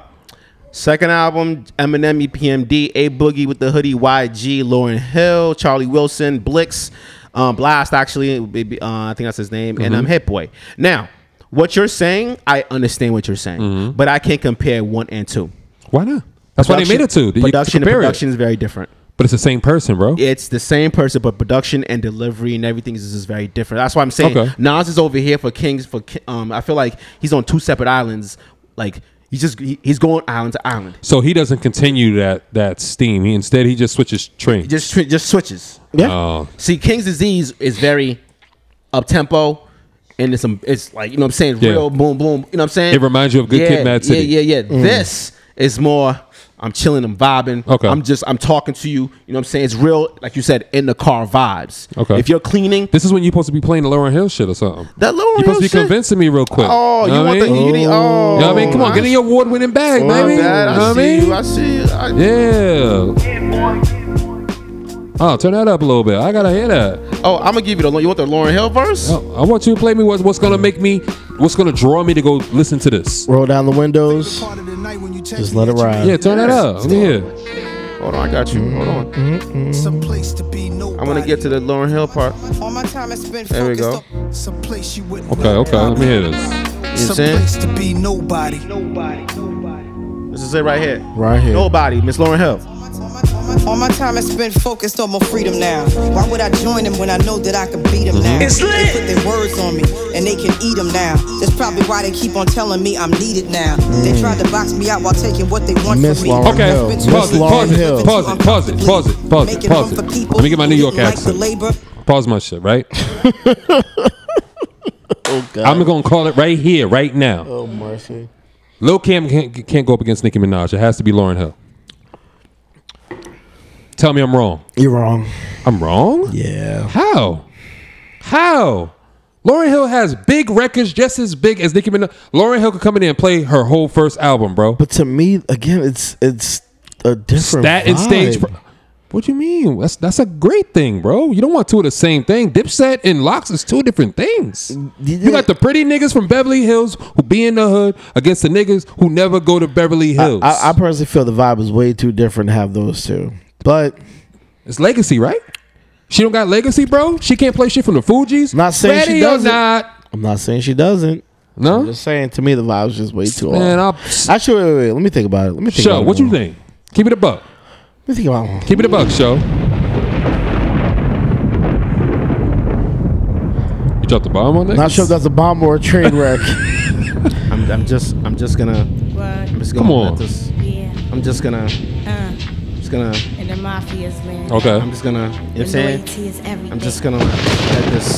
Speaker 4: Second album, Eminem, E EPMD, A Boogie with the Hoodie, YG, Lauren Hill, Charlie Wilson, Blix, um, Blast, actually, would be- uh, I think that's his name, and
Speaker 2: Mm-hmm.
Speaker 4: I'm Hit Boy. Now, what you're saying, I understand what you're saying,
Speaker 2: Mm-hmm.
Speaker 4: but I can't compare one and two.
Speaker 2: Why not? That's why they made it to. You
Speaker 4: Production and
Speaker 2: compare it.
Speaker 4: production is very different.
Speaker 2: But it's the same person, bro.
Speaker 4: it's the same person, but production and delivery and everything is just very different. That's why I'm saying
Speaker 2: Okay.
Speaker 4: Nas is over here for Kings. For Ki- um, I feel like he's on two separate islands. Like he's just he- he's going island to island.
Speaker 2: So he doesn't continue that that steam. He instead he just switches train.
Speaker 4: Just tr- just switches.
Speaker 1: Yeah.
Speaker 2: Oh,
Speaker 4: See, King's disease is very up tempo. And it's some, it's like you know what I'm saying,
Speaker 2: Yeah.
Speaker 4: real boom boom. You know what I'm saying?
Speaker 2: It reminds you of Good
Speaker 4: yeah,
Speaker 2: Kid, Mad City.
Speaker 4: Yeah, yeah, yeah. This is more. I'm chilling. I'm vibing.
Speaker 2: Okay.
Speaker 4: I'm just. I'm talking to you. You know what I'm saying? It's real, like you said, in the car vibes.
Speaker 2: Okay.
Speaker 4: If you're cleaning,
Speaker 2: this is when you're supposed to be playing the Lauren Hill shit or something.
Speaker 4: That Lauryn
Speaker 2: You're supposed to
Speaker 4: Hill
Speaker 2: be
Speaker 4: shit?
Speaker 2: convincing me real quick.
Speaker 4: Oh,
Speaker 2: Know
Speaker 4: you
Speaker 2: what I
Speaker 4: want the
Speaker 2: mean?
Speaker 4: you need, oh.
Speaker 2: You know what I mean? Come on, get in your award winning bag,
Speaker 4: My
Speaker 2: baby.
Speaker 4: bad,
Speaker 2: Know what
Speaker 4: I
Speaker 2: I
Speaker 4: see
Speaker 2: mean?
Speaker 4: you. I see you. I,
Speaker 2: yeah. Oh, turn that up a little bit. I gotta hear that.
Speaker 4: Oh, I'm gonna give you the. You want the Lauren Hill verse?
Speaker 2: Oh, I want you to play me what's, what's gonna make me, what's gonna draw me to go listen to this.
Speaker 1: Roll down the windows. Just let it ride.
Speaker 2: Yeah, turn that up. Let me hear.
Speaker 4: Hold on, I got you. Hold on.
Speaker 10: Some place to be nobody.
Speaker 4: I'm gonna get to the Lauren Hill part. You know
Speaker 10: All my time has been
Speaker 4: There we
Speaker 10: focused
Speaker 4: go.
Speaker 10: on some place you wouldn't
Speaker 2: Okay, okay. Let me hear this.
Speaker 4: what I'm
Speaker 10: Some
Speaker 4: saying?
Speaker 10: place to be nobody. Nobody.
Speaker 4: This is it right here.
Speaker 1: Right here.
Speaker 4: Nobody, Miss Lauren Hill.
Speaker 10: All my time has been focused on my freedom now. Why would I join them when I know that I can beat them
Speaker 2: Mm-hmm.
Speaker 10: now?
Speaker 5: It's lit.
Speaker 10: They put their words on me and they can eat them now. That's probably why they keep on telling me I'm needed now. They tried to box me out while taking what they want
Speaker 1: Miss
Speaker 10: from me.
Speaker 1: Lauryn
Speaker 2: Okay,
Speaker 1: Hill.
Speaker 2: pause
Speaker 1: Miss
Speaker 2: it, pause
Speaker 1: Lauryn Hill.
Speaker 2: it, pause it, pause it, pause it, pause it, pause it. Let me get my New York accent. Pause my shit, right? I'm gonna call it right here, right now.
Speaker 1: Oh, mercy.
Speaker 2: Lil Cam can't, can't go up against Nicki Minaj. It has to be Lauren Hill. Tell me I'm wrong.
Speaker 1: You're wrong.
Speaker 2: I'm wrong?
Speaker 1: Yeah.
Speaker 2: How? How? Lauren Hill has big records, just as big as Nicki Minaj. Lauren Hill could come in there and play her whole first album, bro.
Speaker 1: But to me, again, it's it's a different
Speaker 2: Stat
Speaker 1: vibe.
Speaker 2: and stage. pro- What you mean? That's that's a great thing, bro. You don't want two of the same thing. Dipset and locks is two different things.
Speaker 1: Mm,
Speaker 2: You got the pretty niggas from Beverly Hills who be in the hood against the niggas who never go to Beverly Hills.
Speaker 1: I, I personally feel the vibe is way too different to have those two. But
Speaker 2: it's legacy, right? She don't got legacy, bro. She can't play shit from the Fugees.
Speaker 1: Not saying she
Speaker 2: Ready or
Speaker 1: doesn't.
Speaker 2: Not.
Speaker 1: I'm not saying she doesn't. I'm
Speaker 2: No.
Speaker 1: just saying to me the vibe's just way too
Speaker 2: Man,
Speaker 1: off.
Speaker 2: I'll
Speaker 1: Actually, wait, wait, wait. Let me think about it. Let me think.
Speaker 2: show.
Speaker 1: about it
Speaker 2: What you
Speaker 1: more.
Speaker 2: think? Keep it a buck.
Speaker 1: Let me think about it.
Speaker 2: Keep it a buck, show. You dropped the bomb on that.
Speaker 1: Not sure if that's a bomb or a train wreck.
Speaker 4: I'm, I'm just I'm just gonna
Speaker 11: What?
Speaker 4: I'm just gonna
Speaker 2: Come on.
Speaker 4: let this-
Speaker 11: Yeah.
Speaker 4: I'm just gonna
Speaker 11: Uh,
Speaker 4: just gonna
Speaker 11: and the mafia's man.
Speaker 2: Okay.
Speaker 4: I'm just gonna you know what I'm saying
Speaker 11: Loyalty is everything.
Speaker 4: I'm just gonna let this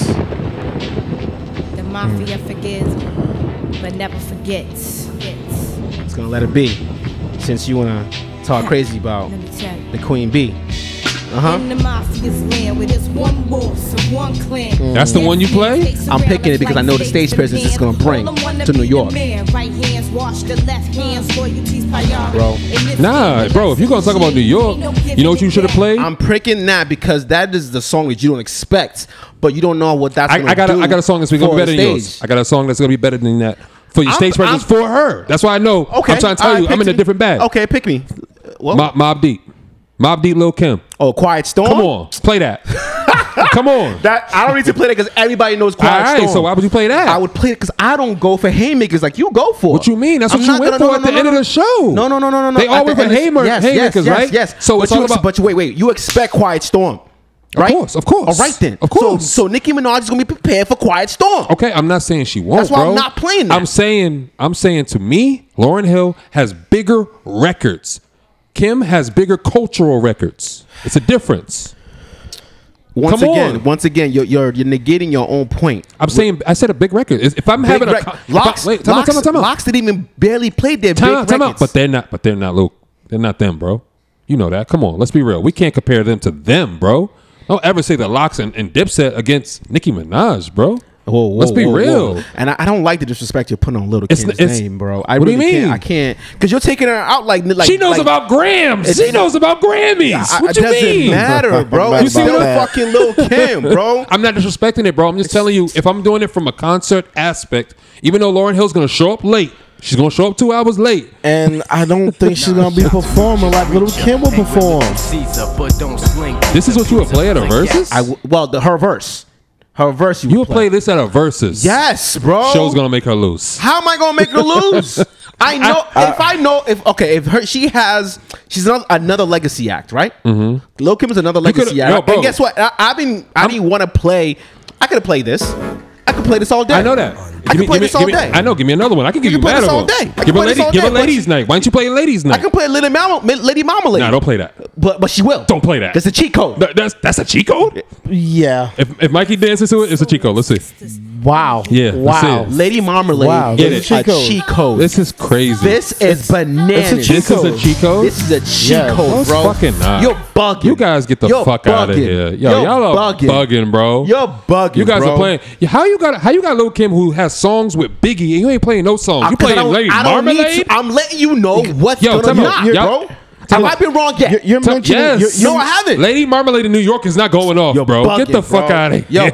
Speaker 11: The mafia forgives, but never forgets. Forgets.
Speaker 4: just gonna let it be since you wanna talk crazy about
Speaker 11: Let me tell you.
Speaker 4: the queen bee. Uh-huh.
Speaker 11: In the mafia's land, where there's one wolf and one clan.
Speaker 2: That's the one you play?
Speaker 4: I'm picking it because I know the stage presence it's gonna bring to New York.
Speaker 11: Right hands wash the left hands, loyalty's priority.
Speaker 4: Bro.
Speaker 11: And if-
Speaker 2: Nah, bro. If you gonna talk about New York, you know what you should have played.
Speaker 4: I'm pricking that because that is the song that you don't expect, but you don't know what that's
Speaker 2: I,
Speaker 4: gonna
Speaker 2: I got a,
Speaker 4: do
Speaker 2: I got a song that's gonna be
Speaker 4: for
Speaker 2: better
Speaker 4: the
Speaker 2: than yours.
Speaker 4: stage.
Speaker 2: I got a song that's gonna be better than that for your
Speaker 4: I'm-
Speaker 2: stage presence
Speaker 4: I'm-
Speaker 2: for her. That's why I know.
Speaker 4: Okay,
Speaker 2: I'm trying to tell
Speaker 4: all right,
Speaker 2: you, I'm
Speaker 4: pick
Speaker 2: in a
Speaker 4: me.
Speaker 2: different bag.
Speaker 4: Okay, pick me. Well,
Speaker 2: Mob, Mob Deep, Mob Deep, Lil Kim.
Speaker 4: oh, Quiet Storm.
Speaker 2: Come on, play that. Come on.
Speaker 4: That I don't need to play that because everybody knows Quiet
Speaker 2: All right,
Speaker 4: Storm.
Speaker 2: so why would you play that?
Speaker 4: I would play it because I don't go for haymakers like you go for.
Speaker 2: What you mean? That's what you
Speaker 4: not
Speaker 2: went for at the end of the show.
Speaker 4: No, no, no, no, no. no.
Speaker 2: They all
Speaker 4: At the
Speaker 2: went for
Speaker 4: end of-
Speaker 2: haymer-
Speaker 4: yes,
Speaker 2: haymakers,
Speaker 4: yes,
Speaker 2: right?
Speaker 4: Yes, yes.
Speaker 2: So
Speaker 4: but
Speaker 2: it's
Speaker 4: you
Speaker 2: all
Speaker 4: ex-
Speaker 2: about-
Speaker 4: But you- wait, wait. You expect Quiet Storm, right?
Speaker 2: course, of course.
Speaker 4: All right then.
Speaker 2: Of
Speaker 4: So-
Speaker 2: course.
Speaker 4: So, Nicki Minaj is gonna be prepared for Quiet Storm.
Speaker 2: Okay, I'm not saying she won't.
Speaker 4: That's why I'm
Speaker 2: bro.
Speaker 4: not playing that.
Speaker 2: I'm saying I'm saying to me, Lauren Hill has bigger records. Kim has bigger cultural records. It's a difference.
Speaker 4: Once
Speaker 2: Come
Speaker 4: again,
Speaker 2: on.
Speaker 4: once again, you're, you're you're negating your own point.
Speaker 2: I'm saying I said a big record. If if I'm
Speaker 4: Big
Speaker 2: having a
Speaker 4: rec-
Speaker 2: con- if I-
Speaker 4: locks,
Speaker 2: wait, time out,
Speaker 4: locks,
Speaker 2: time out, time out.
Speaker 4: locks didn't even barely play their
Speaker 2: time
Speaker 4: big
Speaker 2: out, time out.
Speaker 4: records.
Speaker 2: But they're not. But they're not. Luke, they're not them, bro. You know that. Come on, let's be real. We can't compare them to them, bro. Don't ever say that Locks and, and Dipset against Nicki Minaj, bro.
Speaker 4: Whoa, whoa,
Speaker 2: let's be
Speaker 4: whoa,
Speaker 2: real.
Speaker 4: whoa. And I, I don't like the disrespect you're putting on Little
Speaker 2: It's-
Speaker 4: Kim's
Speaker 2: it's-
Speaker 4: name, bro. I
Speaker 2: what do
Speaker 4: really
Speaker 2: you mean?
Speaker 4: Can't, I can't because you're taking her out like like
Speaker 2: she knows
Speaker 4: like-
Speaker 2: about grams.
Speaker 4: It's-
Speaker 2: She knows about Grammys.
Speaker 4: I-
Speaker 2: what
Speaker 4: it
Speaker 2: you
Speaker 4: doesn't
Speaker 2: mean?
Speaker 4: matter, bro.
Speaker 1: You
Speaker 4: It's
Speaker 1: see
Speaker 4: still
Speaker 1: what I'm-
Speaker 4: fucking Lil Kim, bro.
Speaker 2: I'm not disrespecting it, bro. I'm just telling you, if I'm doing it from a concert aspect, even though Lauren Hill's gonna show up late, she's gonna show up two hours late.
Speaker 1: and I don't think she's gonna be performing like Little Kim will perform.
Speaker 6: Caesar, but don't sling.
Speaker 2: This is what you would play at a versus.
Speaker 4: I w- well, the, her verse, her verse. You,
Speaker 2: you would
Speaker 4: would
Speaker 2: play this at a versus.
Speaker 4: Yes, bro.
Speaker 2: Show's gonna make her lose.
Speaker 4: How am I gonna make her lose? I know if I know if okay if her she has she's another, another legacy act right. Mm-hmm. Lil Kim is another
Speaker 2: coulda-
Speaker 4: legacy act.
Speaker 2: yo, bro.
Speaker 4: and guess what? I, I've been I didn't want to play. I could have played this. I could play this all day.
Speaker 2: I know that.
Speaker 4: I
Speaker 2: Give
Speaker 4: can
Speaker 2: me-
Speaker 4: play
Speaker 2: give me-
Speaker 4: this all
Speaker 2: give me-
Speaker 4: day.
Speaker 2: I know. Give me another one. I can give you,
Speaker 4: can play
Speaker 2: mad
Speaker 4: this all
Speaker 2: one.
Speaker 4: day. I
Speaker 2: Give
Speaker 4: can
Speaker 2: a
Speaker 4: play this
Speaker 2: lady.
Speaker 4: all
Speaker 2: Give
Speaker 4: day,
Speaker 2: a
Speaker 4: but
Speaker 2: ladies'
Speaker 4: she-
Speaker 2: night. Why don't you play ladies'
Speaker 4: I
Speaker 2: night?
Speaker 4: can play Lady Mal- Lady Marmalade.
Speaker 2: Nah, don't play that.
Speaker 4: But but she will.
Speaker 2: Don't play that.
Speaker 4: That's a cheat code.
Speaker 2: Th- That's that's a Chico.
Speaker 1: Yeah.
Speaker 2: If if Mikey dances to it, it's a Chico. Let's see.
Speaker 1: Wow.
Speaker 2: Yeah, that's
Speaker 1: Wow.
Speaker 2: it.
Speaker 4: Lady Marmalade
Speaker 1: Wow,
Speaker 4: is
Speaker 1: Get
Speaker 2: it.
Speaker 4: a cheat code.
Speaker 2: This is crazy.
Speaker 4: This is
Speaker 1: it's
Speaker 4: bananas.
Speaker 1: a cheat
Speaker 2: This is a Chico.
Speaker 4: This is a cheat
Speaker 1: Yeah.
Speaker 4: code,
Speaker 2: That's
Speaker 4: bro.
Speaker 2: fucking not.
Speaker 4: You're bugging.
Speaker 2: You guys get the
Speaker 4: You're
Speaker 2: fuck out of
Speaker 4: bugging.
Speaker 2: here. Yo,
Speaker 4: You're
Speaker 2: y'all are bugging. bro.
Speaker 4: You're bugging.
Speaker 2: You guys
Speaker 4: bro.
Speaker 2: are playing. yeah, How you got? How you got Lil Kim who has songs with Biggie and you ain't playing no songs?
Speaker 4: I-
Speaker 2: You
Speaker 4: Uh, 'cause I
Speaker 2: playing
Speaker 4: don't-
Speaker 2: Lady
Speaker 4: I don't need to.
Speaker 2: Marmalade?
Speaker 4: I'm letting you know what's
Speaker 2: Yo,
Speaker 4: gonna
Speaker 2: time out.
Speaker 4: knock,
Speaker 2: You're-
Speaker 4: bro.
Speaker 2: time
Speaker 4: Have I
Speaker 2: out.
Speaker 4: been wrong yet?
Speaker 1: You're, you're
Speaker 2: Tell-
Speaker 1: mentioning.
Speaker 2: yes.
Speaker 1: You're, you're,
Speaker 4: No, I haven't.
Speaker 2: Lady Marmalade in New York is not going off,
Speaker 4: You're
Speaker 2: bro. Get
Speaker 4: bugging,
Speaker 2: the fuck
Speaker 4: bro.
Speaker 2: out of
Speaker 4: Yo,
Speaker 2: here.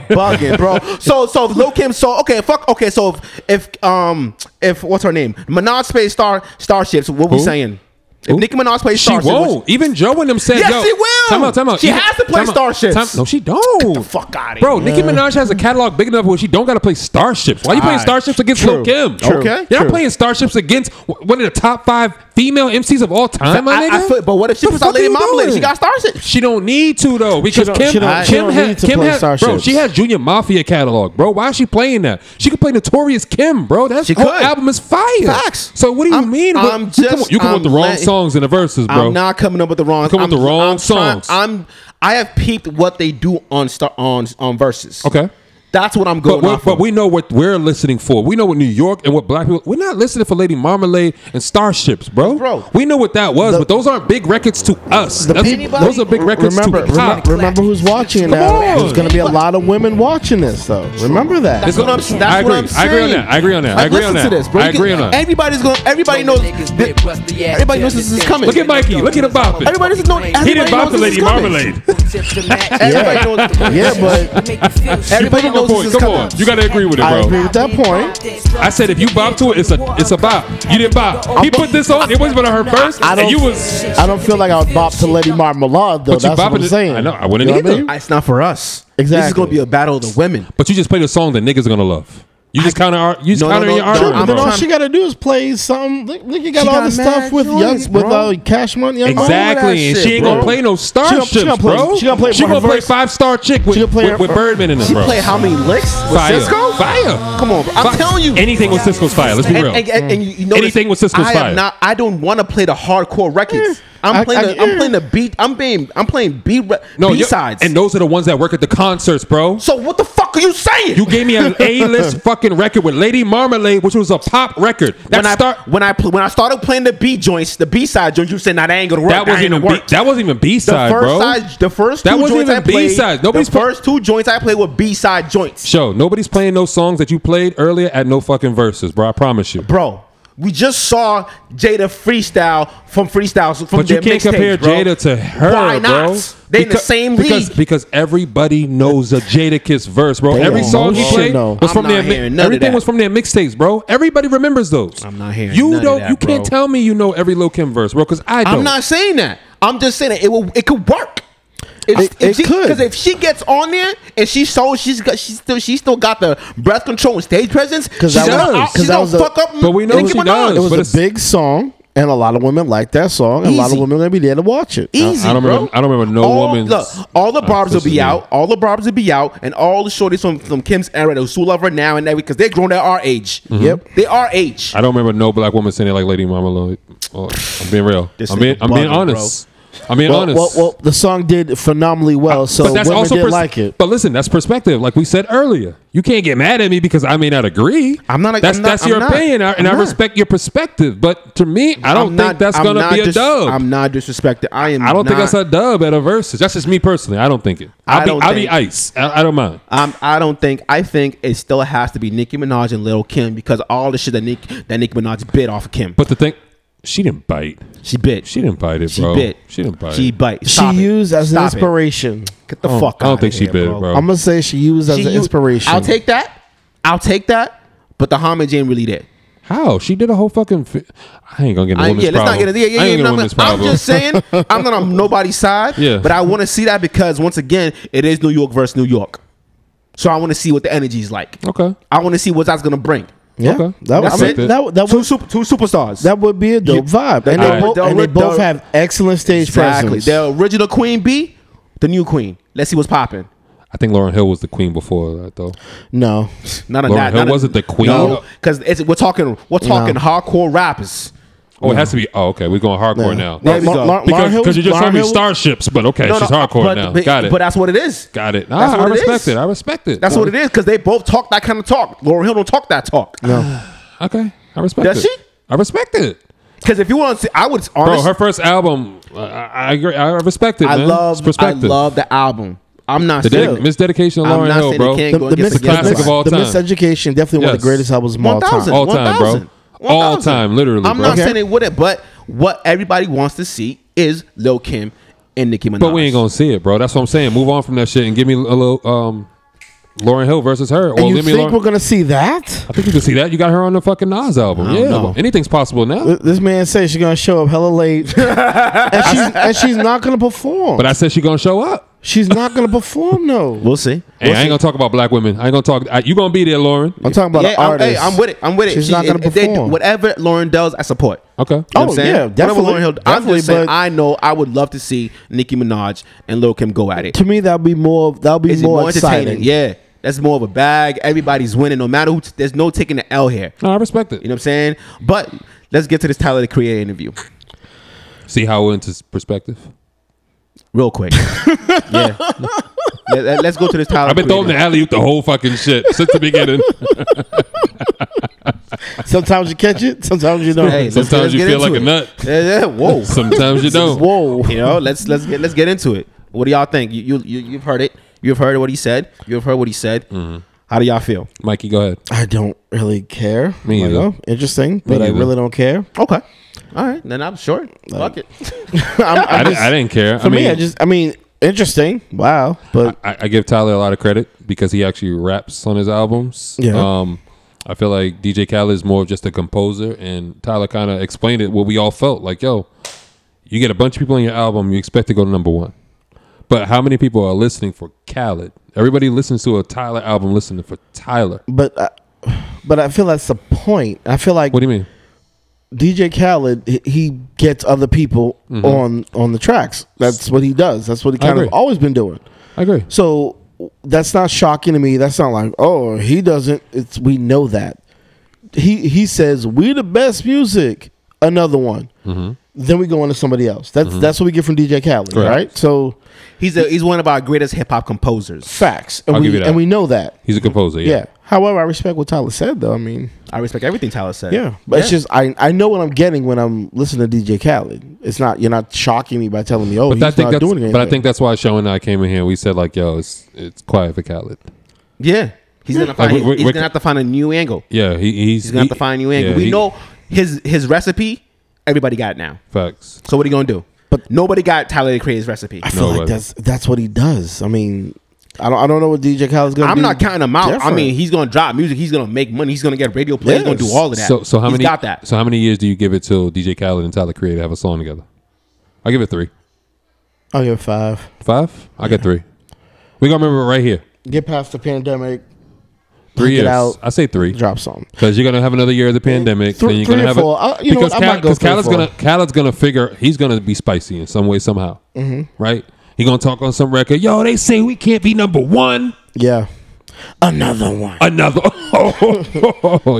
Speaker 4: bugging, bro. So, so if Lil Kim saw. Okay, fuck. Okay, so if, if um if what's her name? Minaj plays Star Starships. What we
Speaker 2: Who?
Speaker 4: saying?
Speaker 2: Who?
Speaker 4: If Nicki Minaj plays
Speaker 2: She
Speaker 4: Starships, what-
Speaker 2: won't. Even Joe and them said,
Speaker 4: Yes,
Speaker 2: "Yo,
Speaker 4: she will.
Speaker 2: Time out, time out.
Speaker 4: She
Speaker 2: Even-
Speaker 4: has to play
Speaker 2: time out.
Speaker 4: Starships.
Speaker 2: Time- no, she don't.
Speaker 4: the fuck outta
Speaker 2: bro.
Speaker 4: here.
Speaker 2: Nicki Minaj has a catalog big enough where she don't got to play Starships. Why you playing
Speaker 4: Alright.
Speaker 2: Starships against Lil
Speaker 1: True.
Speaker 2: Kim?
Speaker 4: True. Okay.
Speaker 2: you're not
Speaker 4: True.
Speaker 2: playing Starships against w- one of the top five female MCs of all time, my
Speaker 4: I- I
Speaker 2: nigga.
Speaker 4: feel- but what if she
Speaker 2: The
Speaker 4: puts out
Speaker 2: fuck
Speaker 4: Lady
Speaker 2: are you
Speaker 4: Marmalade? She
Speaker 2: doing?
Speaker 4: got Starships.
Speaker 2: She don't need to though because
Speaker 1: don't-
Speaker 2: Kim
Speaker 1: she don't- she
Speaker 2: Kim
Speaker 1: don't need
Speaker 2: has
Speaker 1: to
Speaker 2: Kim
Speaker 1: play
Speaker 2: has bro.
Speaker 1: Starships.
Speaker 2: She has Junior Mafia catalog, bro. Why is she playing that? She could play Notorious Kim, bro. That
Speaker 4: She
Speaker 2: whole
Speaker 4: could.
Speaker 2: album is fire.
Speaker 4: Facts.
Speaker 2: So what do you
Speaker 4: I'm-
Speaker 2: mean? bro?
Speaker 4: I'm
Speaker 2: You come
Speaker 4: just-
Speaker 2: on- you come with
Speaker 4: I'm
Speaker 2: the wrong
Speaker 4: letting-
Speaker 2: songs in the verses, bro.
Speaker 4: I'm not coming up with the wrong.
Speaker 2: Come up with
Speaker 4: I'm-
Speaker 2: the wrong
Speaker 4: I'm trying-
Speaker 2: songs.
Speaker 4: I'm. I have peeped what they do on star on on verses.
Speaker 2: Okay.
Speaker 4: That's what I'm
Speaker 2: But,
Speaker 4: going
Speaker 2: we're-
Speaker 4: off
Speaker 2: but
Speaker 4: of.
Speaker 2: we know what we're listening for. We know what New York and what black people. We're not listening for Lady Marmalade and Starships, bro.
Speaker 4: Bro.
Speaker 2: we know what that was, but those aren't big records to us. That's-
Speaker 1: people-
Speaker 2: those are big records
Speaker 1: remember,
Speaker 2: to pop.
Speaker 1: remember, remember who's watching now.
Speaker 2: on.
Speaker 1: There's going to be a lot of women watching this, though. Remember that.
Speaker 4: That's what I'm- that's
Speaker 2: I agree.
Speaker 4: what I'm
Speaker 2: I agree on
Speaker 4: saying.
Speaker 2: that. I agree on that. I
Speaker 4: Like,
Speaker 2: agree on that.
Speaker 4: listen to this, bro.
Speaker 2: I
Speaker 4: You can-
Speaker 2: agree on that.
Speaker 4: Everybody's going. Everybody knows. thi- Everybody knows this is coming.
Speaker 2: Look at Mikey. Look at him bopping.
Speaker 4: Everybody doesn't know.
Speaker 2: He
Speaker 4: Everybody
Speaker 2: didn't bop
Speaker 4: knows
Speaker 2: the Lady
Speaker 4: this is coming.
Speaker 2: Marmalade.
Speaker 4: Everybody knows.
Speaker 1: Yeah, but
Speaker 4: Everybody knows
Speaker 2: Come on,
Speaker 4: this is
Speaker 2: come
Speaker 4: coming.
Speaker 2: on. You gotta agree with it,
Speaker 1: I
Speaker 2: bro.
Speaker 1: agree with that point.
Speaker 2: I said if you bop to it, it's a it's a bop. You didn't bop. He put this on. It wasn't gonna hurt first.
Speaker 1: I
Speaker 2: and
Speaker 1: don't.
Speaker 2: you was.
Speaker 1: I don't feel like I would bop to Lady Marmalade though.
Speaker 2: But you
Speaker 1: That's what
Speaker 2: bopping
Speaker 1: I'm
Speaker 2: it-
Speaker 1: saying.
Speaker 2: I know, I wouldn't
Speaker 1: You know what
Speaker 2: either.
Speaker 1: mean?
Speaker 4: It's not for us. This is
Speaker 1: Exactly.
Speaker 4: going to be a battle of the women.
Speaker 2: But you just played a song that niggas are gonna love. You just counter our. You just
Speaker 4: No, no,
Speaker 2: counter
Speaker 4: no,
Speaker 2: your
Speaker 4: no,
Speaker 2: argument,
Speaker 4: I'm
Speaker 1: But then
Speaker 2: bro.
Speaker 1: all she got to do is play something. Look, look, you got
Speaker 4: She
Speaker 1: all
Speaker 4: got
Speaker 1: this
Speaker 4: mad
Speaker 1: stuff with
Speaker 4: joints,
Speaker 1: young, with
Speaker 4: bro.
Speaker 1: uh, Cash Money. Young
Speaker 4: all that
Speaker 2: Exactly, and
Speaker 4: shit,
Speaker 2: she ain't
Speaker 4: bro.
Speaker 2: gonna play no starships,
Speaker 1: She gonna play-
Speaker 2: bro.
Speaker 1: she gonna play
Speaker 2: She gonna
Speaker 1: her
Speaker 2: play
Speaker 1: verse.
Speaker 2: five star chick with,
Speaker 1: She gonna play
Speaker 2: with, with
Speaker 1: her-
Speaker 2: Birdman in it,
Speaker 4: She
Speaker 2: bro.
Speaker 4: played how many licks with
Speaker 2: fire,
Speaker 4: Cisco?
Speaker 2: fire.
Speaker 4: Come on, bro. I'm
Speaker 2: Fire.
Speaker 4: telling you.
Speaker 2: anything with Cisco's fire. Let's be
Speaker 4: And,
Speaker 2: real.
Speaker 4: and, and, and you- you know
Speaker 2: Anything with Cisco's
Speaker 4: I am
Speaker 2: fire.
Speaker 4: Not, I don't want to play the hardcore records. I'm
Speaker 1: I-
Speaker 4: playing.
Speaker 1: I-
Speaker 4: the, I'm playing the beat. I'm being. I'm playing B.
Speaker 2: No,
Speaker 4: B
Speaker 2: you-
Speaker 4: sides.
Speaker 2: and those are the ones that work at the concerts, bro.
Speaker 4: so what the fuck are you saying?
Speaker 2: You gave me an A-list fucking record with Lady Marmalade, which was a pop record. That
Speaker 4: when I
Speaker 2: start
Speaker 4: when I pl- when I started playing the B joints, the B side joints, you said, "Nah, that ain't gonna work."
Speaker 2: that wasn't
Speaker 4: ain't
Speaker 2: even
Speaker 4: gonna
Speaker 2: B,
Speaker 4: work."
Speaker 2: that wasn't even B
Speaker 4: The
Speaker 2: side,
Speaker 4: first
Speaker 2: bro.
Speaker 4: side, the first two
Speaker 2: That wasn't
Speaker 4: joints
Speaker 2: even
Speaker 4: I played.
Speaker 2: B-sides. Nobody's
Speaker 4: The
Speaker 2: pl-
Speaker 4: first two joints I played were B side joints.
Speaker 2: Show nobody's playing those songs that you played earlier at no fucking verses, bro. I promise you.
Speaker 4: bro. We just saw Jada freestyle from freestyles from
Speaker 2: but you
Speaker 4: their
Speaker 2: can't
Speaker 4: mixtapes,
Speaker 2: compare
Speaker 4: bro.
Speaker 2: Jada to her,
Speaker 4: Why not?
Speaker 2: bro.
Speaker 4: They in the
Speaker 2: Becau-
Speaker 4: same
Speaker 2: because,
Speaker 4: league.
Speaker 2: because everybody knows a Jada Kiss verse, bro.
Speaker 1: They
Speaker 2: Every
Speaker 1: don't
Speaker 2: song he
Speaker 1: know.
Speaker 2: played
Speaker 1: Shit, no.
Speaker 2: was
Speaker 4: I'm
Speaker 2: from
Speaker 4: not
Speaker 2: their mi-
Speaker 4: hearing none of
Speaker 2: everything
Speaker 4: that.
Speaker 2: was from their mixtapes, bro. Everybody remembers those.
Speaker 4: I'm not hearing
Speaker 2: You
Speaker 4: none of
Speaker 2: don't.
Speaker 4: that,
Speaker 2: you can't
Speaker 4: bro.
Speaker 2: tell me you know every Lil Kim verse, bro. Because I don't.
Speaker 4: I'm not saying that. I'm just saying that it will. It could work. If,
Speaker 1: It- it
Speaker 4: she,
Speaker 1: could.
Speaker 4: because if she gets on there and she so she's got she's still she still got the breath control and stage presence. Because
Speaker 1: that was-
Speaker 4: gonna,
Speaker 1: 'cause
Speaker 4: she's
Speaker 1: that
Speaker 4: gonna
Speaker 1: was a-
Speaker 4: fuck up.
Speaker 2: But we know
Speaker 4: Nicki
Speaker 2: she
Speaker 4: Minaj.
Speaker 2: does.
Speaker 1: It was
Speaker 2: But it's-
Speaker 1: a big song, and a lot of women liked that song. And a lot of
Speaker 4: Easy.
Speaker 1: women gonna be there to watch it.
Speaker 4: Easy,
Speaker 2: I don't
Speaker 4: bro.
Speaker 2: remember- I don't remember no
Speaker 4: all,
Speaker 2: woman's-
Speaker 4: Look, all the
Speaker 2: Uh,
Speaker 4: barbs will
Speaker 2: this is me.
Speaker 4: be out. All the barbs will be out, and all the shorties from, from Kim's era, those who love her now and every, because they're grown. They're our age.
Speaker 1: Mm-hmm. Yep.
Speaker 4: they are age.
Speaker 2: I don't remember no black woman saying it like Lady Mama. Lloyd. Oh, I'm being real.
Speaker 4: This
Speaker 2: I'm being,
Speaker 4: nigga
Speaker 2: I'm being
Speaker 4: bugging,
Speaker 2: honest. I'm being
Speaker 1: Well,
Speaker 2: honest.
Speaker 1: well, well, the song did phenomenally well, so women did
Speaker 2: pers-
Speaker 1: like it.
Speaker 2: But listen, that's perspective. Like we said earlier, you can't get mad at me because I may not agree.
Speaker 4: I'm not-
Speaker 2: That's
Speaker 4: I'm not-
Speaker 2: that's
Speaker 4: I'm
Speaker 2: your
Speaker 4: not.
Speaker 2: opinion, I- and
Speaker 4: I'm
Speaker 2: I
Speaker 4: not.
Speaker 2: respect your perspective. But to me, I don't
Speaker 4: I'm
Speaker 2: think
Speaker 4: not-
Speaker 2: that's
Speaker 4: I'm
Speaker 2: gonna
Speaker 4: not
Speaker 2: be a
Speaker 4: dis-
Speaker 2: dub.
Speaker 4: I'm not disrespected. I am.
Speaker 2: I don't think
Speaker 4: not-
Speaker 2: that's a dub at a versus. That's just me personally. I don't think it. I'll
Speaker 4: I
Speaker 2: be
Speaker 4: don't
Speaker 2: I'll be
Speaker 4: think-
Speaker 2: ice. I, I don't mind.
Speaker 4: Um, I don't think. I think it still has to be Nicki Minaj and Lil Kim because all the shit that Nick that Nicki Minaj bit off of Kim,
Speaker 2: But the thing, she didn't bite.
Speaker 4: she bit.
Speaker 2: She didn't bite it,
Speaker 4: She
Speaker 2: bro.
Speaker 4: bit.
Speaker 2: She didn't bite
Speaker 4: She
Speaker 2: it.
Speaker 4: bite.
Speaker 1: She
Speaker 4: Stop it.
Speaker 1: used as an
Speaker 4: Stop it.
Speaker 1: inspiration.
Speaker 4: Get the fuck.
Speaker 2: I don't
Speaker 4: outta
Speaker 2: think she
Speaker 4: here,
Speaker 2: bit it, bro.
Speaker 1: I'm gonna say she used as
Speaker 4: She
Speaker 1: an
Speaker 4: u-
Speaker 1: inspiration.
Speaker 4: I'll take that. I'll take that. But the homage ain't really there.
Speaker 2: How she did a whole fucking. Fi- I ain't gonna get a
Speaker 4: I,
Speaker 2: woman's
Speaker 4: yeah, let's not
Speaker 2: problem.
Speaker 4: get it. Yeah, yeah,
Speaker 2: I ain't
Speaker 4: yeah.
Speaker 2: gonna
Speaker 4: I'm,
Speaker 2: win this
Speaker 4: not- I'm
Speaker 2: problem.
Speaker 4: just saying, I'm not on nobody's side.
Speaker 2: Yeah.
Speaker 4: But I want to see that because once again, it is New York versus New York. So I want to see what the energy's like.
Speaker 2: Okay.
Speaker 4: I want to see what that's gonna bring.
Speaker 1: Yeah,
Speaker 2: Okay.
Speaker 1: that, was,
Speaker 4: That's
Speaker 1: I mean,
Speaker 4: it.
Speaker 1: that, that,
Speaker 4: two
Speaker 1: was,
Speaker 4: super, two superstars.
Speaker 1: that would be a dope vibe, and,
Speaker 2: Alright.
Speaker 1: they, both, and they
Speaker 4: They'll-
Speaker 1: both
Speaker 4: they'll-
Speaker 1: have excellent stage
Speaker 4: exactly.
Speaker 1: presence.
Speaker 4: The original Queen B, the new Queen. Let's see what's popping.
Speaker 2: I think Lauren Hill was the queen before that, though.
Speaker 1: No,
Speaker 4: None of
Speaker 2: Lauryn
Speaker 4: that.
Speaker 2: Hill
Speaker 4: none of-
Speaker 2: wasn't the Queen?
Speaker 4: No, because we're talking we're talking
Speaker 1: No.
Speaker 4: hardcore rappers.
Speaker 2: Oh, it has to be. Oh, okay. We're going hardcore
Speaker 1: No.
Speaker 2: now.
Speaker 1: Like,
Speaker 4: we
Speaker 1: Mar-
Speaker 4: go.
Speaker 1: Mar- Lauryn
Speaker 2: because
Speaker 1: Hill was-
Speaker 2: because you just
Speaker 1: Lauryn
Speaker 2: told me
Speaker 1: Hill-
Speaker 2: starships, but okay, she's hardcore
Speaker 4: but,
Speaker 2: now.
Speaker 4: But,
Speaker 2: Got it.
Speaker 4: But that's what it is.
Speaker 2: Got it.
Speaker 4: That's
Speaker 2: Ah, I
Speaker 4: what it
Speaker 2: respect
Speaker 4: is.
Speaker 2: it. I respect it.
Speaker 4: That's what it is because they both talk that kind of talk. Lauren Hill don't talk that talk.
Speaker 2: Okay, I respect
Speaker 4: Does
Speaker 2: it.
Speaker 4: she?
Speaker 2: I respect it,
Speaker 4: Because if you want to, see, I would
Speaker 2: bro.
Speaker 4: honestly.
Speaker 2: her first album, I, I agree. I respect it.
Speaker 4: I
Speaker 2: man.
Speaker 4: love.
Speaker 2: It's perspective.
Speaker 4: I love the album. I'm not
Speaker 2: the
Speaker 4: saying
Speaker 2: dedic- misdedication of
Speaker 4: I'm
Speaker 2: Lauren
Speaker 4: not
Speaker 2: Hill,
Speaker 4: saying they
Speaker 2: bro.
Speaker 4: can't
Speaker 1: the,
Speaker 4: go
Speaker 1: the,
Speaker 4: against
Speaker 1: mis-
Speaker 2: the classic
Speaker 1: mis-
Speaker 2: of all
Speaker 1: the
Speaker 2: time.
Speaker 1: Miseducation definitely one of
Speaker 2: Yes.
Speaker 1: the greatest albums of all
Speaker 4: 1000,
Speaker 1: time.
Speaker 2: All time, bro.
Speaker 4: 1000,
Speaker 2: All
Speaker 4: 1000.
Speaker 2: time, literally,
Speaker 4: I'm
Speaker 2: bro.
Speaker 4: not
Speaker 2: Okay.
Speaker 4: saying it wouldn't, but what everybody wants to see is Lil Kim and Nicki Minaj.
Speaker 2: but we ain't gonna see it, bro. That's what I'm saying. Move on from that shit and give me a little um, Lauren Hill versus her.
Speaker 1: And
Speaker 2: or
Speaker 1: you
Speaker 2: give me
Speaker 1: think
Speaker 2: Lauryn-
Speaker 1: we're gonna see that?
Speaker 2: I think you can see that. You got her on the fucking Nas album. Yeah,
Speaker 4: know.
Speaker 2: anything's possible now.
Speaker 1: Th- This man says she's gonna show up hella late, and, she's, and she's not gonna perform.
Speaker 2: But I said she gonna show up.
Speaker 1: she's not gonna perform. No,
Speaker 4: We'll see.
Speaker 2: Hey, I ain't gonna talk about black women. I ain't gonna talk. I, you gonna be there, Lauren?
Speaker 1: I'm talking about
Speaker 4: yeah,
Speaker 1: an
Speaker 4: I'm,
Speaker 1: artist.
Speaker 4: hey, I'm with it. I'm with it.
Speaker 1: She's
Speaker 4: She-
Speaker 1: not gonna
Speaker 4: if they do-
Speaker 1: perform.
Speaker 4: whatever Lauren does, I support.
Speaker 2: Okay.
Speaker 4: You know
Speaker 1: Oh,
Speaker 4: what I'm saying?
Speaker 1: yeah,
Speaker 4: Whatever
Speaker 1: definitely,
Speaker 4: Lauryn Hill- I'm
Speaker 1: definitely,
Speaker 4: just saying,
Speaker 1: but-
Speaker 4: I know I would love to see Nicki Minaj and Lil Kim go at it.
Speaker 1: To me, that'll be more. That'll be
Speaker 4: Is it
Speaker 1: more,
Speaker 4: more
Speaker 1: exciting.
Speaker 4: entertaining? Yeah, that's more of a bag. Everybody's winning, no matter who. T- there's no taking the L here.
Speaker 2: No, I respect it.
Speaker 4: You know what I'm saying? But let's get to this Tyler the Creator interview
Speaker 2: See how into s- perspective.
Speaker 4: real quick. yeah, Let, us go to this Tyler.
Speaker 2: I've been throwing the
Speaker 4: creator.
Speaker 2: alley oop the whole fucking shit since the beginning.
Speaker 1: Sometimes you catch it, sometimes you don't.
Speaker 4: Hey, let's- let's
Speaker 2: Sometimes you
Speaker 4: get
Speaker 2: feel like
Speaker 4: into
Speaker 2: a nut.
Speaker 4: it. Yeah, yeah, whoa.
Speaker 2: Sometimes you don't.
Speaker 1: Whoa.
Speaker 4: You know, let's let's get let's get into it. What do y'all think? You you, you you've heard it. You've heard what he said. You've heard what he said.
Speaker 2: Mm-hmm.
Speaker 4: How do y'all feel?
Speaker 2: Mikey, go ahead.
Speaker 1: I don't really care.
Speaker 2: Me
Speaker 1: Like,
Speaker 2: either.
Speaker 1: oh, interesting, but I
Speaker 2: either.
Speaker 1: really don't care.
Speaker 4: Okay. All right, then I'm sure. Fuck it.
Speaker 1: I'm, I'm
Speaker 2: I, di-
Speaker 1: just-
Speaker 2: I didn't care.
Speaker 1: For
Speaker 2: I mean,
Speaker 1: me, I just, I mean, interesting. Wow, but
Speaker 2: I, I give Tyler a lot of credit because he actually raps on his albums.
Speaker 1: Yeah.
Speaker 2: Um, I feel like DJ Khaled is more of just a composer, and Tyler kind of explained it what we all felt like. Yo, you get a bunch of people on your album, you expect to go to number one, but how many people are listening for Khaled? Everybody listens to a Tyler album, listening for Tyler.
Speaker 1: but, I, but I feel that's the point. I feel like
Speaker 2: What do you mean?
Speaker 1: DJ Khaled, he- he gets other people
Speaker 4: Mm-hmm.
Speaker 1: on on the tracks. That's what he does. That's what he kind
Speaker 2: agree.
Speaker 1: of always been doing.
Speaker 2: I agree.
Speaker 1: So that's not shocking to me. That's not like, oh, he doesn't. It's we know that. He he says we the best music. Another one. Then we go on to somebody else. That's that's what we get from DJ Khaled,
Speaker 2: Mm-hmm. Correct.
Speaker 1: right? So
Speaker 4: He's a, he's one of our greatest hip hop composers.
Speaker 1: facts, and
Speaker 2: I'll
Speaker 1: we
Speaker 2: give you that.
Speaker 1: and we know that.
Speaker 2: He's a composer.
Speaker 1: Yeah.
Speaker 2: Yeah.
Speaker 1: However, I respect what Tyler said, though. I mean,
Speaker 4: I respect everything Tyler said.
Speaker 1: yeah, but it's just I I know what I'm getting when I'm listening to DJ Khaled. It's not you're not shocking me by telling me, oh,
Speaker 2: But
Speaker 1: he's
Speaker 2: I think
Speaker 1: not
Speaker 2: that's.
Speaker 1: doing anything.
Speaker 2: But I think that's why Sean and I came in here. and We said like, yo, it's it's quiet for Khaled.
Speaker 4: yeah. He's gonna find
Speaker 2: Like, we- we-
Speaker 4: he's
Speaker 2: we're-
Speaker 4: gonna have to find a new angle.
Speaker 2: Yeah, he, he's
Speaker 4: He's gonna have to
Speaker 2: he-
Speaker 4: find a new angle.
Speaker 2: yeah,
Speaker 4: we
Speaker 2: he-
Speaker 4: know his his recipe. Everybody got it now.
Speaker 2: facts.
Speaker 4: So what are you gonna do? But
Speaker 1: But-
Speaker 4: nobody got Tyler the Creator's recipe.
Speaker 1: I feel
Speaker 2: No, it
Speaker 1: like
Speaker 2: wasn't.
Speaker 1: that's that's what he does. I mean, I don't I don't know what DJ Khaled's gonna.
Speaker 4: I'm
Speaker 1: do
Speaker 4: not counting him out. I
Speaker 1: different.
Speaker 4: mean, he's gonna drop music. He's gonna make money. He's gonna get radio play. He's gonna
Speaker 1: Yes.
Speaker 4: do all of that.
Speaker 2: So so how
Speaker 4: He's
Speaker 2: many
Speaker 4: got that?
Speaker 2: So how many years do you give it till DJ Khaled and Tyler Creator have a song together? I give it three,
Speaker 1: I'll give it Oh, five.
Speaker 2: five. I got three. We gonna remember it right here.
Speaker 1: Get past the pandemic,
Speaker 2: Three
Speaker 1: Knock it
Speaker 2: years.
Speaker 1: out.
Speaker 2: I say three
Speaker 1: drop something.
Speaker 2: because you're gonna have another year of the pandemic.
Speaker 1: Three-
Speaker 2: then you're
Speaker 1: three
Speaker 2: gonna
Speaker 1: or
Speaker 2: have
Speaker 1: four.
Speaker 2: A,
Speaker 1: I- you know
Speaker 2: because
Speaker 1: what, I might go three or
Speaker 2: Khaled's
Speaker 1: four.
Speaker 2: gonna Khaled's gonna figure he's gonna be spicy in some way somehow,
Speaker 1: Mm-hmm.
Speaker 2: right? He gonna talk on some record. Yo, they say we can't be number one.
Speaker 1: Yeah, another one.
Speaker 2: Another. Oh,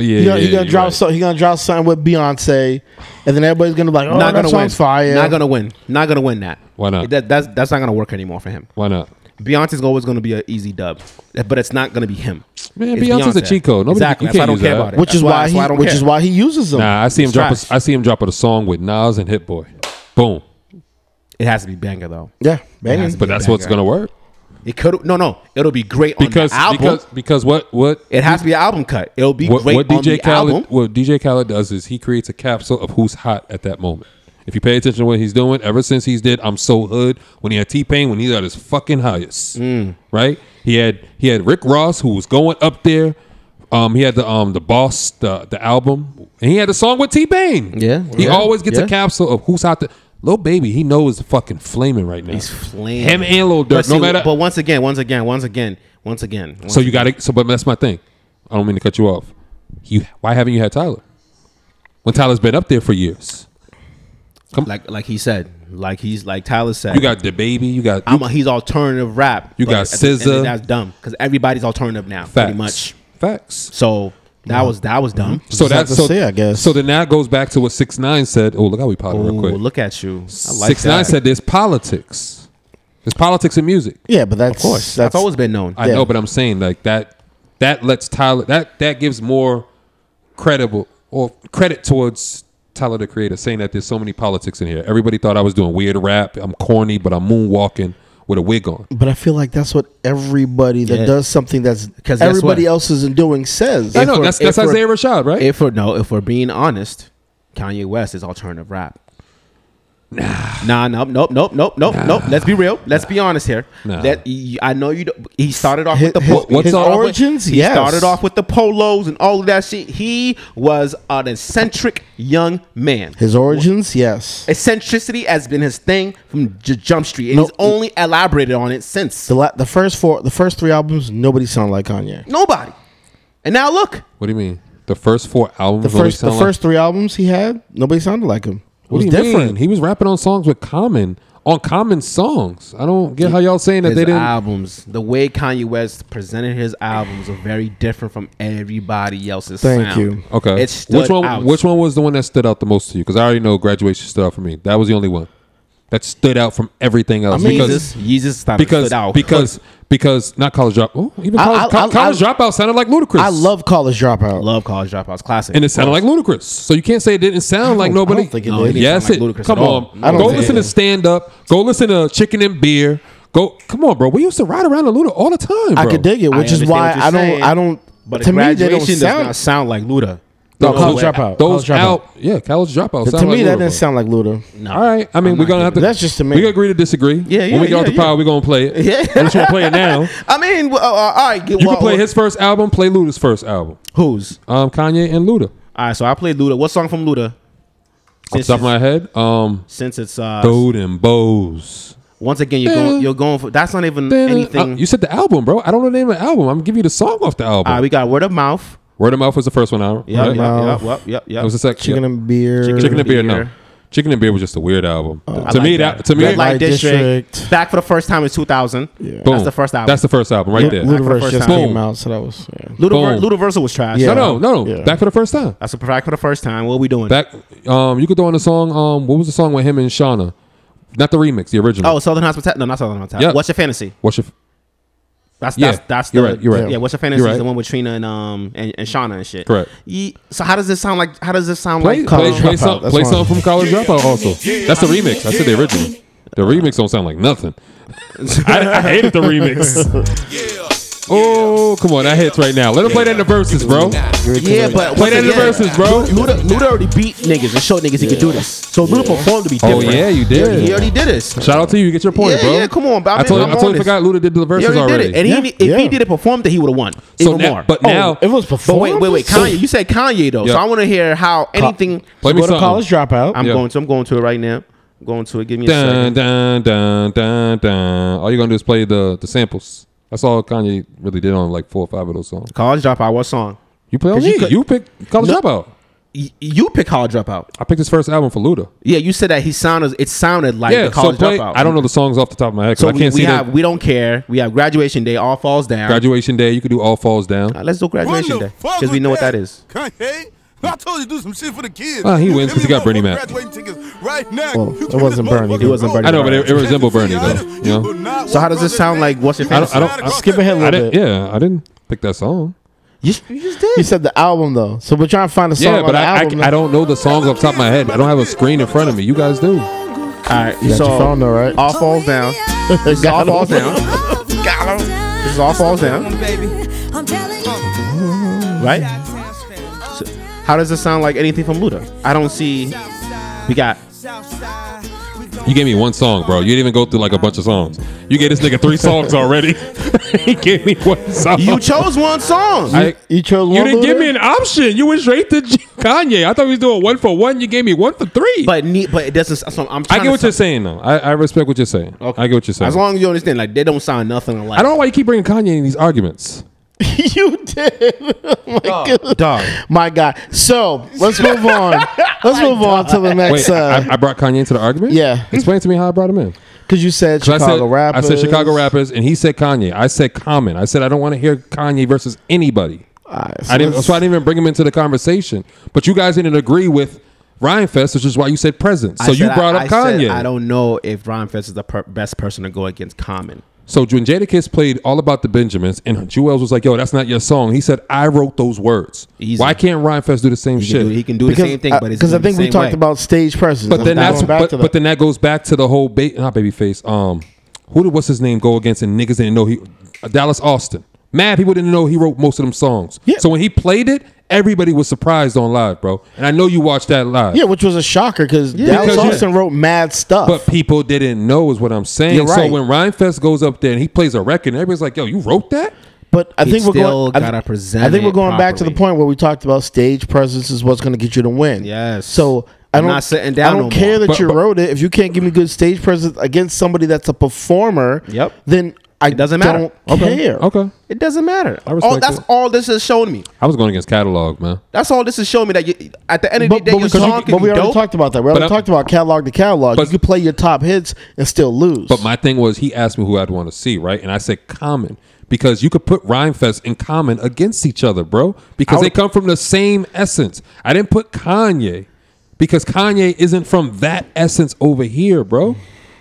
Speaker 1: You know,
Speaker 2: yeah. yeah,
Speaker 1: he gonna
Speaker 2: you're
Speaker 1: drop
Speaker 2: right.
Speaker 1: so he gonna drop something with Beyonce, and then everybody's gonna be like, "Oh,
Speaker 4: not
Speaker 1: that
Speaker 4: gonna win.
Speaker 1: song's fire."
Speaker 4: Not gonna win. Not gonna win that.
Speaker 2: Why not?
Speaker 4: That, that's that's not gonna work anymore for him.
Speaker 2: Why not?
Speaker 4: Beyonce's always gonna be an easy dub, but it's not gonna be him.
Speaker 2: Man,
Speaker 4: It's
Speaker 2: Beyonce's a cheat code. Nobody-
Speaker 4: exactly.
Speaker 2: you
Speaker 4: That's why I
Speaker 2: can't
Speaker 4: don't
Speaker 2: use
Speaker 4: care
Speaker 2: that.
Speaker 4: about it.
Speaker 1: which
Speaker 4: That's
Speaker 1: is why,
Speaker 4: that's
Speaker 1: he
Speaker 4: I don't
Speaker 1: which
Speaker 4: care.
Speaker 1: is why he uses them.
Speaker 2: Nah, I see him
Speaker 4: It's
Speaker 2: drop.
Speaker 4: trash.
Speaker 2: A, I see him drop a song with Nas and Hit Boy. Boom.
Speaker 4: it has to be banger though.
Speaker 1: yeah, banging.
Speaker 2: But that's what's
Speaker 4: banger.
Speaker 2: gonna work
Speaker 4: It could no no. It'll be great on
Speaker 2: because
Speaker 4: the album.
Speaker 2: because because what what
Speaker 4: it has to be an album cut. It'll be
Speaker 2: what,
Speaker 4: great
Speaker 2: what
Speaker 4: on the
Speaker 2: DJ Khaled
Speaker 4: album.
Speaker 2: what DJ Khaled does is he creates a capsule of who's hot at that moment. If you pay attention to what he's doing, ever since he's did "I'm So Hood," when he had T Pain, when he's at his fucking highest,
Speaker 4: Mm.
Speaker 2: right? He had he had Rick Ross who was going up there. Um, he had the um the boss the the album, and he had a song with T Pain.
Speaker 4: Yeah,
Speaker 2: he
Speaker 4: yeah,
Speaker 2: always gets
Speaker 4: yeah.
Speaker 2: a capsule of who's hot. The little baby, he knows fucking flaming right now.
Speaker 4: He's flaming.
Speaker 2: Him and Lil
Speaker 4: But
Speaker 2: Durk, no
Speaker 4: see,
Speaker 2: matter.
Speaker 4: But once again, once again, once again, once again. once
Speaker 2: So you got to. So, but that's my thing. I don't mean to cut you off. You, why haven't you had Tyler? When Tyler's been up there for years,
Speaker 4: like like he said, like he's like Tyler said.
Speaker 2: you got the baby. You got
Speaker 4: I'm a, he's alternative rap.
Speaker 2: You
Speaker 4: but
Speaker 2: got
Speaker 4: at the end of the
Speaker 2: SZA.
Speaker 4: day, That's dumb because everybody's alternative now,
Speaker 2: facts.
Speaker 4: pretty much.
Speaker 2: Facts.
Speaker 4: So that
Speaker 2: Uh-huh.
Speaker 4: was that was dumb.
Speaker 2: So
Speaker 1: have
Speaker 2: that's
Speaker 1: to
Speaker 2: so.
Speaker 1: say, I guess.
Speaker 2: So then that goes back to what six nine said. Oh, look how we potted
Speaker 4: Ooh,
Speaker 2: real quick.
Speaker 4: look at you. I like
Speaker 2: six
Speaker 4: that.
Speaker 2: nine said there's politics. There's politics in music.
Speaker 1: yeah, but that's
Speaker 4: That's,
Speaker 1: that's
Speaker 4: always been known.
Speaker 2: I
Speaker 1: Yeah.
Speaker 2: know, but I'm saying like that. That lets Tyler. That that gives more credible or credit towards Tyler the Creator, saying that there's so many politics in here. Everybody thought I was doing weird rap. I'm corny, but I'm moonwalking with a wig on.
Speaker 1: But I feel like that's what everybody that
Speaker 4: Yeah.
Speaker 1: does something that's
Speaker 4: 'Cause guess
Speaker 1: everybody
Speaker 4: what?
Speaker 1: else isn't doing says.
Speaker 2: I know
Speaker 4: we're-
Speaker 2: that's
Speaker 4: if
Speaker 2: that's
Speaker 4: we're-
Speaker 2: Isaiah Rashad, right?
Speaker 4: If we're no, if we're being honest, Kanye West is alternative rap. Nah, nah, nope, nope, nope, nope, nope. Let's be real. Let's be honest here.
Speaker 2: Nah.
Speaker 4: That y- I know you. don't- He started off
Speaker 1: His,
Speaker 4: with the
Speaker 1: his,
Speaker 4: po- he
Speaker 2: what's
Speaker 1: his
Speaker 2: all-
Speaker 4: started off with-
Speaker 1: origins?
Speaker 4: He
Speaker 1: yes.
Speaker 4: started off with the polos and all of that shit. He was an eccentric young man.
Speaker 1: his origins. Yes.
Speaker 4: Eccentricity has been his thing from J- Jump Street, and
Speaker 1: No-
Speaker 4: he's only elaborated on it since.
Speaker 1: The la- the first four, the first three albums, nobody sound like Kanye.
Speaker 4: Nobody. And now look,
Speaker 2: What do you mean? The first four albums.
Speaker 1: The
Speaker 2: only
Speaker 1: first, the
Speaker 2: sound like-
Speaker 1: first three albums he had, nobody sounded like him. It
Speaker 2: What
Speaker 1: was
Speaker 2: do you
Speaker 1: different.
Speaker 2: mean? He was rapping on songs with Common on Common songs. I don't get how y'all saying that
Speaker 4: his
Speaker 2: they didn't.
Speaker 4: albums, the way Kanye West presented his albums, are very different from everybody else's.
Speaker 1: Thank
Speaker 4: sound.
Speaker 1: you.
Speaker 2: Okay.
Speaker 4: It stood
Speaker 2: which one?
Speaker 4: out.
Speaker 2: Which one was the one that stood out the most to you? Because I already know graduation stood out for me. That was the only one. that stood out from everything else.
Speaker 1: I mean,
Speaker 2: because
Speaker 4: Yeezus, Yeezus not
Speaker 2: because
Speaker 4: stood out.
Speaker 2: because because not college drop. Oh, even
Speaker 1: I-
Speaker 2: college,
Speaker 1: I-
Speaker 2: Co-
Speaker 1: I-
Speaker 2: college
Speaker 1: I-
Speaker 2: dropout sounded like ludicrous.
Speaker 1: I love college dropout.
Speaker 4: love college dropouts, classic.
Speaker 2: and it sounded like ludicrous. So you can't say it didn't sound like
Speaker 1: I don't
Speaker 2: nobody.
Speaker 1: think it No, did. it didn't
Speaker 2: yes,
Speaker 4: sound like
Speaker 2: it.
Speaker 4: Ludacris
Speaker 2: come
Speaker 4: at all.
Speaker 2: on,
Speaker 1: I don't
Speaker 2: go
Speaker 1: think it
Speaker 2: listen to
Speaker 1: did.
Speaker 2: stand up. Go listen to chicken and beer. Go, come on, bro. We used to ride around the Luda all the time.
Speaker 1: I
Speaker 2: bro.
Speaker 1: could dig it,
Speaker 4: I
Speaker 1: which is
Speaker 4: understand
Speaker 1: why
Speaker 4: what you're
Speaker 1: I don't.
Speaker 4: saying,
Speaker 1: I don't.
Speaker 4: but
Speaker 1: to
Speaker 4: to
Speaker 1: me, they
Speaker 4: graduation
Speaker 1: don't
Speaker 4: does not
Speaker 1: sound.
Speaker 4: sound like Luda.
Speaker 2: No,
Speaker 1: College Dropout. College
Speaker 2: Those
Speaker 1: Dropout.
Speaker 2: out, yeah, college dropout.
Speaker 1: to
Speaker 2: sound
Speaker 1: me, that
Speaker 2: like Luda, bro.
Speaker 1: didn't sound like Luda.
Speaker 2: All right, I mean, we're gonna have to.
Speaker 1: That's just to me.
Speaker 2: We agree to disagree.
Speaker 4: Yeah, yeah,
Speaker 2: When we get off
Speaker 4: yeah,
Speaker 2: the pod,
Speaker 4: yeah.
Speaker 2: we're gonna play it.
Speaker 4: Yeah.
Speaker 2: I just want to play it now. You
Speaker 4: I mean, well, uh, all right. You
Speaker 2: can play his first album. Play Luda's first album.
Speaker 4: Who's?
Speaker 2: Um, Kanye and Luda.
Speaker 4: All right, so I played Luda. What song from Luda?
Speaker 2: Off the top of my head, um,
Speaker 4: Since it's uh,
Speaker 2: Dude and Bows.
Speaker 4: once again, you're going, you're going for that's not even
Speaker 2: Uh,
Speaker 4: anything.
Speaker 2: you said the album, bro. I don't know the name of the album. I'm giving you the song off the album.
Speaker 4: all right, Ah, we got word of mouth.
Speaker 2: Word of mouth was the first one out.
Speaker 4: Yeah,
Speaker 2: right?
Speaker 4: yeah,
Speaker 1: Mouth.
Speaker 4: yeah, yeah, yeah.
Speaker 2: That was the second.
Speaker 1: Chicken
Speaker 2: yeah.
Speaker 1: and beer.
Speaker 2: Chicken and beer. No,
Speaker 4: Beer. Oh,
Speaker 2: Chicken and beer was just a weird album. to
Speaker 4: I
Speaker 2: me,
Speaker 4: like
Speaker 2: that, to me,
Speaker 4: Red Light
Speaker 1: Light
Speaker 4: District.
Speaker 1: District.
Speaker 4: Back for the first time in 2000. Yeah.
Speaker 2: boom.
Speaker 4: That's the first album.
Speaker 2: That's the first album right there.
Speaker 4: for the
Speaker 1: Ludaverse
Speaker 4: first
Speaker 1: just
Speaker 4: time.
Speaker 1: came
Speaker 2: Boom.
Speaker 1: out, so that was. yeah.
Speaker 4: Luda,
Speaker 2: Boom.
Speaker 4: Ludaverse was trash.
Speaker 1: Yeah.
Speaker 2: No, no, no, no.
Speaker 1: Yeah.
Speaker 2: Back for the first time.
Speaker 4: That's a back for the first time. What are we doing?
Speaker 2: Back, um, you could throw in the song. Um, what was the song with him and Shauna? Not the remix, the original.
Speaker 4: oh, Southern Hospitality. No, not Southern Hospitality.
Speaker 2: Yeah.
Speaker 4: What's your fantasy?
Speaker 2: what's your?
Speaker 4: That's
Speaker 2: Yeah,
Speaker 4: that's that's
Speaker 2: you're
Speaker 4: the,
Speaker 2: right, you're right.
Speaker 4: Yeah, what's your fantasy?
Speaker 2: You're
Speaker 4: Is the
Speaker 2: right.
Speaker 4: one with Trina and um and, and Shauna and shit.
Speaker 2: Correct.
Speaker 4: Ye- so how does this sound like? How does this sound
Speaker 2: Play,
Speaker 4: like?
Speaker 2: play,
Speaker 4: um,
Speaker 2: play,
Speaker 1: Dropout,
Speaker 2: some,
Speaker 1: that's
Speaker 2: play
Speaker 1: fine.
Speaker 2: some from College Dropout. Also, that's the remix. I said the original. The remix don't sound like nothing. I, I hated the remix. Oh, come on, that hits right now. Let him play that in the verses, bro.
Speaker 4: yeah, but
Speaker 2: Play
Speaker 4: once
Speaker 2: that in the
Speaker 4: again,
Speaker 2: verses, bro.
Speaker 4: Luda, Luda already beat niggas and showed niggas he could do this. So Luda performed to be
Speaker 2: Oh
Speaker 4: different.
Speaker 2: yeah, you
Speaker 4: He
Speaker 2: did.
Speaker 4: already did this.
Speaker 2: Shout out to you. You get your point,
Speaker 4: Yeah,
Speaker 2: bro.
Speaker 4: yeah, come on, but I
Speaker 2: I,
Speaker 4: mean,
Speaker 2: told,
Speaker 4: I'm
Speaker 2: I totally
Speaker 4: honest.
Speaker 2: forgot Luda did the
Speaker 4: He
Speaker 2: verses
Speaker 4: already,
Speaker 2: already.
Speaker 4: did it, and he, if
Speaker 1: Yeah.
Speaker 4: he did it performed, that he would have won
Speaker 2: so
Speaker 4: even
Speaker 2: now,
Speaker 4: more.
Speaker 2: but
Speaker 1: Oh,
Speaker 2: now
Speaker 1: it was
Speaker 4: But
Speaker 1: before.
Speaker 4: wait, wait, wait, Kanye. You said Kanye though, so
Speaker 2: Yeah.
Speaker 4: I want to hear how anything.
Speaker 2: play me
Speaker 1: Go to
Speaker 2: something.
Speaker 1: college dropout.
Speaker 4: I'm
Speaker 2: Yeah.
Speaker 4: going to. I'm going to it right now. I'm going to it. Give me a
Speaker 2: Dun,
Speaker 4: second.
Speaker 2: dun, dun, dun, dun. All you're gonna do is play the the samples. That's all Kanye really did on like four or five of those songs.
Speaker 4: College dropout. What song?
Speaker 2: You play on
Speaker 4: 'Cause you
Speaker 2: me. You,
Speaker 4: could-
Speaker 2: picked College Dropout.
Speaker 4: Y- you pick college dropout.
Speaker 2: I picked his first album for Luda.
Speaker 4: Yeah, you said that he sounded. It sounded like
Speaker 2: yeah,
Speaker 4: the
Speaker 2: so
Speaker 4: college
Speaker 2: play.
Speaker 4: dropout.
Speaker 2: I don't know the songs off the top of my head. 'cause
Speaker 4: So
Speaker 2: I
Speaker 4: we,
Speaker 2: can't
Speaker 4: we
Speaker 2: see
Speaker 4: have
Speaker 2: that.
Speaker 4: we don't care. We have graduation day. All falls down.
Speaker 2: Graduation Day. You could do All Falls Down.
Speaker 4: Uh, let's do graduation day because we know what that is.
Speaker 12: Kanye? I told you to do some shit for the kids.
Speaker 2: Well, Ah, he
Speaker 12: You
Speaker 2: wins
Speaker 12: give
Speaker 2: 'cause he
Speaker 12: me
Speaker 2: got Bernie
Speaker 12: my
Speaker 2: Mac.
Speaker 12: graduating tickets Right now.
Speaker 1: Well,
Speaker 12: You
Speaker 1: it
Speaker 12: give me
Speaker 1: wasn't
Speaker 12: this
Speaker 1: Bernie,
Speaker 12: motherfucking
Speaker 1: it wasn't Bernie.
Speaker 2: I know, but it, it
Speaker 12: Rolex.
Speaker 2: resembled Bernie though.
Speaker 12: Kansas
Speaker 2: You
Speaker 12: City, I
Speaker 2: know,
Speaker 12: will not
Speaker 4: So how does
Speaker 12: walk
Speaker 4: this sound
Speaker 12: across
Speaker 4: like what's your
Speaker 2: I don't. I
Speaker 4: fantasy?
Speaker 2: don't.
Speaker 12: that
Speaker 2: I,
Speaker 12: road.
Speaker 1: Skip ahead a
Speaker 2: I
Speaker 1: little
Speaker 2: didn't.
Speaker 1: bit.
Speaker 2: Yeah, I didn't pick that song.
Speaker 4: You, you just
Speaker 1: You
Speaker 4: did.
Speaker 1: said the album though, so we're trying to find a song
Speaker 2: Yeah,
Speaker 1: on
Speaker 2: but
Speaker 1: the
Speaker 2: I,
Speaker 1: album.
Speaker 2: I, I don't know the songs off the top of my head. I don't have a screen in front of me. You guys do.
Speaker 4: All right.
Speaker 1: You got
Speaker 4: so
Speaker 1: your phone though, right?
Speaker 4: all falls down. This is all falls down.
Speaker 11: Got him.
Speaker 4: This is all falls down.
Speaker 11: I'm telling you.
Speaker 4: Right. So how does this sound like anything from Luda? I don't see. We got.
Speaker 2: You gave me one song, bro. You didn't even go through like a bunch of songs. You gave this nigga three songs already. he gave me one song.
Speaker 4: You chose one song.
Speaker 2: I-
Speaker 1: You chose one.
Speaker 2: You didn't give
Speaker 1: Luda?
Speaker 2: me an option. You went straight to J- Kanye. I thought we was doing one for one. You gave me one for three.
Speaker 4: but ne- but it doesn't. So I'm
Speaker 2: I
Speaker 4: trying
Speaker 2: get what
Speaker 4: to
Speaker 2: you're saying, though. I, I respect what you're saying.
Speaker 4: Okay.
Speaker 2: I get what you're saying.
Speaker 4: As long as you understand, like they don't sound nothing alike.
Speaker 2: I don't know why you keep bringing Kanye in these arguments.
Speaker 1: you did. Oh my God.
Speaker 4: Dog.
Speaker 1: My God. So let's move on. Let's move on to the next.
Speaker 2: Wait, I,
Speaker 1: uh,
Speaker 2: I brought Kanye into the argument?
Speaker 1: Yeah.
Speaker 2: Explain to me how I brought him in.
Speaker 1: Because you said
Speaker 2: 'Cause
Speaker 1: Chicago
Speaker 2: I said,
Speaker 1: rappers.
Speaker 2: I said Chicago rappers, and he said Kanye. I said Common. I said I don't want to hear Kanye versus anybody.
Speaker 1: Alright, so
Speaker 2: I didn't,
Speaker 1: let's-
Speaker 2: so I didn't even bring him into the conversation. But you guys didn't agree with Ryan Fest, which is why you said present. So
Speaker 4: I
Speaker 2: you
Speaker 4: said-
Speaker 2: brought up
Speaker 4: I said
Speaker 2: Kanye.
Speaker 4: I don't know if Ron Fest is the per- best person to go against Common.
Speaker 2: So when Jadakiss played All About the Benjamins, and Jewels was like, yo, that's not your song. He said, I wrote those words.
Speaker 4: Easy.
Speaker 2: Why can't Ryan Fest do the same
Speaker 4: He
Speaker 2: shit?
Speaker 4: can do, he can do the same thing,
Speaker 1: I-
Speaker 4: but it's
Speaker 1: I
Speaker 4: doing
Speaker 1: think
Speaker 4: the
Speaker 1: we
Speaker 4: same
Speaker 1: talked
Speaker 4: way.
Speaker 1: about stage presence.
Speaker 2: But then that's
Speaker 1: going back
Speaker 2: but,
Speaker 1: to
Speaker 2: but
Speaker 1: that.
Speaker 2: then that goes back to the whole ba- not baby face. Um, who did what's his name go against and niggas didn't know he uh, Dallas Austin. Mad people didn't know he wrote most of them songs.
Speaker 1: Yeah.
Speaker 2: So when he played it, everybody was surprised on live, bro. And I know you watched that live.
Speaker 1: yeah, which was a shocker because Dallas
Speaker 2: Because you-
Speaker 1: Austin wrote mad stuff.
Speaker 2: But people didn't know is what I'm saying.
Speaker 1: You're
Speaker 2: So
Speaker 1: right.
Speaker 2: when Ryan Fest goes up there and he plays a record, and everybody's like, "Yo, you wrote that?"
Speaker 1: But I
Speaker 4: You
Speaker 1: think we're
Speaker 4: still
Speaker 1: going. I,
Speaker 4: gotta
Speaker 1: th-
Speaker 4: present
Speaker 1: I think
Speaker 4: it
Speaker 1: we're going back to the
Speaker 4: properly.
Speaker 1: point where we talked about stage presence is what's going to get you to win.
Speaker 4: Yes.
Speaker 1: So I
Speaker 4: I'm
Speaker 1: don't.
Speaker 4: not sitting down
Speaker 1: I don't
Speaker 4: no
Speaker 1: care
Speaker 4: more.
Speaker 1: that
Speaker 2: But-
Speaker 1: you
Speaker 2: but-
Speaker 1: wrote it. If you can't give me good stage presence against somebody that's a performer,
Speaker 4: Yep.
Speaker 1: Then I
Speaker 4: It doesn't matter.
Speaker 1: Don't
Speaker 2: Okay.
Speaker 1: care.
Speaker 2: Okay.
Speaker 4: It doesn't matter.
Speaker 2: respect
Speaker 4: All, that's
Speaker 2: it.
Speaker 4: all this is showing me.
Speaker 2: I was going against catalog, man.
Speaker 4: That's all this is showing me that you, at the end of the
Speaker 1: But,
Speaker 4: day,
Speaker 1: but,
Speaker 4: your
Speaker 1: we,
Speaker 4: song
Speaker 1: talked,
Speaker 4: can
Speaker 1: but
Speaker 4: be
Speaker 1: we already
Speaker 4: dope.
Speaker 1: talked about that. We already
Speaker 2: I'm-
Speaker 1: talked about catalog to catalog.
Speaker 2: But-
Speaker 1: you could play your top hits and still lose.
Speaker 2: But my thing was, he asked me who I'd want to see, right? And I said Common because you could put Rhymefest and Common against each other, bro, because they come from the same essence. I didn't put Kanye because Kanye isn't from that essence over here, bro.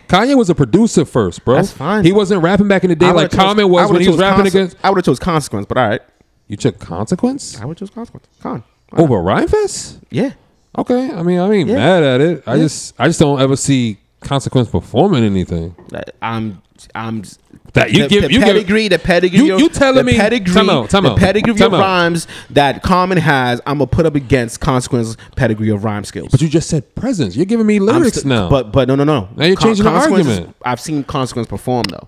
Speaker 2: Kanye was a producer first, bro.
Speaker 4: That's fine.
Speaker 2: He wasn't rapping back in the day like Common was when he was rapping against.
Speaker 4: I would have chose consequence, but all right.
Speaker 2: You took consequence
Speaker 4: I would choose consequence. Con.
Speaker 2: over Rhyme Fest?
Speaker 4: Yeah.
Speaker 2: Okay, I mean, I ain't
Speaker 4: Yeah.
Speaker 2: mad at it. I just, I just don't ever see consequence performing anything.
Speaker 4: That- I'm. I'm.
Speaker 2: That you
Speaker 4: the,
Speaker 2: give-
Speaker 4: the
Speaker 2: you give-
Speaker 4: pedigree, the pedigree,
Speaker 2: You- you telling
Speaker 4: the
Speaker 2: me-
Speaker 4: pedigree,
Speaker 2: time out, time
Speaker 4: the
Speaker 2: out,
Speaker 4: pedigree of
Speaker 2: time
Speaker 4: your
Speaker 2: out.
Speaker 4: rhymes that Common has. I'm gonna put up against consequence pedigree of rhyme skills.
Speaker 2: But you just said presence. You're giving me
Speaker 4: I'm
Speaker 2: lyrics
Speaker 4: st-
Speaker 2: now.
Speaker 4: But but no no no.
Speaker 2: Now you're
Speaker 4: Con-
Speaker 2: changing the
Speaker 4: Consequence is-
Speaker 2: argument.
Speaker 4: I've seen consequence perform though,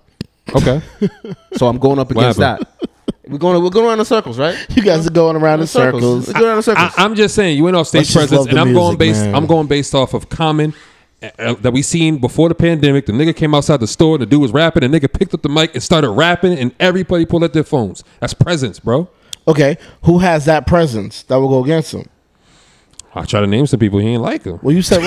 Speaker 2: okay,
Speaker 4: so I'm going up
Speaker 2: What
Speaker 4: against that.
Speaker 2: happened?
Speaker 4: We're going we're going around in circles, right?
Speaker 1: You guys are going around in circles.
Speaker 4: We're going around in circles.
Speaker 2: I, I'm just saying you went off stage
Speaker 1: Let's just
Speaker 2: presence,
Speaker 1: love
Speaker 2: and
Speaker 1: the
Speaker 2: I'm going
Speaker 1: music,
Speaker 2: based.
Speaker 1: man.
Speaker 2: I'm going based off of Common uh, uh, that we seen before the pandemic. The nigga came outside the store, and the dude was rapping. The nigga picked up the mic and started rapping, and everybody pulled out their phones. That's presence, bro.
Speaker 1: Okay, who has that presence that will go against him?
Speaker 2: I try to name some people he ain't like him.
Speaker 1: Well, you said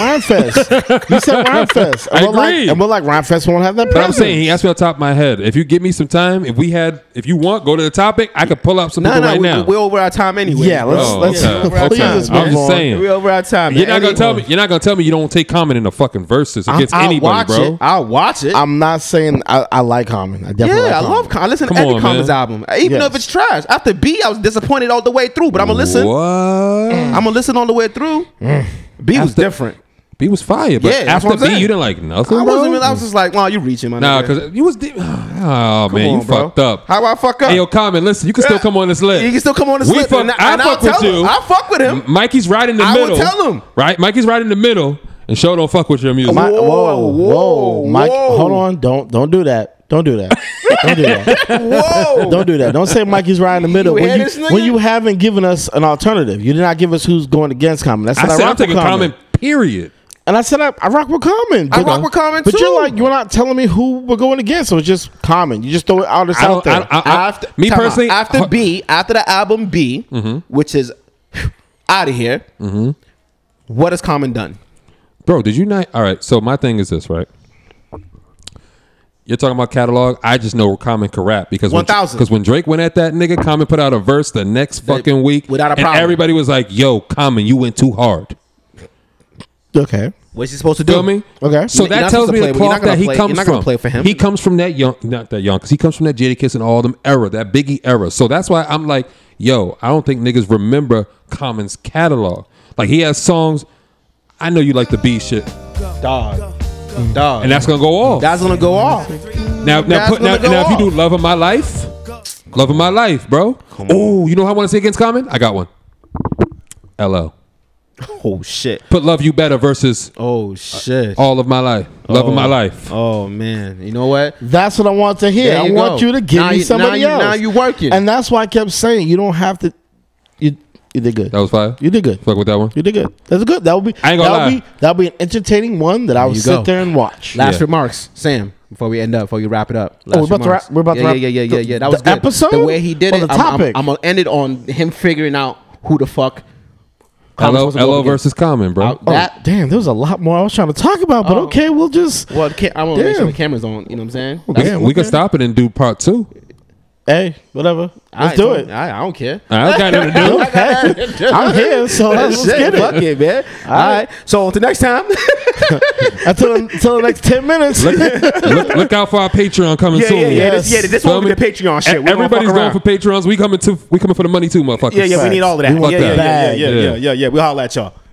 Speaker 1: Rhymefest. you said Rhymefest. And
Speaker 2: I
Speaker 1: we're like-
Speaker 2: agree.
Speaker 1: and we're like, Rhymefest won't have that
Speaker 2: But I'm
Speaker 1: presence.
Speaker 2: saying he asked me on top of my head. If you give me some time, if we had, if you want, go to the topic. I could pull up some
Speaker 4: no
Speaker 2: people
Speaker 4: no,
Speaker 2: right
Speaker 4: we,
Speaker 2: now.
Speaker 4: we're over our time anyway.
Speaker 1: Yeah, let's-
Speaker 2: Oh,
Speaker 1: let's-
Speaker 2: okay.
Speaker 1: please
Speaker 2: Okay.
Speaker 1: let's
Speaker 2: I'm
Speaker 1: move
Speaker 2: just
Speaker 1: on.
Speaker 2: saying.
Speaker 4: We're over our time.
Speaker 2: You're not
Speaker 4: Any-
Speaker 2: gonna tell me. You're not gonna tell me you don't take comment in the fucking verses against
Speaker 4: I'll
Speaker 2: anybody,
Speaker 4: watch
Speaker 2: bro.
Speaker 4: it. I'll watch it.
Speaker 1: I'm not saying I, I like Common. I definitely
Speaker 4: yeah,
Speaker 1: like
Speaker 4: I
Speaker 1: Common.
Speaker 4: love. Con- I listen
Speaker 2: Come
Speaker 4: to every
Speaker 2: on,
Speaker 4: Common's
Speaker 2: man.
Speaker 4: album, even
Speaker 1: Yes.
Speaker 4: if it's trash. After B, I was disappointed all the way through, but I'm gonna listen.
Speaker 2: What? Mm.
Speaker 4: I'm gonna listen all the way through. B was different.
Speaker 2: B was fire, but
Speaker 4: Yeah, that's
Speaker 2: after
Speaker 4: what I'm
Speaker 2: B,
Speaker 4: saying.
Speaker 2: you didn't like nothing.
Speaker 4: I
Speaker 2: bro?
Speaker 4: wasn't. Even, I was just like, "Wow, you reaching, my
Speaker 2: Nah,
Speaker 4: nigga."
Speaker 2: because you was deep. Oh man,
Speaker 4: Come
Speaker 2: you
Speaker 4: on, bro.
Speaker 2: fucked up.
Speaker 4: How I fuck up?
Speaker 2: Hey, yo, comment. Listen, you can still
Speaker 4: Yeah.
Speaker 2: come on this list.
Speaker 4: You can still come on this
Speaker 2: We
Speaker 4: list,
Speaker 2: fuck-
Speaker 4: and
Speaker 2: I
Speaker 4: and
Speaker 2: fuck
Speaker 4: I'll
Speaker 2: with
Speaker 4: tell
Speaker 2: you.
Speaker 4: Him, I fuck with him.
Speaker 2: Mikey's right in the
Speaker 4: I will
Speaker 2: middle.
Speaker 4: tell him.
Speaker 2: Right, Mikey's right in the middle, and Show don't fuck with your music.
Speaker 1: My- whoa, whoa,
Speaker 4: Whoa, whoa,
Speaker 1: Mike,
Speaker 4: whoa.
Speaker 1: hold on. Don't don't do that. Don't do that. Don't do that.
Speaker 4: Whoa!
Speaker 1: Don't do that. Don't say Mikey's right in the middle.
Speaker 4: You
Speaker 1: when,
Speaker 4: hear
Speaker 1: you,
Speaker 4: this nigga?
Speaker 1: when you haven't given us an alternative, you did not give us who's going against Common. That's
Speaker 2: I
Speaker 1: not
Speaker 2: said
Speaker 1: rock
Speaker 2: I'm taking
Speaker 1: with
Speaker 2: comment. Period.
Speaker 1: And I said I, I rock with Common.
Speaker 4: I rock with Common,
Speaker 1: But
Speaker 4: too.
Speaker 1: you're like you're not telling me who we're going against. So it's just Common. You just throw it out, it's
Speaker 2: I
Speaker 1: out
Speaker 2: don't.
Speaker 1: there.
Speaker 2: I, I, I,
Speaker 4: after
Speaker 2: me
Speaker 4: time out.
Speaker 2: personally, Mm-hmm.
Speaker 4: after B, after the album B, which is out of here. What has Common done?
Speaker 2: Bro, did you not? All right. So my thing is this, right? You're talking about catalog. I just know Common can rap because when-
Speaker 4: 1000.
Speaker 2: Because when Drake went at that nigga, Common put out a verse the next fucking week
Speaker 4: without a
Speaker 2: and
Speaker 4: problem.
Speaker 2: Everybody was like, "Yo, Common, you went too hard."
Speaker 1: okay.
Speaker 4: What's he supposed to do?
Speaker 2: Feel me?
Speaker 1: Okay.
Speaker 2: So
Speaker 4: You're not
Speaker 2: that tells
Speaker 4: supposed to
Speaker 2: me
Speaker 4: play-
Speaker 2: the
Speaker 4: you're not
Speaker 2: cloth
Speaker 4: gonna
Speaker 2: that he
Speaker 4: play-
Speaker 2: comes
Speaker 4: you're not
Speaker 2: from.
Speaker 4: gonna play for him.
Speaker 2: He comes from that young, not that young, because he comes from that Jadakiss and all them era, that Biggie era. So that's why I'm like, yo, I don't think niggas remember Common's catalog. Like he has songs. I know you like the B shit,
Speaker 4: Dog, dog,
Speaker 2: and that's gonna go off.
Speaker 4: that's gonna go off.
Speaker 2: Now, now,
Speaker 4: That's
Speaker 2: put, now,
Speaker 4: gonna go
Speaker 2: now if you do
Speaker 4: off.
Speaker 2: love of my life, love of my life, bro. Oh, you know how I want to say against Common? I got one. L.O.
Speaker 4: Oh shit!
Speaker 2: Put love you better versus
Speaker 4: Oh shit!
Speaker 2: all of my life. Love of my life.
Speaker 4: Oh man, you know what?
Speaker 1: That's what I want to hear.
Speaker 4: There
Speaker 1: I
Speaker 4: you
Speaker 1: want
Speaker 4: go.
Speaker 1: you to give
Speaker 4: Now
Speaker 1: me
Speaker 4: you-
Speaker 1: somebody
Speaker 4: now you-
Speaker 1: else.
Speaker 4: now you working.
Speaker 1: And that's why I kept saying you don't have to. You you did good.
Speaker 2: That was fire.
Speaker 1: you did good.
Speaker 2: Fuck with that one.
Speaker 1: You did good. That's good. That would be.
Speaker 2: I ain't gonna
Speaker 1: that would
Speaker 2: lie.
Speaker 1: be that would be an entertaining one that I would
Speaker 4: you
Speaker 1: sit
Speaker 4: go.
Speaker 1: there and watch.
Speaker 4: Last
Speaker 2: Yeah.
Speaker 4: remarks, Sam. Before we end up, before you wrap it up. Last
Speaker 1: Oh, we're about to
Speaker 4: remarks.
Speaker 1: wrap- we're about to
Speaker 4: yeah,
Speaker 1: wrap
Speaker 4: Yeah, yeah, yeah,
Speaker 1: the-
Speaker 4: yeah. That
Speaker 1: the
Speaker 4: was good.
Speaker 1: episode
Speaker 4: The way he did
Speaker 1: or
Speaker 4: it.
Speaker 1: the
Speaker 4: I'm- I'm,
Speaker 1: topic?
Speaker 4: I'm gonna end it on him figuring out who the fuck. Common's
Speaker 2: L.O.
Speaker 4: supposed to go
Speaker 2: L.O.
Speaker 4: up against.
Speaker 2: versus Common, bro.
Speaker 4: Out-
Speaker 1: Oh,
Speaker 4: that-
Speaker 1: damn, there was a lot more I was trying to talk about, but
Speaker 4: Oh.
Speaker 1: okay, we'll just.
Speaker 4: Well, ca- I'm gonna make sure
Speaker 1: Damn. Oh,
Speaker 4: the camera's on. You know what I'm saying?
Speaker 2: we
Speaker 1: Damn,
Speaker 2: we
Speaker 1: okay.
Speaker 2: can stop it and do part two.
Speaker 1: Hey, whatever. Let's
Speaker 4: I-
Speaker 1: do it.
Speaker 4: I, I don't care.
Speaker 2: I got nothing to do.
Speaker 1: Okay. I'm here, so let's
Speaker 4: Shit,
Speaker 1: get
Speaker 4: Fuck
Speaker 1: it.
Speaker 4: it, man. All right. So until next time.
Speaker 1: Until until the next ten minutes.
Speaker 2: Look, look out for our Patreon coming
Speaker 4: yeah,
Speaker 2: soon.
Speaker 4: yeah, yeah.
Speaker 1: Yes.
Speaker 4: This, yeah, this
Speaker 2: Feel
Speaker 4: won't be
Speaker 2: me?
Speaker 4: the Patreon shit.
Speaker 2: E-
Speaker 4: We don't
Speaker 2: Everybody's
Speaker 4: fuck
Speaker 2: going
Speaker 4: around.
Speaker 2: for Patreons. We coming to we coming for the money too, motherfuckers.
Speaker 4: Yeah, yeah, we need all of that.
Speaker 1: We want
Speaker 4: Yeah, yeah,
Speaker 1: that.
Speaker 4: yeah, yeah, yeah,
Speaker 2: Yeah.
Speaker 4: yeah, yeah, yeah. We'll holler at y'all.